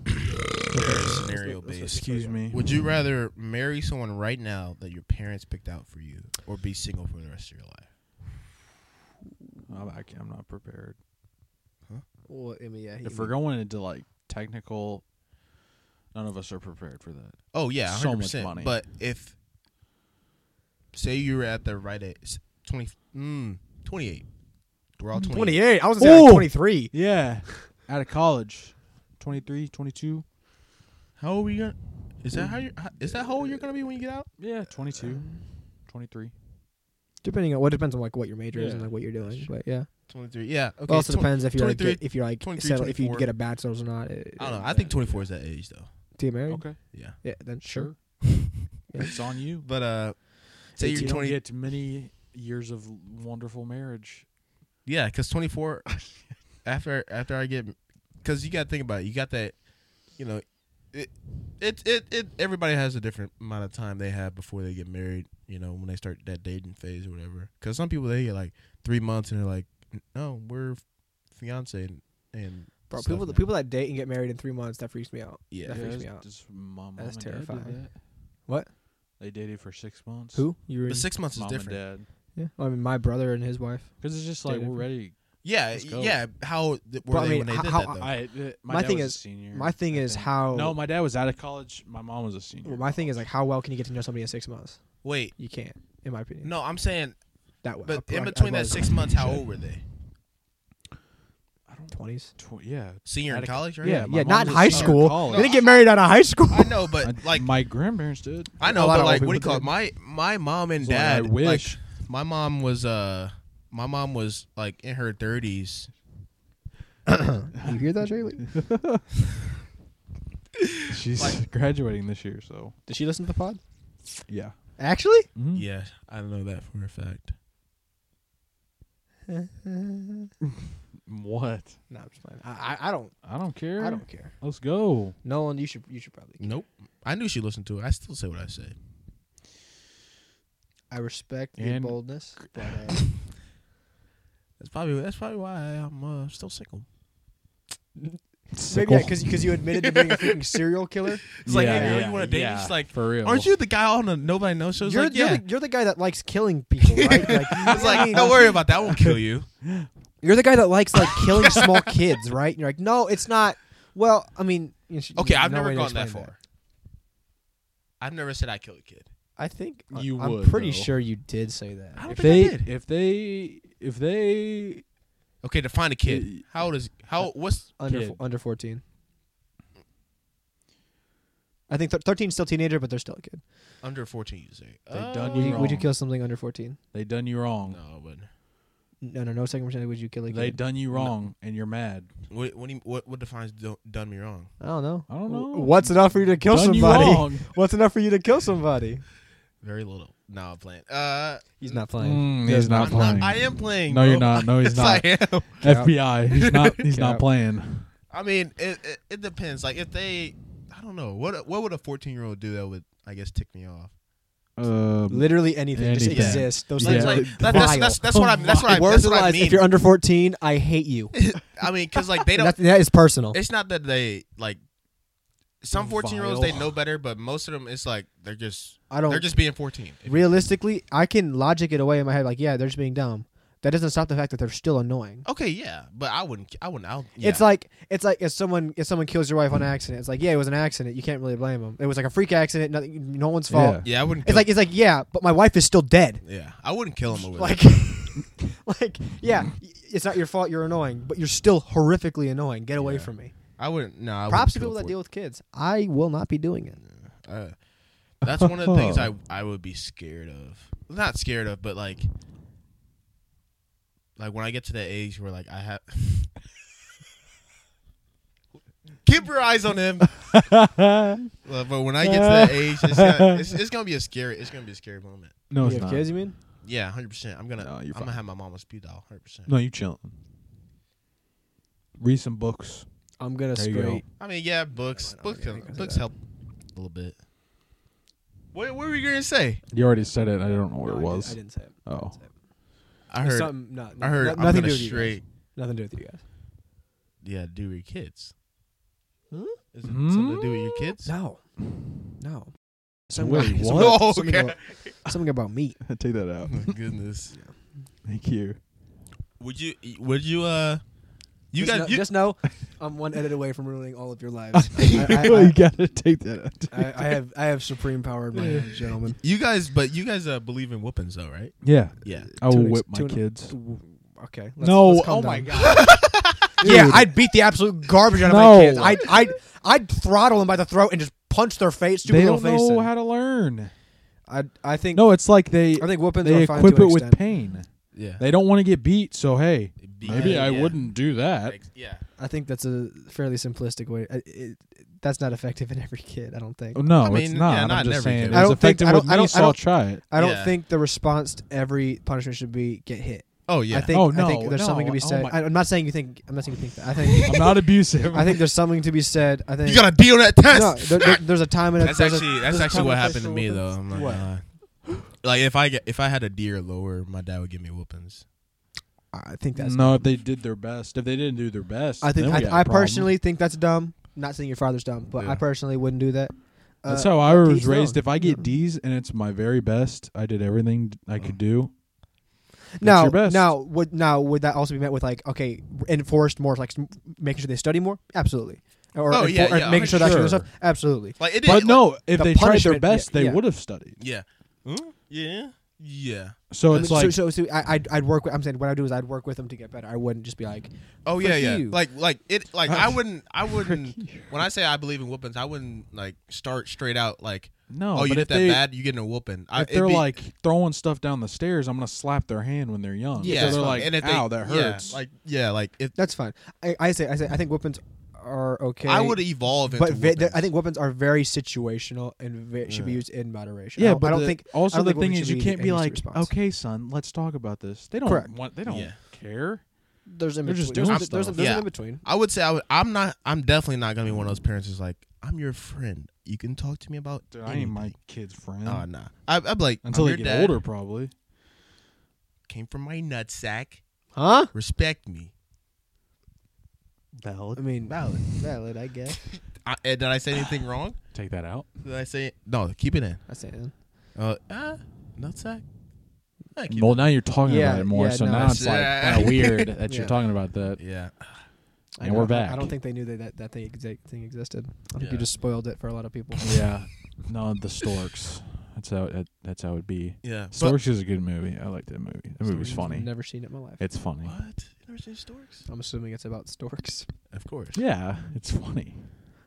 Speaker 2: Very scenario
Speaker 1: let's do-
Speaker 2: based.
Speaker 3: Excuse me.
Speaker 2: Would you rather marry someone right now that your parents picked out for you, or be single for the rest of your life?
Speaker 3: I'm, I can't, I'm not prepared.
Speaker 1: Well, I mean, yeah. he-
Speaker 3: If we're going into like technical, none of us are prepared for that.
Speaker 2: Oh yeah,
Speaker 3: So
Speaker 2: hundred
Speaker 3: much
Speaker 2: percent.
Speaker 3: money.
Speaker 2: But if say you were at the right age, 20, mm, 28. We're all 28.
Speaker 1: twenty-eight. I was gonna say like
Speaker 3: Ooh.
Speaker 1: twenty-three.
Speaker 3: Yeah. Out of college, 23, 22.
Speaker 2: How old are you gonna? Is that how you? Is that how old you're gonna be when you get out?
Speaker 3: Yeah, 22, 23.
Speaker 1: Depending on what depends on like what your major is and
Speaker 3: Yeah,
Speaker 1: like what you're doing, but yeah.
Speaker 2: Twenty three. Yeah. Okay.
Speaker 1: it also
Speaker 2: tw-
Speaker 1: depends if you're like,
Speaker 2: 23,
Speaker 1: get, if you're like
Speaker 2: 23,
Speaker 1: settle, if you
Speaker 2: 24.
Speaker 1: get a bachelor's or not.
Speaker 2: I don't know. I think twenty four is that age though.
Speaker 1: Do you marry?
Speaker 3: Okay.
Speaker 2: Yeah.
Speaker 1: Yeah. Then sure.
Speaker 3: Sure. it's on you.
Speaker 2: But uh, say
Speaker 3: you
Speaker 2: you're
Speaker 3: don't
Speaker 2: twenty.
Speaker 3: get many years of wonderful marriage.
Speaker 2: Yeah, because twenty four. after after I get, because you got to think about it. You got that, you know, it, it it it everybody has a different amount of time they have before they get married. You know, when they start that dating phase or whatever. Because some people they get like three months and they're like, no, we're fiance and. and
Speaker 1: Bro,
Speaker 2: stuff
Speaker 1: people the
Speaker 2: now."
Speaker 1: people that date and get married in three months that freaks me out.
Speaker 2: Yeah.
Speaker 1: That freaks me
Speaker 3: that's-
Speaker 1: out.
Speaker 3: that's- my mom
Speaker 1: That's
Speaker 3: and dad did
Speaker 1: terrifying.
Speaker 3: that.
Speaker 1: What?
Speaker 3: They dated for six months.
Speaker 1: Who? You were in-
Speaker 2: But six months is
Speaker 3: Mom
Speaker 2: different.
Speaker 3: and dad.
Speaker 1: Yeah. I mean, my brother and his wife.
Speaker 3: Because it's just like
Speaker 1: Dated
Speaker 3: we're
Speaker 1: for-
Speaker 3: ready.
Speaker 2: Yeah,
Speaker 3: Let's go.
Speaker 2: yeah. How th- were
Speaker 1: But I
Speaker 2: they
Speaker 1: mean,
Speaker 2: when they
Speaker 1: h-
Speaker 2: did
Speaker 1: how-
Speaker 2: that though?
Speaker 3: I, uh, my,
Speaker 1: My
Speaker 3: dad
Speaker 1: thing
Speaker 3: was a
Speaker 1: is-
Speaker 3: senior.
Speaker 1: my thing
Speaker 3: I
Speaker 1: is
Speaker 3: think.
Speaker 1: how-
Speaker 3: No, my dad was out of college. My mom was a senior.
Speaker 1: Well, my thing is like, how well can you get to know somebody in six months?
Speaker 2: Wait,
Speaker 1: You can't, in my opinion.
Speaker 2: no, I'm saying,
Speaker 1: that way.
Speaker 2: but in between that six months, how old were they?
Speaker 3: I don't.
Speaker 1: Twenties.
Speaker 3: Tw- yeah.
Speaker 2: Senior in
Speaker 3: Outta co-
Speaker 2: college, right?
Speaker 3: Yeah, my
Speaker 1: yeah,
Speaker 3: mom
Speaker 1: not in
Speaker 3: was
Speaker 1: high
Speaker 3: out of
Speaker 1: school.
Speaker 2: Oh,
Speaker 3: college.
Speaker 1: They didn't get married out of high school.
Speaker 2: I know, but
Speaker 3: My-
Speaker 2: like
Speaker 3: my grandparents did.
Speaker 2: I know,
Speaker 1: A lot
Speaker 2: but
Speaker 1: of
Speaker 2: like,
Speaker 1: old
Speaker 2: what do you
Speaker 1: people
Speaker 2: call it? My my mom and
Speaker 3: So, like, I
Speaker 2: dad.
Speaker 3: wish.
Speaker 2: Like, my mom was uh, my mom was like in her thirties.
Speaker 1: you hear that, Jaylee?
Speaker 3: She's graduating this year, so
Speaker 1: Did she listen to the pod?
Speaker 3: yeah.
Speaker 1: Actually,
Speaker 3: Mhm.
Speaker 2: Yeah, I know that for a fact.
Speaker 3: What?
Speaker 1: no, I'm just playing. I, I, I don't,
Speaker 3: I don't care.
Speaker 1: I don't care.
Speaker 3: Let's go.
Speaker 1: Nolan, you should, you should probably.
Speaker 2: Nope, I knew she listened to it. I still say what I say.
Speaker 1: I respect your
Speaker 3: And-
Speaker 1: boldness, but uh,
Speaker 2: That's probably that's probably why I'm uh, still single.
Speaker 1: maybe yeah, because you admitted to being a freaking serial killer.
Speaker 2: It's like,
Speaker 1: Yeah,
Speaker 2: hey, girl,
Speaker 1: yeah,
Speaker 2: you want to date? me?
Speaker 3: yeah,
Speaker 2: She's like,
Speaker 3: for real.
Speaker 2: aren't you the guy on the nobody knows show? It's
Speaker 1: You're,
Speaker 2: like,
Speaker 1: you're,
Speaker 2: yeah.
Speaker 1: the, you're the guy that likes killing people, right? Like,
Speaker 2: it's like, don't worry about that. I won't kill you.
Speaker 1: You're the guy that likes like killing small kids, right? And you're like, no, it's not. Well, I mean, you should-
Speaker 2: Okay,
Speaker 1: there's
Speaker 2: I've
Speaker 1: no way
Speaker 2: never
Speaker 1: to
Speaker 2: gone that
Speaker 1: explain
Speaker 2: far. I've never said I kill a kid.
Speaker 1: I think
Speaker 3: You
Speaker 1: I'm
Speaker 3: would,
Speaker 1: pretty
Speaker 3: though.
Speaker 1: sure you did say that.
Speaker 2: I don't
Speaker 3: If
Speaker 2: think
Speaker 3: they,
Speaker 2: I did.
Speaker 3: if they, if they,
Speaker 2: Okay, define a kid.
Speaker 3: Y-
Speaker 2: How old is how? What's
Speaker 1: under
Speaker 3: Kid.
Speaker 1: fo- under 14. I think th- 13 is still teenager, but they're still a kid.
Speaker 2: under fourteen? You say Oh,
Speaker 3: They done
Speaker 1: Would you, would you
Speaker 3: wrong.
Speaker 1: kill something under 14?
Speaker 3: they done you wrong.
Speaker 2: No, but
Speaker 1: No, no, no. Second percentage. Would you kill a
Speaker 3: They
Speaker 1: kid?
Speaker 3: done you wrong, and you're mad.
Speaker 2: What what, do you, what what defines do, done me wrong?
Speaker 1: I don't know.
Speaker 3: I don't
Speaker 1: W-
Speaker 3: know.
Speaker 1: What's enough for you to kill
Speaker 3: done
Speaker 1: somebody?
Speaker 3: you wrong.
Speaker 1: What's enough for you to kill somebody?
Speaker 2: Very little. No, I'm playing. Uh,
Speaker 1: He's not playing.
Speaker 3: Mm,
Speaker 1: He
Speaker 3: he's
Speaker 1: is
Speaker 3: not
Speaker 2: I'm not-
Speaker 3: playing.
Speaker 2: I am playing.
Speaker 3: No,
Speaker 2: bro.
Speaker 3: you're not. No, he's
Speaker 2: Yes, I am.
Speaker 3: FBI. He's not. He's
Speaker 1: Yeah.
Speaker 3: not playing.
Speaker 2: I mean, it, it it depends. Like if they, I don't know. What what would a 14 year old do that would I guess tick me off?
Speaker 3: Um,
Speaker 1: Literally anything, just
Speaker 3: Anything.
Speaker 1: exist. Those
Speaker 3: Yeah.
Speaker 1: things
Speaker 2: It's
Speaker 1: are
Speaker 2: like,
Speaker 1: vile.
Speaker 2: that, that's, that's that's what I that's what I
Speaker 1: Words
Speaker 2: that's
Speaker 1: are
Speaker 2: what I
Speaker 1: lies.
Speaker 2: mean.
Speaker 1: If you're under 14, I hate you.
Speaker 2: I mean, because like they don't.
Speaker 1: That, that is personal.
Speaker 2: It's not that they like. Some 14 year olds they
Speaker 3: Vile.
Speaker 2: know better, but most of them it's like they're just
Speaker 1: I don't.
Speaker 2: they're just being 14.
Speaker 1: realistically, I can logic it away in my head. Like, yeah, they're just being dumb. That doesn't stop the fact that they're still annoying.
Speaker 2: Okay, yeah, but I wouldn't. I wouldn't. I'll, yeah.
Speaker 1: It's like it's like if someone if someone kills your wife on accident, it's like yeah, it was an accident. You can't really blame them. It was like a freak accident. Nothing, no one's fault.
Speaker 3: Yeah.
Speaker 2: yeah, I wouldn't.
Speaker 1: It's
Speaker 2: Kill,
Speaker 1: like it's like yeah, but my wife is still dead.
Speaker 2: yeah, I wouldn't kill him over that.
Speaker 1: Like, like yeah, y- it's not your fault you're annoying, but you're still horrifically annoying. Get away
Speaker 2: Yeah.
Speaker 1: from me.
Speaker 2: I wouldn't. No. I
Speaker 1: Props to
Speaker 2: wouldn't
Speaker 1: people that
Speaker 2: feel
Speaker 1: deal with kids. I will not be doing it.
Speaker 2: for it. Uh, that's one of the things I I would be scared of. Not scared of, but like, like when I get to that age where like I have. Keep your eyes on him. Uh, But when I get to that age, it's
Speaker 3: Uh.
Speaker 2: gonna, it's, it's gonna be a scary. It's gonna be a scary moment.
Speaker 3: No,
Speaker 1: you
Speaker 3: it's
Speaker 1: have
Speaker 3: not.
Speaker 1: kids, you mean?
Speaker 2: Yeah, hundred percent. I'm gonna.
Speaker 3: No,
Speaker 2: I'm
Speaker 3: you're
Speaker 2: gonna
Speaker 3: fine.
Speaker 2: have my mama's speed dial. Hundred percent.
Speaker 3: No, you chilling. Read some books.
Speaker 1: I'm gonna
Speaker 3: There you go.
Speaker 1: straight.
Speaker 2: I mean, yeah, books.
Speaker 1: Why not?
Speaker 2: Books.
Speaker 1: Oh, Yeah,
Speaker 2: Can,
Speaker 1: I can see
Speaker 2: books
Speaker 1: that.
Speaker 2: help a little bit. What, what were you gonna say?
Speaker 3: You already said it. I don't know what
Speaker 1: No,
Speaker 3: it
Speaker 1: I did-
Speaker 3: was.
Speaker 1: I didn't say it. I
Speaker 3: Oh.
Speaker 1: didn't say it.
Speaker 2: I
Speaker 1: It's
Speaker 2: heard.
Speaker 1: something- no,
Speaker 2: I heard.
Speaker 1: no-
Speaker 2: I'm
Speaker 1: nothing to
Speaker 2: gonna
Speaker 1: do with you guys.
Speaker 2: straight.
Speaker 1: Nothing to do with you guys.
Speaker 2: Yeah, do with your kids.
Speaker 1: Hmm?
Speaker 2: Is it something to do with your kids?
Speaker 1: No, no.
Speaker 3: Wait,
Speaker 1: something,
Speaker 3: what?
Speaker 2: Oh,
Speaker 1: something
Speaker 2: okay.
Speaker 1: about, something about me.
Speaker 3: Take that out.
Speaker 2: My goodness.
Speaker 3: Thank you.
Speaker 2: Would you? Would you? Uh, you
Speaker 1: just
Speaker 2: guys.
Speaker 1: know,
Speaker 2: you,
Speaker 1: just know, I'm one edit away from ruining all of your lives. I, I-
Speaker 3: you gotta take that out.
Speaker 1: I, I, I have I have supreme power in my hands, gentlemen.
Speaker 2: you guys. But you guys uh, believe in whoopings, though, right?
Speaker 3: Yeah,
Speaker 2: Yeah.
Speaker 3: I will
Speaker 1: Tune in-
Speaker 3: whip my
Speaker 1: tune in.
Speaker 3: kids.
Speaker 1: Okay.
Speaker 3: No, oh my
Speaker 1: god. yeah,
Speaker 3: Dude.
Speaker 1: I'd beat the absolute garbage out of
Speaker 3: No.
Speaker 1: my kids. I'd, I'd I'd throttle them by the throat and just punch their face, stupid
Speaker 3: They
Speaker 1: little
Speaker 3: don't
Speaker 1: face.
Speaker 3: know
Speaker 1: in.
Speaker 3: how to learn.
Speaker 1: I I think
Speaker 3: No, it's like they
Speaker 1: I think whoopings
Speaker 3: they
Speaker 1: are fine
Speaker 3: equip
Speaker 1: to
Speaker 3: it
Speaker 1: an
Speaker 3: with
Speaker 1: extent.
Speaker 3: pain.
Speaker 2: Yeah.
Speaker 3: They don't want to get beat, so hey,
Speaker 2: Be-
Speaker 3: maybe
Speaker 2: yeah,
Speaker 3: I
Speaker 2: yeah.
Speaker 3: wouldn't do that.
Speaker 2: Ex- Yeah.
Speaker 1: I think that's a fairly simplistic way. I- it- that's not effective in every kid. I don't think.
Speaker 3: Oh, no,
Speaker 2: I mean,
Speaker 3: it's
Speaker 2: yeah,
Speaker 3: not. I'm
Speaker 2: not in
Speaker 3: just
Speaker 2: every
Speaker 3: saying
Speaker 2: kid.
Speaker 3: it
Speaker 1: I
Speaker 3: was
Speaker 1: don't think-
Speaker 3: effective
Speaker 1: I don't-
Speaker 3: with
Speaker 1: I
Speaker 3: me,
Speaker 1: don't- I
Speaker 3: so I'll
Speaker 1: don't-
Speaker 3: try it.
Speaker 1: I don't
Speaker 2: Yeah.
Speaker 1: think the response to every punishment should be get hit.
Speaker 2: Oh yeah.
Speaker 1: I think
Speaker 3: Oh,
Speaker 1: I think
Speaker 3: no,
Speaker 1: there's something to
Speaker 3: no,
Speaker 1: be
Speaker 3: oh
Speaker 1: said.
Speaker 3: my-
Speaker 1: I, I'm not saying you think. I'm not saying you think that. I think
Speaker 3: I'm not abusive.
Speaker 1: I think there's something to be said. I think
Speaker 2: you gotta deal that test.
Speaker 1: no, there- there- there's a time and a,
Speaker 2: that's
Speaker 1: there's a-
Speaker 2: actually
Speaker 1: there's
Speaker 2: that's
Speaker 1: a
Speaker 2: actually
Speaker 1: time
Speaker 2: what
Speaker 1: and a
Speaker 2: happened to me
Speaker 1: place for
Speaker 2: though.
Speaker 1: whoopings.
Speaker 2: I'm like,
Speaker 1: What?
Speaker 2: like if I get, if I had a deer lower, my dad would give me whoopings.
Speaker 1: I think that's.
Speaker 3: no, if they did their best, if they didn't do their best,
Speaker 1: I think
Speaker 3: then we got a
Speaker 1: I, I
Speaker 3: problem.
Speaker 1: personally think that's dumb. Not saying your father's dumb, but
Speaker 2: Yeah.
Speaker 1: I personally wouldn't do that. Uh,
Speaker 3: That's how I was
Speaker 1: D's
Speaker 3: raised.
Speaker 1: alone.
Speaker 3: If I get
Speaker 1: Yeah. Uh-huh.
Speaker 3: D's and it's my very best, I did everything I could do. That's
Speaker 1: now,
Speaker 3: your best.
Speaker 1: now would now would that also be met with like okay enforced more like s- making sure they study more? Absolutely. Or,
Speaker 2: Oh,
Speaker 1: enfor-
Speaker 2: yeah,
Speaker 1: or
Speaker 2: yeah,
Speaker 1: making sure that
Speaker 3: sure.
Speaker 1: sort of stuff. Absolutely.
Speaker 2: Like it did,
Speaker 3: but no, if
Speaker 1: the
Speaker 3: they tried
Speaker 1: punishment-
Speaker 3: their best, they
Speaker 1: yeah.
Speaker 3: would have studied.
Speaker 2: yeah, Hmm? yeah, yeah.
Speaker 3: So
Speaker 1: I
Speaker 3: it's
Speaker 1: mean,
Speaker 3: like
Speaker 1: so, so, so I, I'd, I'd work with. I'm saying what I do is I'd work with them to get better. I wouldn't just be like,
Speaker 2: Oh
Speaker 1: Frick
Speaker 2: yeah, yeah.
Speaker 1: you.
Speaker 2: Like like it like I wouldn't I wouldn't when I say I believe in whoopings, I wouldn't like start straight out like
Speaker 3: no.
Speaker 2: oh you
Speaker 3: but
Speaker 2: did
Speaker 3: if
Speaker 2: that
Speaker 3: they
Speaker 2: bad, you get a whooping. I,
Speaker 3: if
Speaker 2: it'd
Speaker 3: they're
Speaker 2: be-
Speaker 3: like throwing stuff down the stairs, I'm gonna slap their hand when they're young.
Speaker 1: Yeah,
Speaker 3: so
Speaker 1: it's
Speaker 3: they're
Speaker 1: fine.
Speaker 3: like,
Speaker 2: and if they,
Speaker 3: ow, that
Speaker 2: yeah,
Speaker 3: hurts.
Speaker 2: like yeah, like if
Speaker 1: that's fine. I, I say I say I think weapons are okay.
Speaker 2: I would evolve into
Speaker 1: but ve- th- I
Speaker 2: whoopings.
Speaker 1: think weapons are very situational and ve- should be
Speaker 2: Yeah.
Speaker 1: used in moderation.
Speaker 3: yeah,
Speaker 1: I,
Speaker 3: but
Speaker 1: I don't
Speaker 3: the-
Speaker 1: think
Speaker 3: Also,
Speaker 1: I don't
Speaker 3: the
Speaker 1: think
Speaker 3: thing
Speaker 1: women
Speaker 3: is,
Speaker 1: should
Speaker 3: you can't be
Speaker 1: an instant
Speaker 3: like,
Speaker 1: response.
Speaker 3: okay, son, let's talk about this. They don't
Speaker 1: Correct.
Speaker 3: want. They don't
Speaker 2: Yeah.
Speaker 3: care.
Speaker 1: There's in
Speaker 3: They're
Speaker 1: between.
Speaker 3: just
Speaker 1: there's a-
Speaker 3: doing
Speaker 1: there's, a-
Speaker 3: stuff.
Speaker 1: there's an
Speaker 2: Yeah.
Speaker 1: in between.
Speaker 2: I would say I would, I'm not I'm definitely not gonna be one of those parents who's like I'm your friend. You can talk to me about
Speaker 3: Dude, I ain't my
Speaker 1: Mm.
Speaker 2: anything."
Speaker 3: kid's friend
Speaker 2: Oh nah. I, I'd be like
Speaker 3: until
Speaker 2: I'm your
Speaker 3: they get
Speaker 2: dad.
Speaker 3: older, probably.
Speaker 2: Came from my nutsack.
Speaker 1: Huh?
Speaker 2: Respect me.
Speaker 1: I mean,
Speaker 2: Valid.
Speaker 1: valid. I guess.
Speaker 2: I, eh, did I say anything wrong?
Speaker 3: Take that out.
Speaker 2: Did I say no? Keep it in.
Speaker 1: I say. that.
Speaker 2: Uh, ah, nutsack. I keep
Speaker 3: Well, now you're talking
Speaker 1: Yeah,
Speaker 3: about it more,
Speaker 1: yeah,
Speaker 3: so
Speaker 1: no,
Speaker 3: now
Speaker 1: it's-
Speaker 3: it's like
Speaker 2: Yeah.
Speaker 3: kind of weird that you're
Speaker 1: Yeah.
Speaker 3: talking about that.
Speaker 2: it. Yeah.
Speaker 1: I
Speaker 3: And we're
Speaker 1: don't- I- I
Speaker 3: back.
Speaker 1: don't think they knew that that, that thing, exa- thing existed. I think
Speaker 2: Yeah.
Speaker 1: you just spoiled it for a lot of people.
Speaker 3: Yeah, no, the storks. That's how it, that's how it be.
Speaker 2: Yeah. but-
Speaker 3: Storks is a good movie. I like that movie. That movie's
Speaker 1: Stories
Speaker 3: funny.
Speaker 1: I've never seen it in my life.
Speaker 3: it's funny.
Speaker 2: what? You never seen storks?
Speaker 1: I'm assuming it's about storks.
Speaker 2: Of course.
Speaker 3: Yeah, it's funny.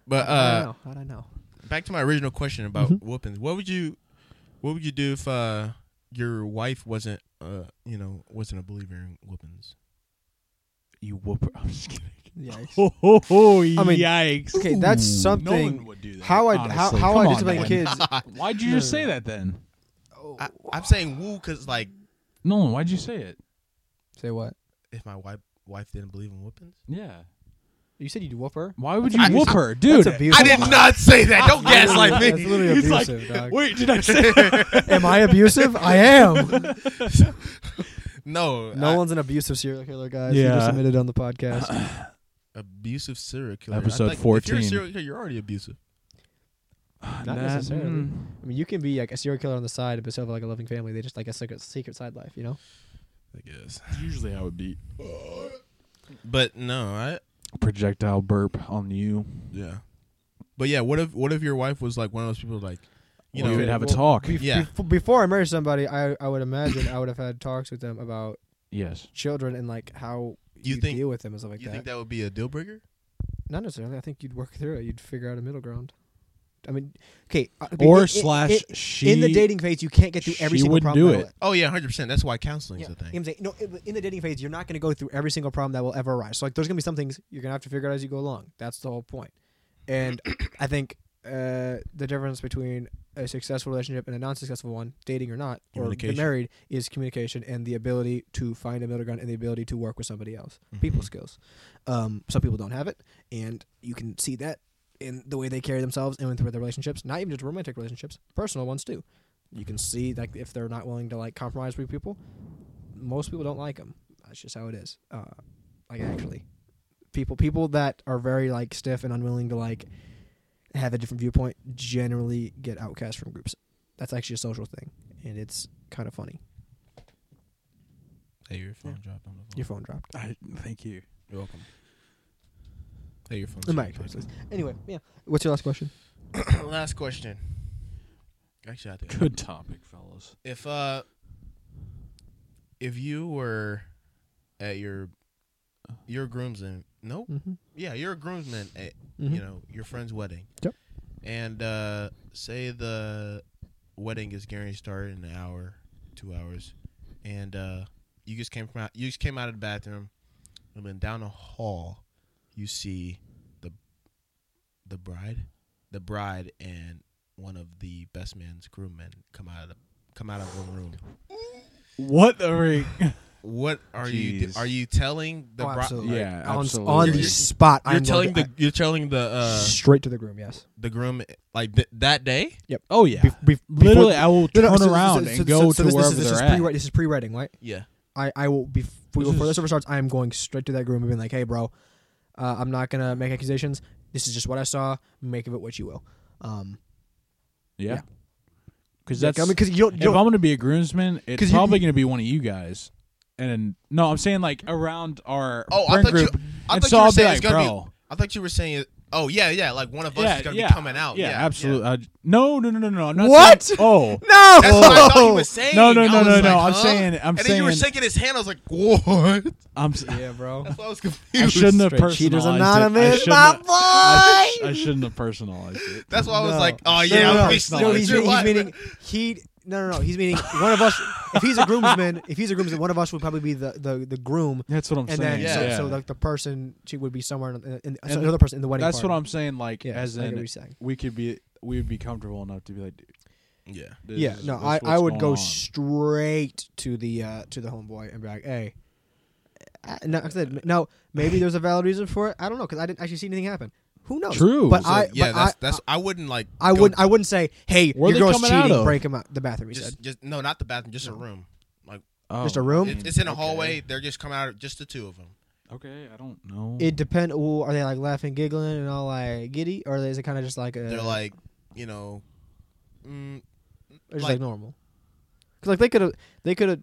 Speaker 2: But
Speaker 1: I don't
Speaker 2: uh,
Speaker 1: know. How do I know?
Speaker 2: back to my original question about
Speaker 3: Mm-hmm.
Speaker 1: Mhm.
Speaker 2: whoopings. What would you, what would you do if uh your wife wasn't uh you know wasn't a believer in whoopings?
Speaker 3: You whoop. I'm just kidding.
Speaker 1: Yikes.
Speaker 3: Oh, oh, oh
Speaker 1: I mean,
Speaker 3: yikes!
Speaker 1: Okay, that's
Speaker 3: no
Speaker 1: something.
Speaker 3: one would do that.
Speaker 1: how I how
Speaker 3: honestly.
Speaker 1: how
Speaker 3: Come
Speaker 1: I
Speaker 3: on,
Speaker 1: discipline
Speaker 3: man.
Speaker 1: kids.
Speaker 3: Why'd you
Speaker 1: No,
Speaker 3: just
Speaker 1: no,
Speaker 3: say that then?
Speaker 2: I, I'm saying woo because like
Speaker 3: Nolan, why'd you say it?
Speaker 1: Say what?
Speaker 2: if my wife wife didn't believe in whoopings.
Speaker 3: Yeah.
Speaker 1: You said you'd whoop her.
Speaker 3: Why would you
Speaker 2: That's
Speaker 3: whoop
Speaker 2: abuse-
Speaker 3: her, dude?
Speaker 1: That's abuse.
Speaker 2: I did not say that. Don't gaslight
Speaker 1: That's
Speaker 2: me.
Speaker 1: literally
Speaker 3: He's like,
Speaker 1: abusive, dog.
Speaker 3: Wait, did I say that?
Speaker 1: Am I abusive? I am.
Speaker 2: No,
Speaker 1: No
Speaker 2: I-
Speaker 1: one's an abusive serial killer, guys. You
Speaker 3: Yeah.
Speaker 1: just admitted on the podcast.
Speaker 2: abusive serial killer. I
Speaker 3: Episode
Speaker 2: think If you're a
Speaker 3: 14.
Speaker 2: serial killer, you're already abusive.
Speaker 3: Not
Speaker 1: necessarily.
Speaker 3: mm.
Speaker 1: I mean, you can be like a serial killer on the side, but still have like a loving family. They just like a secret, secret side life, you know.
Speaker 2: I guess.
Speaker 3: Usually, I would be
Speaker 2: But no, I
Speaker 3: projectile burp on you.
Speaker 2: yeah. But yeah, what if what if your wife was like one of those people like, you
Speaker 3: Well,
Speaker 2: know,
Speaker 3: we would have a talk.
Speaker 1: bef-
Speaker 2: Yeah.
Speaker 1: bef- before I married somebody, I, I would imagine I would have had talks with them about
Speaker 3: Yes.
Speaker 1: children and like how
Speaker 2: You
Speaker 1: you,
Speaker 2: think-
Speaker 1: deal with them and stuff like
Speaker 2: you
Speaker 1: that.
Speaker 2: think that would be a deal breaker?
Speaker 1: Not necessarily. I think you'd work through it. You'd figure out a middle ground. I mean, okay. uh, be-
Speaker 3: Or
Speaker 1: in- in-
Speaker 3: slash
Speaker 1: in,
Speaker 3: she
Speaker 1: in the dating phase, you can't get through every
Speaker 3: she
Speaker 1: single
Speaker 3: wouldn't
Speaker 1: problem.
Speaker 3: do
Speaker 1: that
Speaker 3: it.
Speaker 1: will-
Speaker 2: Oh yeah, hundred percent. That's why counseling's
Speaker 1: Yeah,
Speaker 2: a thing.
Speaker 1: I'm saying, no, i- in the dating phase, you're not going to go through every single problem that will ever arise. So, like, there's going to be some things you're going to have to figure out as you go along. That's the whole point. And I think uh, the difference between a successful relationship and a non-successful one, dating or not, or
Speaker 2: Communication.
Speaker 1: get married, is communication and the ability to find a middle ground and the ability to work with somebody else. People skills. Um, some people don't have it, and you can see that in the way they carry themselves and through their relationships. Not even just romantic relationships, personal ones too. You can see like if they're not willing to like compromise with people, most people don't like them. That's just how it is. Uh, like actually, people people that are very like stiff and unwilling to like have a different viewpoint generally get outcast from groups. That's actually a social thing, and it's kind of funny.
Speaker 2: Hey, your phone
Speaker 1: Yeah.
Speaker 2: dropped on the phone.
Speaker 1: Your phone dropped.
Speaker 3: I, thank you.
Speaker 2: You're welcome. Hey, your phone.
Speaker 1: The mic. Anyway, yeah. What's your last question?
Speaker 2: Last question. Actually, I think
Speaker 3: Good topic, fellas.
Speaker 2: if uh, if you were at your your groomsman, no,
Speaker 1: Mm-hmm.
Speaker 2: yeah, you're a groomsman at
Speaker 1: Mhm.
Speaker 2: you know your friend's wedding.
Speaker 1: Yep.
Speaker 2: And uh, say the wedding is guaranteed to start in an hour, two hours, and uh, you just came from out, you just came out of the bathroom, and then down the hall, you see the the bride, the bride and one of the best man's groom men come out of the, come out of one room.
Speaker 3: What are we?
Speaker 2: What are you
Speaker 3: Jeez.
Speaker 2: do- are you telling the
Speaker 1: Oh,
Speaker 2: bride?
Speaker 1: absolutely.
Speaker 3: Yeah,
Speaker 1: on,
Speaker 3: absolutely.
Speaker 1: on
Speaker 2: You're-
Speaker 1: the spot.
Speaker 2: You're
Speaker 1: I'm
Speaker 2: telling
Speaker 1: going
Speaker 2: the you're telling the uh,
Speaker 1: straight to the groom. Yes.
Speaker 2: the groom like th- that day.
Speaker 3: Oh yeah.
Speaker 1: Be- be-
Speaker 3: Literally,
Speaker 1: before-
Speaker 3: I will
Speaker 1: No,
Speaker 3: turn
Speaker 1: no, so- so-
Speaker 3: around
Speaker 1: so- so-
Speaker 3: and go
Speaker 1: so
Speaker 3: to
Speaker 1: this,
Speaker 3: wherever
Speaker 1: this, is- this
Speaker 3: they're
Speaker 1: is pre-
Speaker 3: at.
Speaker 1: This is pre-writing, right?
Speaker 2: Yeah.
Speaker 1: I, I will bef-
Speaker 3: This
Speaker 1: before
Speaker 3: is-
Speaker 1: this ever starts. I am going straight to that groom and being like, "Hey, bro, uh, I'm not gonna make accusations. This is just what I saw. Make of it what you will." Um,
Speaker 3: yeah.
Speaker 1: Yeah.
Speaker 3: Because
Speaker 1: like,
Speaker 3: that's.
Speaker 1: I mean, because you don't, you
Speaker 3: if I'm
Speaker 1: don't
Speaker 3: going to be a groomsman,
Speaker 1: 'Cause
Speaker 3: it's
Speaker 1: you-
Speaker 3: probably going to be one of you guys. And no, I'm saying like around our
Speaker 2: Oh, I
Speaker 3: friend
Speaker 2: thought you-
Speaker 3: group.
Speaker 2: I
Speaker 3: and
Speaker 2: thought
Speaker 3: so
Speaker 2: you were
Speaker 3: I'll be
Speaker 2: saying
Speaker 3: like,
Speaker 2: it's gonna be-
Speaker 3: bro.
Speaker 2: I thought you were saying, oh yeah, yeah, like one of us is gonna be coming out. Yeah,
Speaker 3: Yeah,
Speaker 2: yeah.
Speaker 3: absolutely. I- no, no, no, no, no. I'm not
Speaker 1: What?
Speaker 3: saying- oh,
Speaker 1: no.
Speaker 2: That's what I thought you were saying.
Speaker 3: No, no,
Speaker 2: I
Speaker 3: no,
Speaker 2: was
Speaker 3: no,
Speaker 2: like,
Speaker 3: no. I'm
Speaker 2: huh?
Speaker 3: saying-
Speaker 2: and
Speaker 3: I'm
Speaker 2: then you were
Speaker 3: saying-
Speaker 2: shaking his hand. I was like, what?
Speaker 3: I'm. s-
Speaker 1: yeah, bro.
Speaker 2: That's why I was confused.
Speaker 3: I shouldn't have
Speaker 1: Straight Cheaters
Speaker 3: personalized
Speaker 1: Anonymous,
Speaker 3: it. I shouldn't,
Speaker 1: my
Speaker 3: I sh-
Speaker 1: boy!
Speaker 3: I shouldn't have personalized it.
Speaker 2: That's why I was
Speaker 1: No.
Speaker 2: like, oh
Speaker 1: no,
Speaker 2: yeah,
Speaker 1: no,
Speaker 2: I'm
Speaker 1: no,
Speaker 2: pretty slow.
Speaker 1: no,
Speaker 2: It's
Speaker 1: he's,
Speaker 2: your
Speaker 1: he's
Speaker 2: wife.
Speaker 1: meaning he. No, no, no. He's meaning one of us. If he's a groomsman, if he's a groomsman, one of us would probably be the the, the groom,
Speaker 3: That's what I'm
Speaker 1: and
Speaker 3: saying.
Speaker 1: then
Speaker 2: Yeah.
Speaker 1: so,
Speaker 3: yeah.
Speaker 1: so like the person she would be somewhere, in, in, in, so
Speaker 3: And
Speaker 1: another person in the wedding.
Speaker 3: that's
Speaker 1: party.
Speaker 3: what I'm saying. Like,
Speaker 1: Yeah,
Speaker 3: as
Speaker 1: I get
Speaker 3: in,
Speaker 1: what you're saying.
Speaker 3: we could be, we would be comfortable enough to be like, dude,
Speaker 2: Yeah.
Speaker 3: this
Speaker 1: yeah,
Speaker 3: is-
Speaker 1: no,
Speaker 3: this
Speaker 1: I,
Speaker 3: is
Speaker 1: I
Speaker 3: what's
Speaker 1: would go
Speaker 3: going on.
Speaker 1: straight to the uh, to the homeboy and be like, hey. I- Now, like I said, now maybe there's a valid reason for it. I don't know because I didn't actually see anything happen. Who knows?
Speaker 3: True.
Speaker 1: but
Speaker 2: So,
Speaker 1: I,
Speaker 2: yeah,
Speaker 1: but
Speaker 2: that's
Speaker 1: I,
Speaker 2: that's. I wouldn't like.
Speaker 1: I
Speaker 2: go-
Speaker 1: wouldn't, I wouldn't say, hey,
Speaker 3: Where
Speaker 1: your
Speaker 3: they
Speaker 1: girl's
Speaker 3: coming out
Speaker 1: cheating.
Speaker 3: of?
Speaker 1: Break him out the bathroom. He said,
Speaker 2: Just, just no, not the bathroom. Just a room.
Speaker 3: Oh,
Speaker 1: Just a room?
Speaker 2: It's, it's in a hallway. They're just coming out. Just the two of them.
Speaker 3: Okay, I don't know.
Speaker 1: It depend. Ooh, are they like laughing, giggling, and all like giddy, or is it kind of just like a?
Speaker 2: They're like, you know, mm,
Speaker 1: or just
Speaker 2: like-
Speaker 1: like, normal. Cause like they could have, they could have.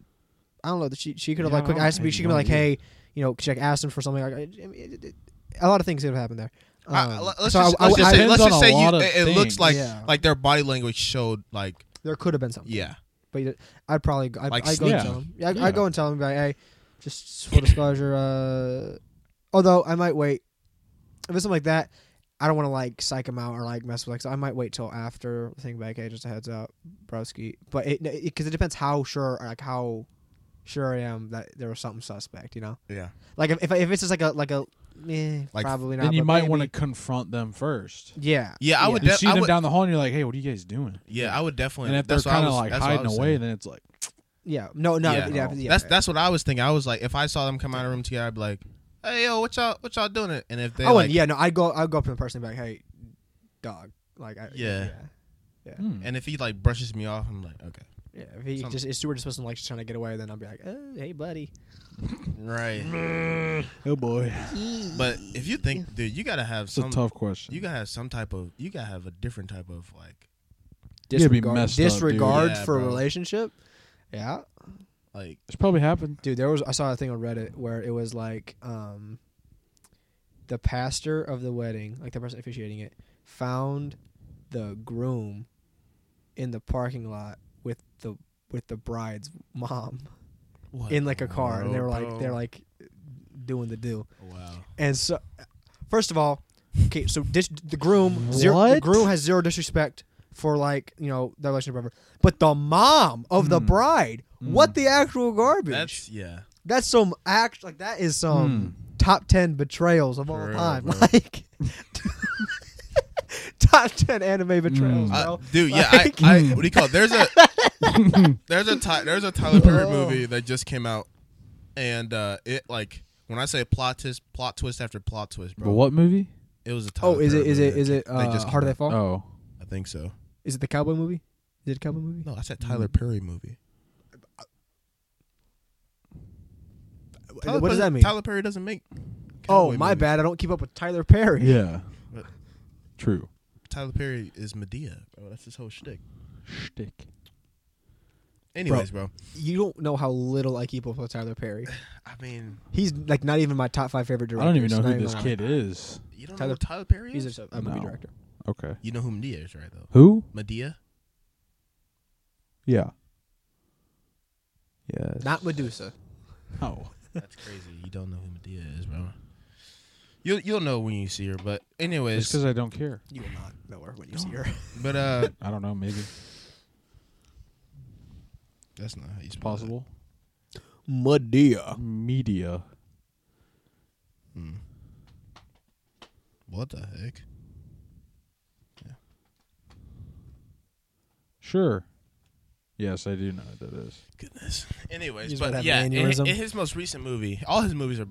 Speaker 1: I don't know. She she could have
Speaker 3: Yeah,
Speaker 1: like quick
Speaker 3: I don't-
Speaker 1: asked
Speaker 3: I
Speaker 1: me.
Speaker 3: have
Speaker 1: She could
Speaker 3: no
Speaker 1: be like,
Speaker 3: idea.
Speaker 1: hey, you know, she like asked him for something. Like, I- I mean, it- it- a lot of things could have happened there.
Speaker 2: I-
Speaker 1: Um,
Speaker 2: le- let's
Speaker 1: so I-
Speaker 2: just,
Speaker 1: I-
Speaker 2: let's just
Speaker 1: I-
Speaker 2: say,
Speaker 3: Depends
Speaker 2: let's
Speaker 3: on
Speaker 2: just
Speaker 3: a
Speaker 2: say
Speaker 3: lot
Speaker 2: you,
Speaker 3: of
Speaker 2: it, it looks
Speaker 3: things.
Speaker 2: like
Speaker 1: Yeah.
Speaker 2: like their body language showed like
Speaker 1: there could have been something.
Speaker 2: yeah
Speaker 1: But you- I'd probably go, I'd,
Speaker 2: Like
Speaker 1: I'd go
Speaker 3: sneaky.
Speaker 1: and tell him. Yeah, I'd,
Speaker 3: Yeah.
Speaker 1: I'd go and tell him about hey, just full disclosure. Uh, although I might wait if it's something like that. I don't want to like psych him out or like mess with like. So I might wait till after the thing back. Hey, just a heads up, broski. But it because it, depends how sure or like how sure I am that there was something suspect. You know,
Speaker 2: yeah.
Speaker 1: like if if, if it's just like a like a eh,
Speaker 2: Like,
Speaker 1: probably not.
Speaker 3: then you
Speaker 1: but
Speaker 3: might
Speaker 1: maybe.
Speaker 3: want to confront them first.
Speaker 1: Yeah.
Speaker 2: Yeah, I would.
Speaker 3: You
Speaker 2: def-
Speaker 3: see
Speaker 2: I
Speaker 3: them
Speaker 2: would-
Speaker 3: down the hall, and you're like, "Hey, what are you guys doing?"
Speaker 2: Yeah, I would definitely.
Speaker 3: And if they're
Speaker 2: that's what I
Speaker 3: kind of
Speaker 2: was-
Speaker 3: like
Speaker 2: that's what I
Speaker 3: hiding
Speaker 2: was
Speaker 3: away,
Speaker 2: saying.
Speaker 3: then it's like,
Speaker 1: Yeah. No. No.
Speaker 2: Yeah.
Speaker 1: Yeah. yeah, yeah
Speaker 2: that's that's what I was thinking. I was like, if I saw them come out of the room together, I'd be like, "Hey, yo, what y'all, what y'all doing?" And if they,
Speaker 1: I
Speaker 2: like,
Speaker 1: wouldn't. Oh, Yeah, no, I'd go. I'd go up to the person and be like, "Hey, dog." Like, I,
Speaker 2: Yeah.
Speaker 1: Yeah.
Speaker 3: hmm.
Speaker 2: and if he like brushes me off, I'm like, okay,
Speaker 1: yeah. If he
Speaker 2: Some-
Speaker 1: just if Stuart just wasn't like just trying to get away, then I'd be like, oh, "Hey, buddy."
Speaker 2: right.
Speaker 3: oh boy,
Speaker 2: But if you think, dude, you gotta have
Speaker 3: it's a
Speaker 2: some,
Speaker 3: tough question.
Speaker 2: you gotta have some type of, you gotta have a different type of like,
Speaker 3: You'd be messed up, dude.
Speaker 1: disregard
Speaker 2: Yeah,
Speaker 1: for
Speaker 2: bro.
Speaker 1: relationship. Yeah,
Speaker 2: like,
Speaker 3: it's probably happened.
Speaker 1: dude. There was I saw a thing on Reddit where it was like, um, the pastor of the wedding, like the person officiating it, found the groom in the parking lot with the with the bride's mom.
Speaker 2: What?
Speaker 1: in like a car, and they
Speaker 2: Bro,
Speaker 1: were like
Speaker 2: bro.
Speaker 1: they're like doing the do.
Speaker 2: wow.
Speaker 1: And so, first of all, okay, so dis- the groom, zero, the
Speaker 3: What?
Speaker 1: groom has zero disrespect for like you know their relationship, whatever. But the mom of the
Speaker 3: Hmm.
Speaker 1: bride, what the actual garbage?
Speaker 2: That's
Speaker 1: That's,
Speaker 2: yeah.
Speaker 1: some act like that is some top ten betrayals of all
Speaker 2: For real,
Speaker 1: time.
Speaker 2: bro.
Speaker 1: Like top ten anime betrayals,
Speaker 2: I-
Speaker 1: bro.
Speaker 2: Uh, dude, yeah,
Speaker 1: Like-
Speaker 2: I, I what do you call it? There's a there's a Ty, there's a Tyler Perry
Speaker 1: Oh.
Speaker 2: movie that just came out, and uh it like when I say plot twist, plot twist after plot twist, bro.
Speaker 3: But what movie?
Speaker 2: It was a Tyler.
Speaker 1: Oh, is it
Speaker 2: Perry
Speaker 1: is
Speaker 2: movie
Speaker 1: it
Speaker 2: that
Speaker 1: is it
Speaker 2: ca- that
Speaker 1: uh,
Speaker 2: just came
Speaker 1: Heart of They
Speaker 2: out.
Speaker 1: Fall?
Speaker 3: Oh,
Speaker 2: I think so.
Speaker 1: Is it the cowboy movie? Is it a cowboy movie?
Speaker 2: No, I said Tyler Perry movie. Tyler
Speaker 1: what does
Speaker 2: Perry-
Speaker 1: that mean?
Speaker 2: Tyler Perry doesn't make.
Speaker 1: oh,
Speaker 2: cowboy
Speaker 1: my
Speaker 2: movies.
Speaker 1: bad. I don't keep up with Tyler Perry.
Speaker 3: yeah.
Speaker 2: But-
Speaker 3: True.
Speaker 2: Tyler Perry is Medea, bro. That's his whole shtick.
Speaker 3: Shtick.
Speaker 2: Anyways, bro.
Speaker 1: You don't know how little I keep up with Tyler Perry.
Speaker 2: I mean,
Speaker 1: He's like not even my top five favorite
Speaker 3: I
Speaker 1: directors.
Speaker 3: don't even know
Speaker 1: Not
Speaker 3: who this
Speaker 1: gonna-
Speaker 3: kid is.
Speaker 2: you don't know
Speaker 1: Tyler-
Speaker 2: who Tyler Perry is.
Speaker 1: He's a, a movie
Speaker 3: No.
Speaker 1: director.
Speaker 3: Okay.
Speaker 2: you know who Medea is, right? Though
Speaker 3: Who?
Speaker 2: Medea.
Speaker 3: Yeah. Yes. Oh.
Speaker 1: Not Medusa.
Speaker 3: No.
Speaker 2: That's crazy. You don't know who Medea is, bro. You'll you'll know when you see her. But
Speaker 3: Just
Speaker 2: anyways,
Speaker 3: because I don't care.
Speaker 1: You will not know her when you see her.
Speaker 2: but uh,
Speaker 3: I don't know. Maybe
Speaker 2: that's not how you spell
Speaker 3: possible.
Speaker 1: Medea.
Speaker 3: Media.
Speaker 2: that. Hmm. What the heck?
Speaker 3: Sure. Yes, I do know what that is.
Speaker 2: Goodness. Anyways,
Speaker 1: He's
Speaker 2: but
Speaker 1: gonna have
Speaker 2: yeah,
Speaker 1: an
Speaker 2: in, hi-
Speaker 1: aneurysm.
Speaker 2: in his most recent movie, all his movies are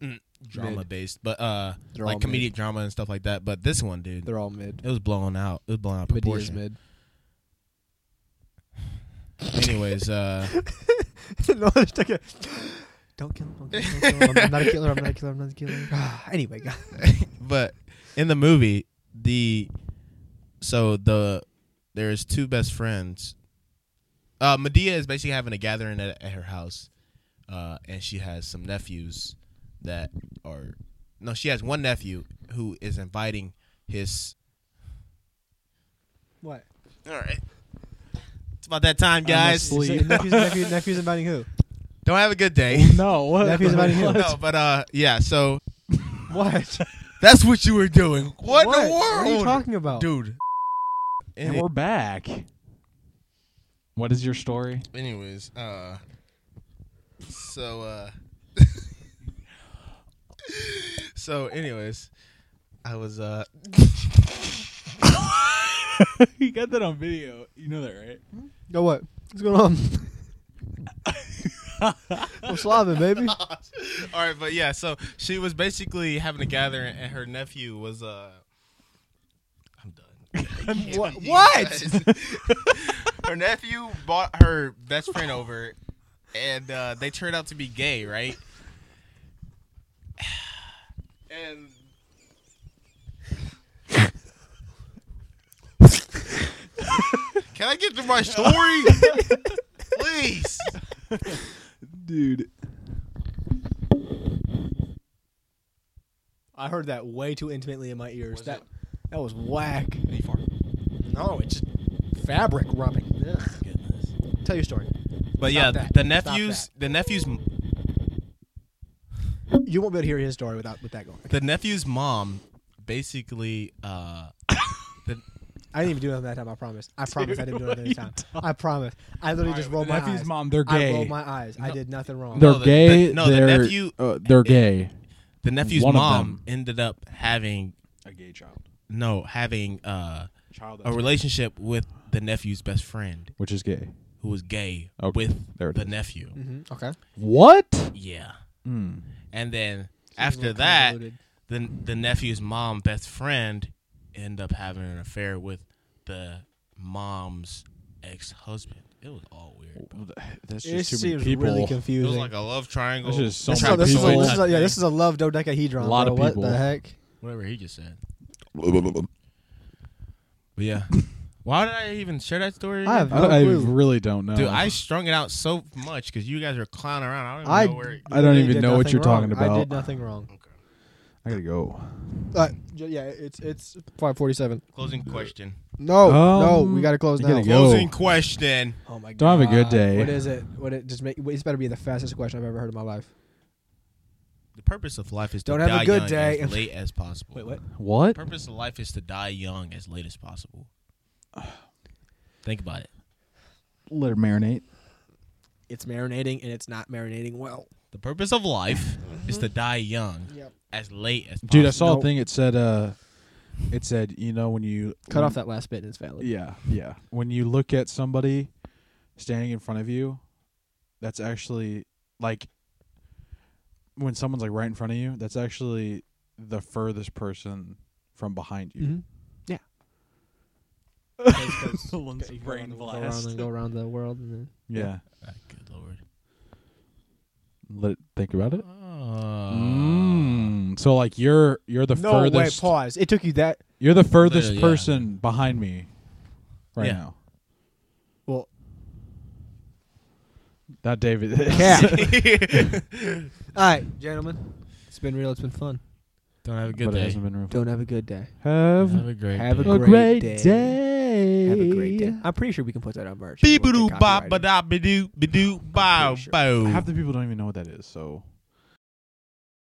Speaker 2: mm, drama
Speaker 1: Mid.
Speaker 2: based, but uh,
Speaker 1: They're
Speaker 2: like
Speaker 1: all mid.
Speaker 2: comedic drama and stuff like that. But this one, dude,
Speaker 1: They're all mid.
Speaker 2: it was blown out. It was blown out of
Speaker 1: Medea's
Speaker 2: proportion.
Speaker 1: mid.
Speaker 2: Anyways, uh,
Speaker 1: no, it's like a- Don't kill him. Don't kill him. Don't kill him. I'm not a killer. I'm not a killer. I'm not a killer. Ah, anyway, guys.
Speaker 2: but in the movie, the so the there is two best friends. Uh, Medea is basically having a gathering at, at her house, uh, and she has some nephews that are no, she has one nephew who is inviting his.
Speaker 1: What?
Speaker 2: All right, it's about that time, guys.
Speaker 3: asleep.
Speaker 1: Nephews, nephews, nephews inviting who?
Speaker 2: Don't have a good day.
Speaker 3: No. What?
Speaker 1: Nephews about him.
Speaker 2: no, but uh, yeah. So
Speaker 1: What?
Speaker 2: that's what you were doing. What, in the world,
Speaker 1: What are you talking about?
Speaker 2: dude?
Speaker 3: And
Speaker 2: Any-
Speaker 3: we're back. What is your story?
Speaker 2: anyways, uh so uh so anyways, I was uh
Speaker 3: you got that on video. You know that, right?
Speaker 1: Go Oh, what? What's going on? I'm slobbing, baby.
Speaker 2: all right, but yeah, so she was basically having a gathering and her nephew was uh I'm done.
Speaker 1: What? what?
Speaker 2: her nephew bought her best friend over and uh, they turned out to be gay, right? And Can I get to my story? Please.
Speaker 3: Dude.
Speaker 1: I heard that way too intimately in my ears.
Speaker 2: Was
Speaker 1: that
Speaker 2: it?
Speaker 1: that was whack. No, it's just fabric rubbing. Ugh. Tell your story. Stop
Speaker 2: But yeah,
Speaker 1: that.
Speaker 2: the
Speaker 1: Stop
Speaker 2: nephews, the nephews,
Speaker 1: You won't be able to hear his story without with that going.
Speaker 2: the nephew's mom basically uh the,
Speaker 1: I didn't even do nothing that time. I promise. I promise I didn't do nothing that time. I promise. I literally just rolled my
Speaker 3: nephew's
Speaker 1: eyes.
Speaker 3: mom, they're
Speaker 1: I
Speaker 3: gay.
Speaker 1: rolled my eyes. I did nothing wrong.
Speaker 3: They're
Speaker 2: No, the-
Speaker 3: gay.
Speaker 2: the- no, the
Speaker 3: they're,
Speaker 2: nephew-
Speaker 3: uh, they're gay.
Speaker 2: the nephew's
Speaker 3: One of
Speaker 2: mom
Speaker 3: them.
Speaker 2: ended up having
Speaker 3: A gay child.
Speaker 2: no having uh
Speaker 3: Child.
Speaker 2: a relationship with the nephew's best friend
Speaker 3: Which is gay.
Speaker 2: who was gay
Speaker 3: Okay,
Speaker 2: with
Speaker 3: there it
Speaker 2: the
Speaker 3: is.
Speaker 2: nephew.
Speaker 1: hmm Okay.
Speaker 3: What?
Speaker 2: Yeah.
Speaker 3: Mm.
Speaker 2: And then
Speaker 1: Seems a
Speaker 2: after
Speaker 1: little
Speaker 2: that,
Speaker 1: convoluted.
Speaker 2: the the nephew's mom best friend ended up having an affair with the mom's ex-husband. It was all weird.
Speaker 3: That's
Speaker 1: it
Speaker 3: just too many
Speaker 1: seems
Speaker 3: people.
Speaker 1: really
Speaker 2: It
Speaker 1: confusing.
Speaker 2: was like a love triangle.
Speaker 3: That's just so
Speaker 1: this is,
Speaker 3: many
Speaker 1: a, this, is a,
Speaker 3: people.
Speaker 1: this is a- yeah, this is a love dodecahedron.
Speaker 3: A lot
Speaker 1: bro.
Speaker 3: of people.
Speaker 1: What the heck?
Speaker 2: Whatever he just said. But yeah. Why did I even share that story?
Speaker 1: I have
Speaker 2: again?
Speaker 3: I, I
Speaker 1: No clue.
Speaker 3: really don't know.
Speaker 2: Dude, I strung it out so much because you guys are clowning around. I don't even
Speaker 1: I
Speaker 2: know where.
Speaker 3: I don't
Speaker 1: literally
Speaker 3: even
Speaker 1: did
Speaker 3: know what
Speaker 1: nothing
Speaker 3: you're
Speaker 1: wrong.
Speaker 3: talking
Speaker 1: I
Speaker 3: about.
Speaker 1: did nothing wrong.
Speaker 2: Okay.
Speaker 3: I gotta go.
Speaker 1: Uh, j- yeah, it's it's five forty-seven.
Speaker 5: Closing question.
Speaker 1: No, no, we
Speaker 3: Um,
Speaker 1: gotta close
Speaker 3: you
Speaker 1: now.
Speaker 3: gotta go.
Speaker 2: Closing question.
Speaker 1: Oh my god!
Speaker 3: Don't have a good day.
Speaker 1: What is it? What it just make? It's better be the fastest question I've ever heard in my life.
Speaker 2: The purpose of life is
Speaker 1: Don't have a good day.
Speaker 2: as late as possible.
Speaker 1: Wait, what?
Speaker 3: What?
Speaker 2: Purpose of life is to die young as late as possible. Think about it.
Speaker 3: Let her marinate.
Speaker 1: It's marinating and it's not marinating well.
Speaker 2: The purpose of life is to die young
Speaker 1: Yep.
Speaker 2: as late as possible.
Speaker 3: Dude, I saw
Speaker 1: Nope.
Speaker 3: a thing. It said, uh, it said, you know, when you
Speaker 1: Cut
Speaker 3: when-
Speaker 1: off that last bit and it's valid.
Speaker 3: Yeah, yeah. When you look at somebody standing in front of you, that's actually like when someone's like right in front of you, that's actually the furthest person from behind you.
Speaker 1: Mhm.
Speaker 3: The one's brain
Speaker 1: Go around and go around the world. And then
Speaker 3: Yeah.
Speaker 2: Ah, good lord.
Speaker 3: Let think about it.
Speaker 2: Oh.
Speaker 3: Mm. So like you're you're the furthest
Speaker 1: Pause. It took you that.
Speaker 3: you're the furthest
Speaker 2: Literally, yeah.
Speaker 3: person behind me right
Speaker 2: Yeah.
Speaker 3: now.
Speaker 1: Well,
Speaker 3: That David
Speaker 1: yeah. All right, gentlemen. It's been real. It's been fun.
Speaker 2: Don't have a
Speaker 3: but it hasn't been room.
Speaker 1: Don't have a good day.
Speaker 3: Have,
Speaker 2: Have a great
Speaker 1: Have a
Speaker 2: day.
Speaker 1: great day.
Speaker 3: day.
Speaker 1: Have a great day. I'm pretty sure we can put that on merch. We
Speaker 2: Beep
Speaker 1: won't get
Speaker 2: doo bop
Speaker 1: copyrighted.
Speaker 2: ba da ba doo ba doo bow
Speaker 1: sure.
Speaker 2: bow.
Speaker 3: Half the people don't even know what that is, so